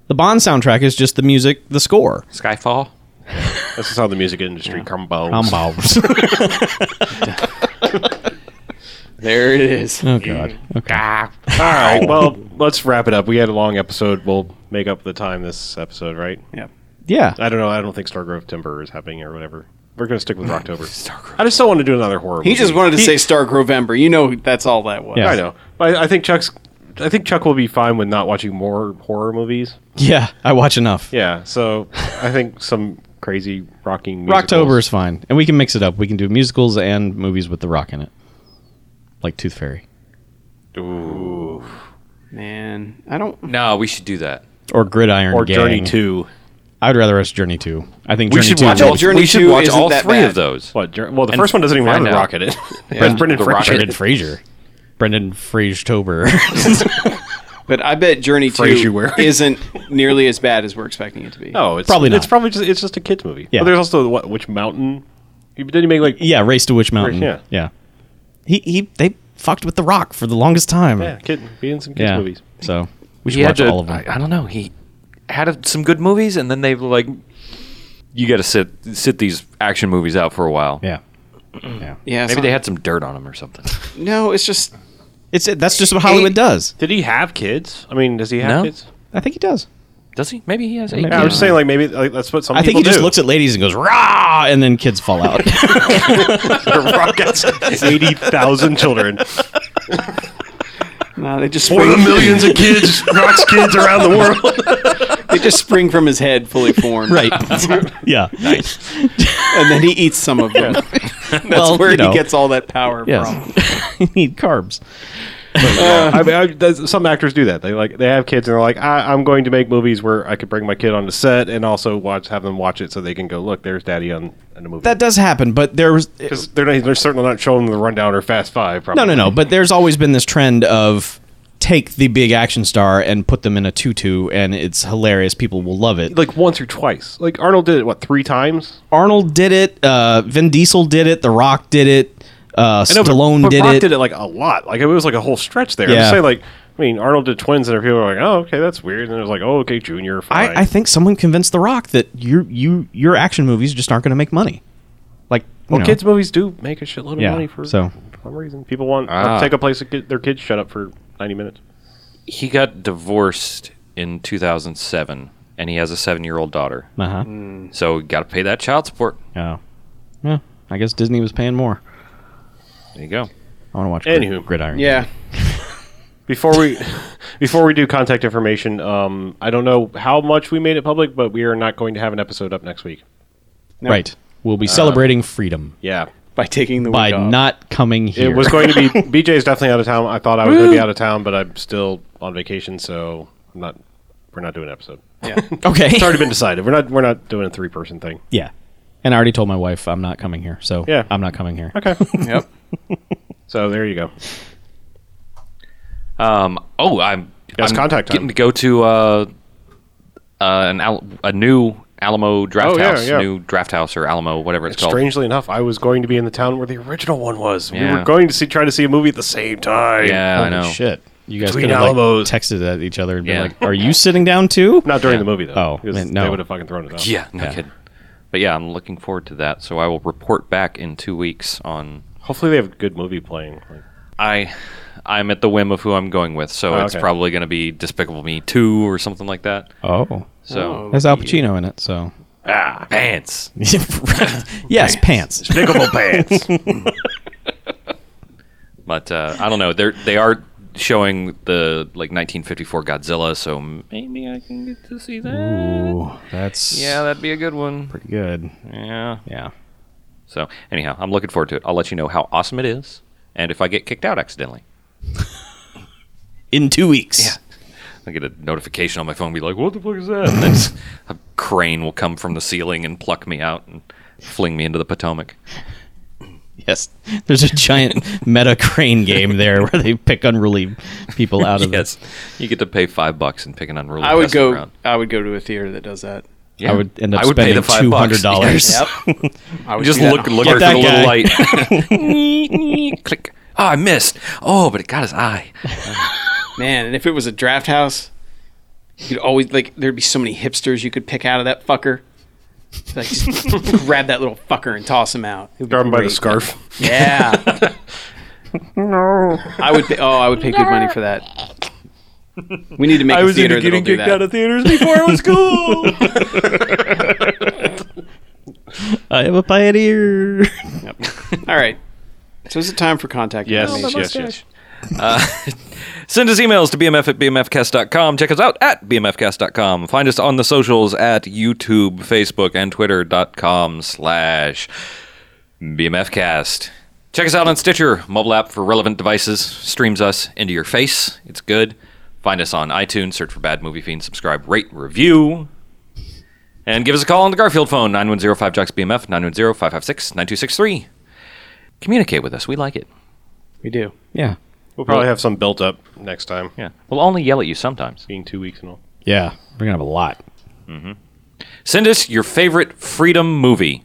Speaker 4: The Bond soundtrack is just the music, the score.
Speaker 5: Skyfall.
Speaker 2: This is how the music industry combos.
Speaker 4: Combo.
Speaker 3: There it is.
Speaker 4: oh God.
Speaker 2: All right. Well, let's wrap it up. We had a long episode. We'll make up the time this episode, right?
Speaker 3: Yeah.
Speaker 4: Yeah.
Speaker 2: I don't know. I don't think Stargrove Timber is happening or whatever. We're going to stick with Rocktober. I just still want to do another horror.
Speaker 3: He just
Speaker 2: movie.
Speaker 3: wanted to say Star Grovember. You know that's all that was.
Speaker 4: Yeah.
Speaker 2: I know. But I, I think Chuck's. I think Chuck will be fine with not watching more horror movies.
Speaker 4: Yeah. I watch enough.
Speaker 2: Yeah. So I think some crazy rocking.
Speaker 4: Rocktober
Speaker 2: musicals-
Speaker 4: is fine, and we can mix it up. We can do musicals and movies with the rock in it, like Tooth Fairy
Speaker 2: Ooh.
Speaker 3: Man, I don't.
Speaker 5: No, we should do that.
Speaker 4: or Gridiron
Speaker 2: or
Speaker 4: Gang.
Speaker 2: Journey Two.
Speaker 4: I'd rather us Journey Two. I think
Speaker 5: We
Speaker 4: Journey
Speaker 5: should
Speaker 4: Two.
Speaker 5: watch
Speaker 4: would
Speaker 5: all.
Speaker 4: be-
Speaker 3: Journey
Speaker 5: we should
Speaker 3: 2
Speaker 5: watch
Speaker 3: isn't
Speaker 5: all
Speaker 3: that
Speaker 5: three
Speaker 3: bad.
Speaker 5: of those.
Speaker 2: What? Jour- well, the
Speaker 5: And
Speaker 2: first one doesn't even have
Speaker 5: find
Speaker 2: the
Speaker 5: out.
Speaker 2: rocket in it. Brendan- Brendan
Speaker 5: The
Speaker 2: Fraser.
Speaker 5: rocket.
Speaker 4: Brendan Fraser. Brendan Fraser-tober.
Speaker 3: But I bet Journey Two
Speaker 2: Frazier.
Speaker 3: isn't nearly as bad as we're expecting it to be.
Speaker 2: No, it's
Speaker 4: Probably
Speaker 2: It's
Speaker 4: not.
Speaker 2: probably just it's just a kids movie.
Speaker 4: Yeah.
Speaker 2: But there's also the what? Which mountain? He didn't he make like
Speaker 4: yeah, Race to Witch Mountain.
Speaker 2: yeah.
Speaker 4: yeah. He he. They fucked with the Rock for the longest time.
Speaker 2: yeah, kid be in some kids
Speaker 4: Yeah.
Speaker 2: movies.
Speaker 4: So we should
Speaker 5: He had
Speaker 4: watch
Speaker 5: to-
Speaker 4: all of them.
Speaker 5: I, I don't know. He had a, some good movies, and then they were like, you got to sit sit these action movies out for a while.
Speaker 4: yeah. Yeah.
Speaker 3: Yeah.
Speaker 5: Maybe
Speaker 3: so-
Speaker 5: they had some dirt on them or something.
Speaker 3: No, it's just
Speaker 4: It's that's just what Hollywood does.
Speaker 2: Did he have kids? I mean, does he have
Speaker 5: No.
Speaker 2: kids?
Speaker 4: I think he does.
Speaker 5: Does he? Maybe he has eight.
Speaker 4: Maybe.
Speaker 2: Yeah, I
Speaker 5: kids.
Speaker 2: was just saying like maybe like, that's what some.
Speaker 4: I think
Speaker 2: people
Speaker 4: he just
Speaker 2: do.
Speaker 4: looks at ladies and goes rah, and then kids fall out.
Speaker 2: rockets. Eighty thousand children.
Speaker 3: no. Uh, They just
Speaker 2: One of
Speaker 3: spring,
Speaker 2: the millions of kids, rocks kids around the world.
Speaker 3: they just spring from his head fully formed,
Speaker 4: right. yeah.
Speaker 3: And then he eats some of them.
Speaker 4: well,
Speaker 3: Where
Speaker 4: you know,
Speaker 3: he gets all that power from.
Speaker 4: yes. you need carbs.
Speaker 2: I mean, I, that's- some actors do that. They like they have kids and they're like, I, I'm going to make movies where I could bring my kid on the set and also watch have them watch it so they can go look. There's daddy on in a movie.
Speaker 4: That does happen, but there was
Speaker 2: because they're not, they're certainly not showing them the rundown or Fast Five. Probably.
Speaker 4: no, no, no. But there's always been this trend of take the big action star and put them in a tutu, and it's hilarious. People will love it.
Speaker 2: Like once or twice. Like Arnold did it what three times?
Speaker 4: Arnold did it. Uh, Vin Diesel did it. The Rock did it. Uh,
Speaker 2: I know, but-
Speaker 4: Stallone
Speaker 2: but
Speaker 4: did
Speaker 2: Rock
Speaker 4: it.
Speaker 2: did it like a lot. Like it was like a whole stretch there. I'm
Speaker 4: Yeah.
Speaker 2: just saying like I mean Arnold did twins and people were like, oh okay that's weird. And it was like, oh okay Junior. Fine.
Speaker 4: I, I think someone convinced The Rock that you you your action movies just aren't going to make money. Like you
Speaker 2: well
Speaker 4: know.
Speaker 2: kids movies do make a shitload of
Speaker 4: Yeah,
Speaker 2: money for
Speaker 4: so.
Speaker 2: some reason. People want
Speaker 5: Ah.
Speaker 2: to take a place to get their kids shut up for 90 minutes.
Speaker 5: he got divorced in 2007, and he has a seven-year-old daughter.
Speaker 4: Uh-huh.
Speaker 2: Mm.
Speaker 5: So got to pay that child support.
Speaker 4: Oh. Yeah. I guess Disney was paying more.
Speaker 5: There you go.
Speaker 4: I want to watch
Speaker 2: Anywho.
Speaker 4: Grid- Gridiron.
Speaker 3: Yeah.
Speaker 2: Before we before we do contact information, um, I don't know how much we made it public, but we are not going to have an episode up next week.
Speaker 4: Right. We'll be celebrating freedom
Speaker 2: Uh, Yeah.
Speaker 3: By taking the
Speaker 4: by
Speaker 3: week off.
Speaker 4: not coming here.
Speaker 2: It was going to be BJ's definitely out of town. I thought I was going to be out of town, but I'm still on vacation, so I'm not we're not doing an episode.
Speaker 4: okay.
Speaker 2: It's already been decided. We're not we're not doing a three person thing.
Speaker 4: Yeah. And I already told my wife I'm not coming here, so
Speaker 2: Yeah.
Speaker 4: I'm not coming here.
Speaker 2: Okay.
Speaker 3: Yep.
Speaker 2: So there you go.
Speaker 5: Um. Oh, I'm.
Speaker 2: Yes,
Speaker 5: I'm
Speaker 2: contact
Speaker 5: Getting
Speaker 2: time.
Speaker 5: to go to uh, uh an Al- a new Alamo draft
Speaker 2: Oh, yeah,
Speaker 5: house,
Speaker 2: yeah.
Speaker 5: new draft house or Alamo, whatever it's, called.
Speaker 2: Strangely enough, I was going to be in the town where the original one was. We
Speaker 5: Yeah.
Speaker 2: were going to see try to see a movie at the same time.
Speaker 5: Yeah, I
Speaker 4: Holy
Speaker 5: know.
Speaker 4: Shit. You guys
Speaker 2: Between
Speaker 4: could have like,
Speaker 2: Alamos.
Speaker 4: texted at each other and been
Speaker 5: Yeah.
Speaker 4: like, "Are you sitting down too?"
Speaker 2: Not during the movie though.
Speaker 4: Oh,
Speaker 2: because
Speaker 4: man, no.
Speaker 2: they would have fucking thrown it out.
Speaker 5: Yeah, no kidding. But yeah, I'm looking forward to that. So I will report back in two weeks on.
Speaker 2: Hopefully they have a good movie playing. Like,
Speaker 5: I I'm at the whim of who I'm going with, so it's
Speaker 2: okay.
Speaker 5: probably going to be Despicable Me Two or something like that.
Speaker 4: Oh,
Speaker 5: So ah,
Speaker 4: has Al Pacino in it? So
Speaker 5: pants.
Speaker 4: yes, pants.
Speaker 2: Despicable pants.
Speaker 5: But uh, I don't know. They're they are showing the like 1954 Godzilla, so maybe I can get to see that.
Speaker 4: Ooh, that's
Speaker 5: Yeah, that'd be a good one.
Speaker 4: pretty good.
Speaker 5: Yeah.
Speaker 4: Yeah.
Speaker 5: So anyhow, I'm looking forward to it. I'll let you know how awesome it is, and if I get kicked out accidentally,
Speaker 4: In two weeks. Yeah.
Speaker 5: I get a notification on my phone, be like, "What the fuck is that?" And then a crane will come from the ceiling and pluck me out and fling me into the Potomac.
Speaker 4: Yes. There's a giant meta crane game there where they pick unruly people out of
Speaker 5: Yes, you get to pay five bucks and pick an unruly.
Speaker 3: I would
Speaker 5: peasant
Speaker 3: go.
Speaker 5: around.
Speaker 3: I would go to a theater that does that.
Speaker 5: Yeah.
Speaker 4: I would end up
Speaker 5: I would pay
Speaker 4: spending
Speaker 5: the five
Speaker 4: two
Speaker 5: bucks.
Speaker 4: hundred dollars.
Speaker 3: I would
Speaker 5: Just
Speaker 3: do that.
Speaker 5: look, look
Speaker 4: Get
Speaker 5: for the
Speaker 4: that
Speaker 5: little
Speaker 4: guy.
Speaker 5: light. Click. Oh, I missed. Oh, but it got his eye.
Speaker 3: Oh, man. And if it was a draft house, you could always like there'd be so many hipsters you could pick out of that fucker. Like, just grab that little fucker and toss him out. It'd be
Speaker 2: Grab him by the
Speaker 3: great.
Speaker 2: scarf.
Speaker 3: Yeah. no. I would. Pay, oh, I would pay good money for that. We need to make a theater that'll do that.
Speaker 2: of theaters before it was cool.
Speaker 4: I am a pioneer.
Speaker 3: All right. So is it time for contact?
Speaker 2: yes,
Speaker 3: information?
Speaker 2: yes, yes.
Speaker 5: Send us emails to bmf at bmfcast.com. Check us out at bmfcast.com. Find us on the socials at YouTube, Facebook, and Twitter.com slash bmfcast. Check us out on Stitcher, mobile app for relevant devices. Streams us into your face. It's good. Find us on iTunes. Search for Bad Movie Fiend. Subscribe, rate, review. And give us a call on the Garfield phone, 9105-JOCKS-BMF, 910-556-9263. Communicate with us. We like it.
Speaker 3: we do.
Speaker 4: Yeah.
Speaker 2: We'll probably have some built up next time.
Speaker 5: Yeah. We'll only yell at you sometimes.
Speaker 2: Being two weeks and all.
Speaker 4: Yeah. We're gonna have a lot.
Speaker 5: Send us your favorite freedom movie.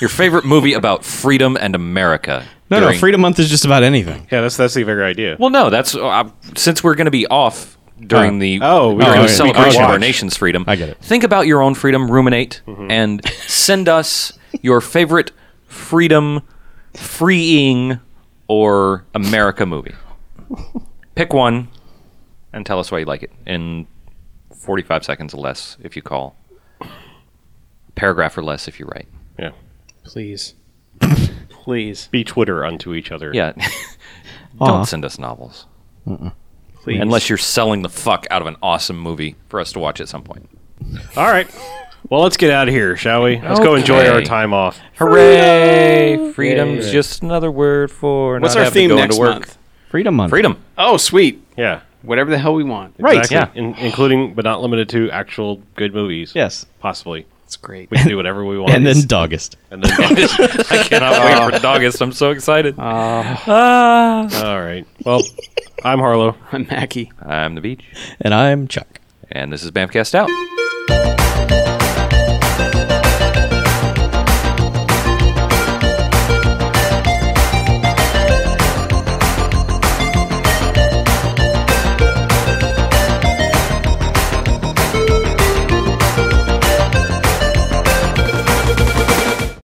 Speaker 5: Your favorite movie about freedom and America.
Speaker 4: No,
Speaker 5: during-
Speaker 4: no, Freedom Month is just about anything.
Speaker 2: Yeah, that's that's the very idea.
Speaker 5: Well, no, that's uh, since we're going to be off during
Speaker 4: Oh.
Speaker 5: the
Speaker 2: Oh, we-
Speaker 5: during
Speaker 4: oh,
Speaker 5: the
Speaker 4: yeah.
Speaker 5: celebration of our
Speaker 2: Watch.
Speaker 5: nation's freedom.
Speaker 4: I get it. Mm-hmm.
Speaker 5: Think about your own freedom, ruminate, and send us your favorite freedom, freeing, or America movie. Pick one and tell us why you like it in 45 seconds or less if you call. Paragraph or less if you write.
Speaker 2: yeah.
Speaker 3: Please. Please.
Speaker 2: Be Twitter unto each other.
Speaker 5: Yeah.
Speaker 4: Aw.
Speaker 5: Don't send us novels.
Speaker 3: Please.
Speaker 5: Unless you're selling the fuck out of an awesome movie for us to watch at some point.
Speaker 2: All right. Well, let's get out of here, shall we? Let's go enjoy
Speaker 5: Okay.
Speaker 2: our time off.
Speaker 5: Hooray! Freedom's just another word for
Speaker 3: What's
Speaker 5: not
Speaker 3: our theme
Speaker 5: having to go
Speaker 3: next
Speaker 5: into work.
Speaker 3: month?
Speaker 4: Freedom Month.
Speaker 5: Freedom.
Speaker 3: Oh, sweet.
Speaker 2: Yeah.
Speaker 3: Whatever the hell we want.
Speaker 5: Right.
Speaker 2: Exactly. In- including, but not limited to, actual good movies.
Speaker 4: Yes.
Speaker 2: Possibly.
Speaker 3: That's great.
Speaker 2: We can do whatever we want.
Speaker 4: And then Dogist.
Speaker 2: And then-
Speaker 5: I cannot wait for August. I'm so excited.
Speaker 2: all right. Well, I'm Harlow.
Speaker 3: I'm Mackie.
Speaker 5: I'm the beach,
Speaker 4: And I'm Chuck.
Speaker 5: and this is Bamcast out.